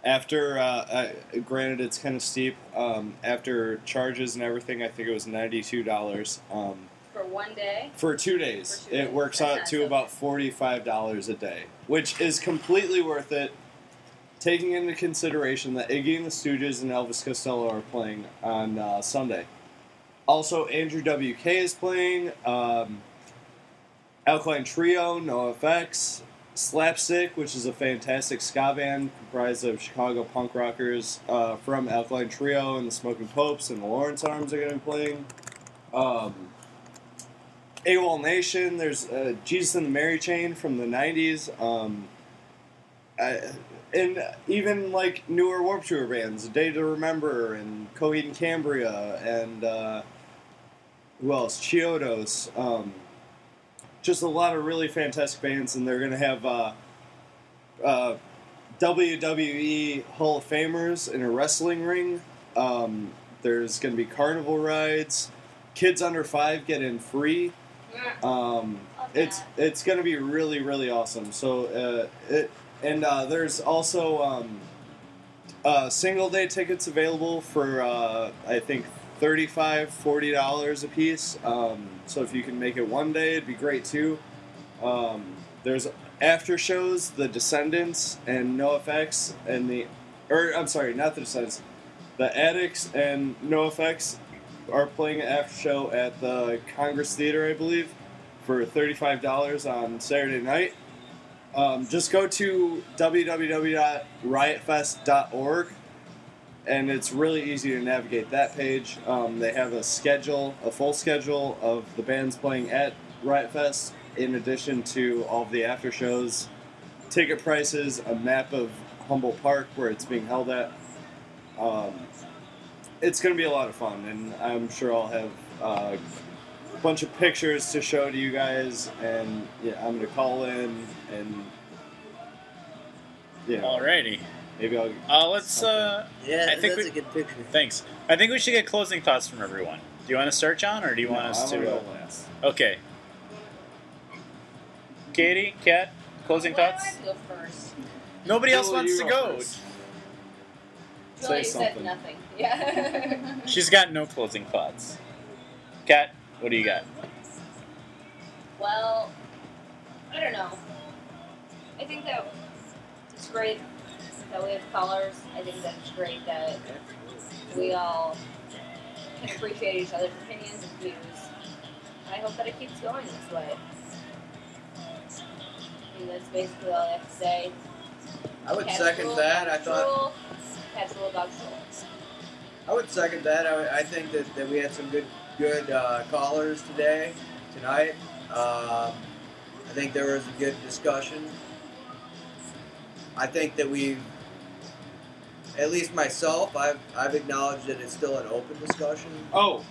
S3: after, uh, I, granted, it's kind of steep. Um, after charges and everything, I think it was ninety-two dollars um,
S1: for one day.
S3: for two days.
S1: For two
S3: it
S1: days.
S3: works
S1: That's
S3: out
S1: not
S3: to
S1: so
S3: about forty-five dollars a day, which is completely worth it. Taking into consideration that Iggy and the Stooges and Elvis Costello are playing on uh, Sunday. Also, Andrew WK is playing. Um, Alkaline Trio, NoFX, Slapstick, which is a fantastic ska band comprised of Chicago punk rockers uh, from Alkaline Trio and the Smoking Popes and the Lawrence Arms are going to be playing. Um, AWOL Nation, there's uh, Jesus and the Mary Chain from the 90s. Um, I, and even like newer Warp Tour bands, Day to Remember and Coheed and Cambria and uh, who else? Chiodos. Um, just a lot of really fantastic bands, and they're going to have uh, uh, WWE Hall of Famers in a wrestling ring. Um, there's going to be carnival rides. Kids under five get in free. Um, it's it's going to be really really awesome. So uh, it and uh, there's also um, uh, single day tickets available for uh, I think 35 40 dollars a piece. Um, so if you can make it one day, it'd be great too. Um, there's after shows, The Descendants and NoFX and the, or I'm sorry, not The Descendants, The Addicts and NoFX are playing an after show at the Congress Theater, I believe, for thirty-five dollars on Saturday night. Um, just go to www.riotfest.org, and it's really easy to navigate that page. Um, they have a schedule, a full schedule of the bands playing at Riot Fest, in addition to all of the after shows, ticket prices, a map of Humboldt Park where it's being held at. Um, it's going to be a lot of fun, and I'm sure I'll have uh, a bunch of pictures to show to you guys. And yeah, I'm going to call in and yeah,
S4: Alrighty.
S3: maybe I'll.
S4: Uh, let's. Uh,
S7: Yeah,
S4: I think
S7: that's
S4: we,
S7: a good picture.
S4: Thanks. I think we should get closing thoughts from everyone. Do you want to start, John, or do you want
S3: No,
S4: us
S3: I
S4: to? uh,
S3: wanna go last.
S4: Okay. Katie, Kat, closing
S1: Why do I
S4: thoughts.
S1: have to go first?
S16: Nobody else
S3: Bill,
S16: wants
S3: you
S16: to
S3: go
S16: go.
S1: Julie
S4: Say
S1: said
S4: something.
S1: nothing. Yeah.
S4: She's got no closing thoughts. Kat, what do you got?
S1: well, I don't know. I think that it's great that we have colors. I think that's great that we all can appreciate each other's opinions and views. And I hope that it keeps going this way. I mean, that's basically all I have to say.
S7: I would
S1: Cat's
S7: second
S1: rule,
S7: that. I
S1: dog's
S7: thought-
S1: rule. Cat's rule, dog's rule.
S7: I would second that. I, I think that, that we had some good good uh, callers today, tonight. Um, I think there was a good discussion. I think that we, at least myself, I've, I've acknowledged that it's still an open discussion.
S3: Oh,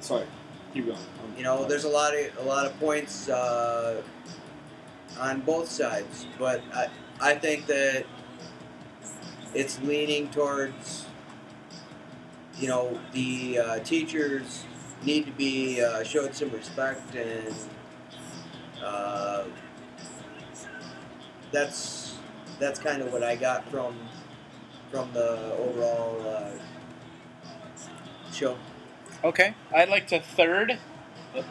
S3: sorry. Keep going. I'm-
S7: You know, there's a lot of a lot of points uh, on both sides, but I I think that it's leaning towards you know the uh, teachers need to be uh, showed some respect and uh, that's that's kind of what I got from from the overall uh, show.
S4: Okay, I'd like to third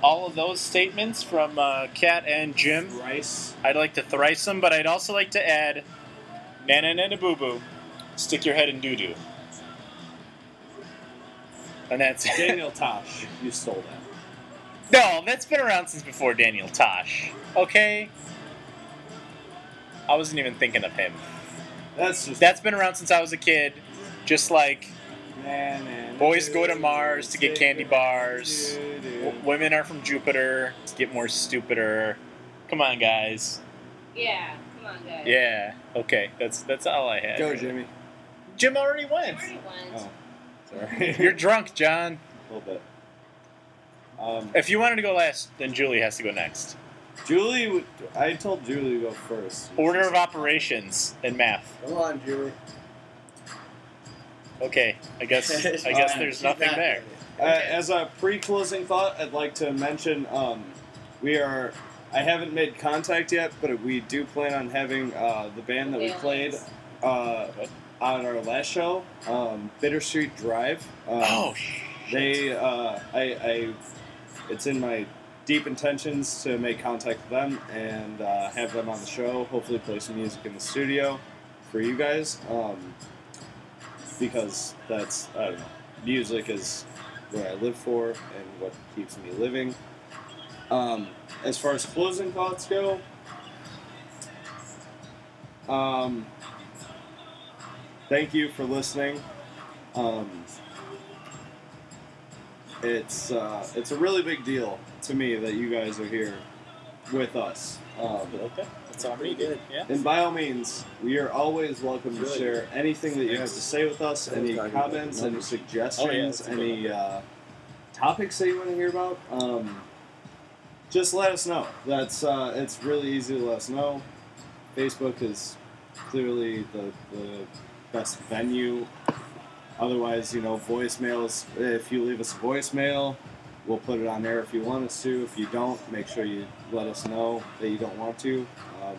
S4: all of those statements from uh, Kat and Jim.
S3: Thrice.
S4: I'd like to thrice them, but I'd also like to add, na na na na boo boo, stick your head in doo doo. And that's it.
S3: Daniel Tosh, you stole that.
S4: no, that's been around since before Daniel Tosh. Okay, I wasn't even thinking of him.
S3: That's just
S4: That's been around since I was a kid. Just like
S3: man. man
S4: boys go to Mars to get candy bars. W- women are from Jupiter to get more stupider. Come on, guys.
S1: Yeah, come on, guys.
S4: Yeah. Okay. That's that's all I had.
S3: Go, Jimmy.
S4: Jim already
S1: I
S4: went.
S1: already went.
S3: Oh, sorry.
S4: You're drunk, John.
S3: a little bit. Um,
S4: If you wanted to go last, then Julie has to go next.
S3: Julie, would- I told Julie to go first. Uh,
S4: Order of operations in math.
S7: Come on, Julie.
S4: Okay. I guess I guess there's nothing there.
S3: Uh, as a pre-closing thought, I'd like to mention um, we are. I haven't made contact yet, but we do plan on having uh, the band that we played uh, on our last show, um, Bittersweet Drive. Um,
S4: Oh, sh-
S3: they, uh, I, I, it's in my deep intentions to make contact with them and uh, have them on the show. Hopefully, play some music in the studio for you guys, um, because that's I don't know. Music is what I live for and what keeps me living. Um, as far as closing thoughts go, um, thank you for listening. Um, it's uh, it's a really big deal to me that you guys are here with us. Um,
S4: okay. That's all me did. Yeah.
S3: and by all means, we are always welcome to
S4: Really?
S3: share anything that you have to say with us,
S17: I was
S3: any
S17: talking about
S3: comments,
S17: the
S3: any
S17: numbers.
S4: Oh, yeah, that's
S3: suggestions,
S4: a good
S3: any uh, topics that you want to hear about. Um, just let us know. That's uh, it's really easy to let us know. Facebook is clearly the, the best venue. Otherwise, you know, voicemails. If you leave us a voicemail, we'll put it on there if you want us to. If you don't, make sure you let us know that you don't want to. Um,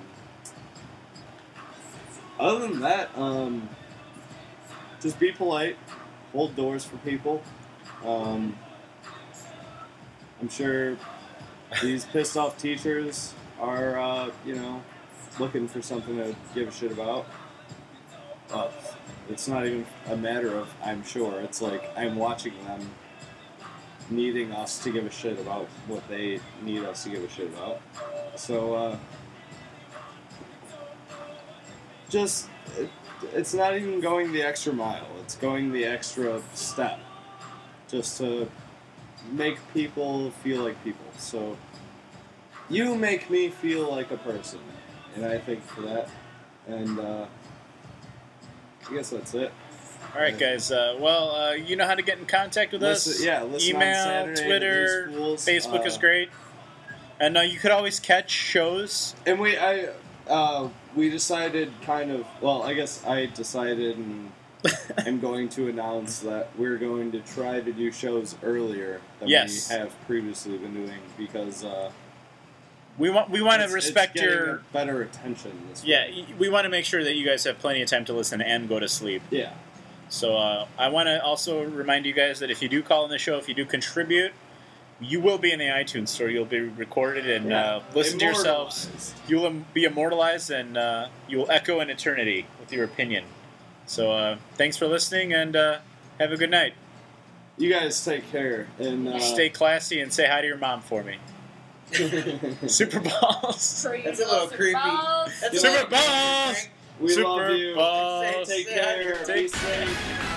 S3: other than that, um, just be polite, hold doors for people. Um, I'm sure these pissed off teachers are, uh, you know, looking for something to give a shit about. Uh, it's not even a matter of I'm sure. It's like I'm watching them needing us to give a shit about what they need us to give a shit about. So, uh, just it, it's not even going the extra mile it's going the extra step just to make people feel like people so you make me feel like a person and i thank you for that and uh, i guess that's it
S4: All right, guys. Uh, well, uh, you know how to get in contact with us.
S3: Listen- yeah listen on
S4: Email,
S3: Saturday to
S4: Twitter,
S3: these fools.
S4: Facebook is
S3: Uh,
S4: great. And uh, you could always catch shows.
S3: And we, I, uh, we decided kind of. Well, I guess I decided, and I'm going to announce that we're going to try to do shows earlier than
S4: Yes.
S3: we have previously been doing because uh,
S4: We want we want
S3: It's-
S4: to
S3: it's
S4: respect
S3: getting
S4: your
S3: a better attention. This
S4: yeah. y- We want to make sure that you guys have plenty of time to listen and go to sleep.
S3: Yeah.
S4: So uh, I want to also remind you guys that if you do call in the show, if you do contribute, you will be in the iTunes store. You'll be recorded and uh, listen to yourselves. You'll im- be immortalized and uh, you will echo in eternity with your opinion. So uh, thanks for listening and uh, have a good night.
S3: You guys take care and uh,
S4: Stay classy and say hi to your mom for me. Super balls.
S1: That's a little creepy.
S4: Super balls.
S3: We
S4: Super
S3: love you.
S4: Balls.
S3: Take care. Be safe.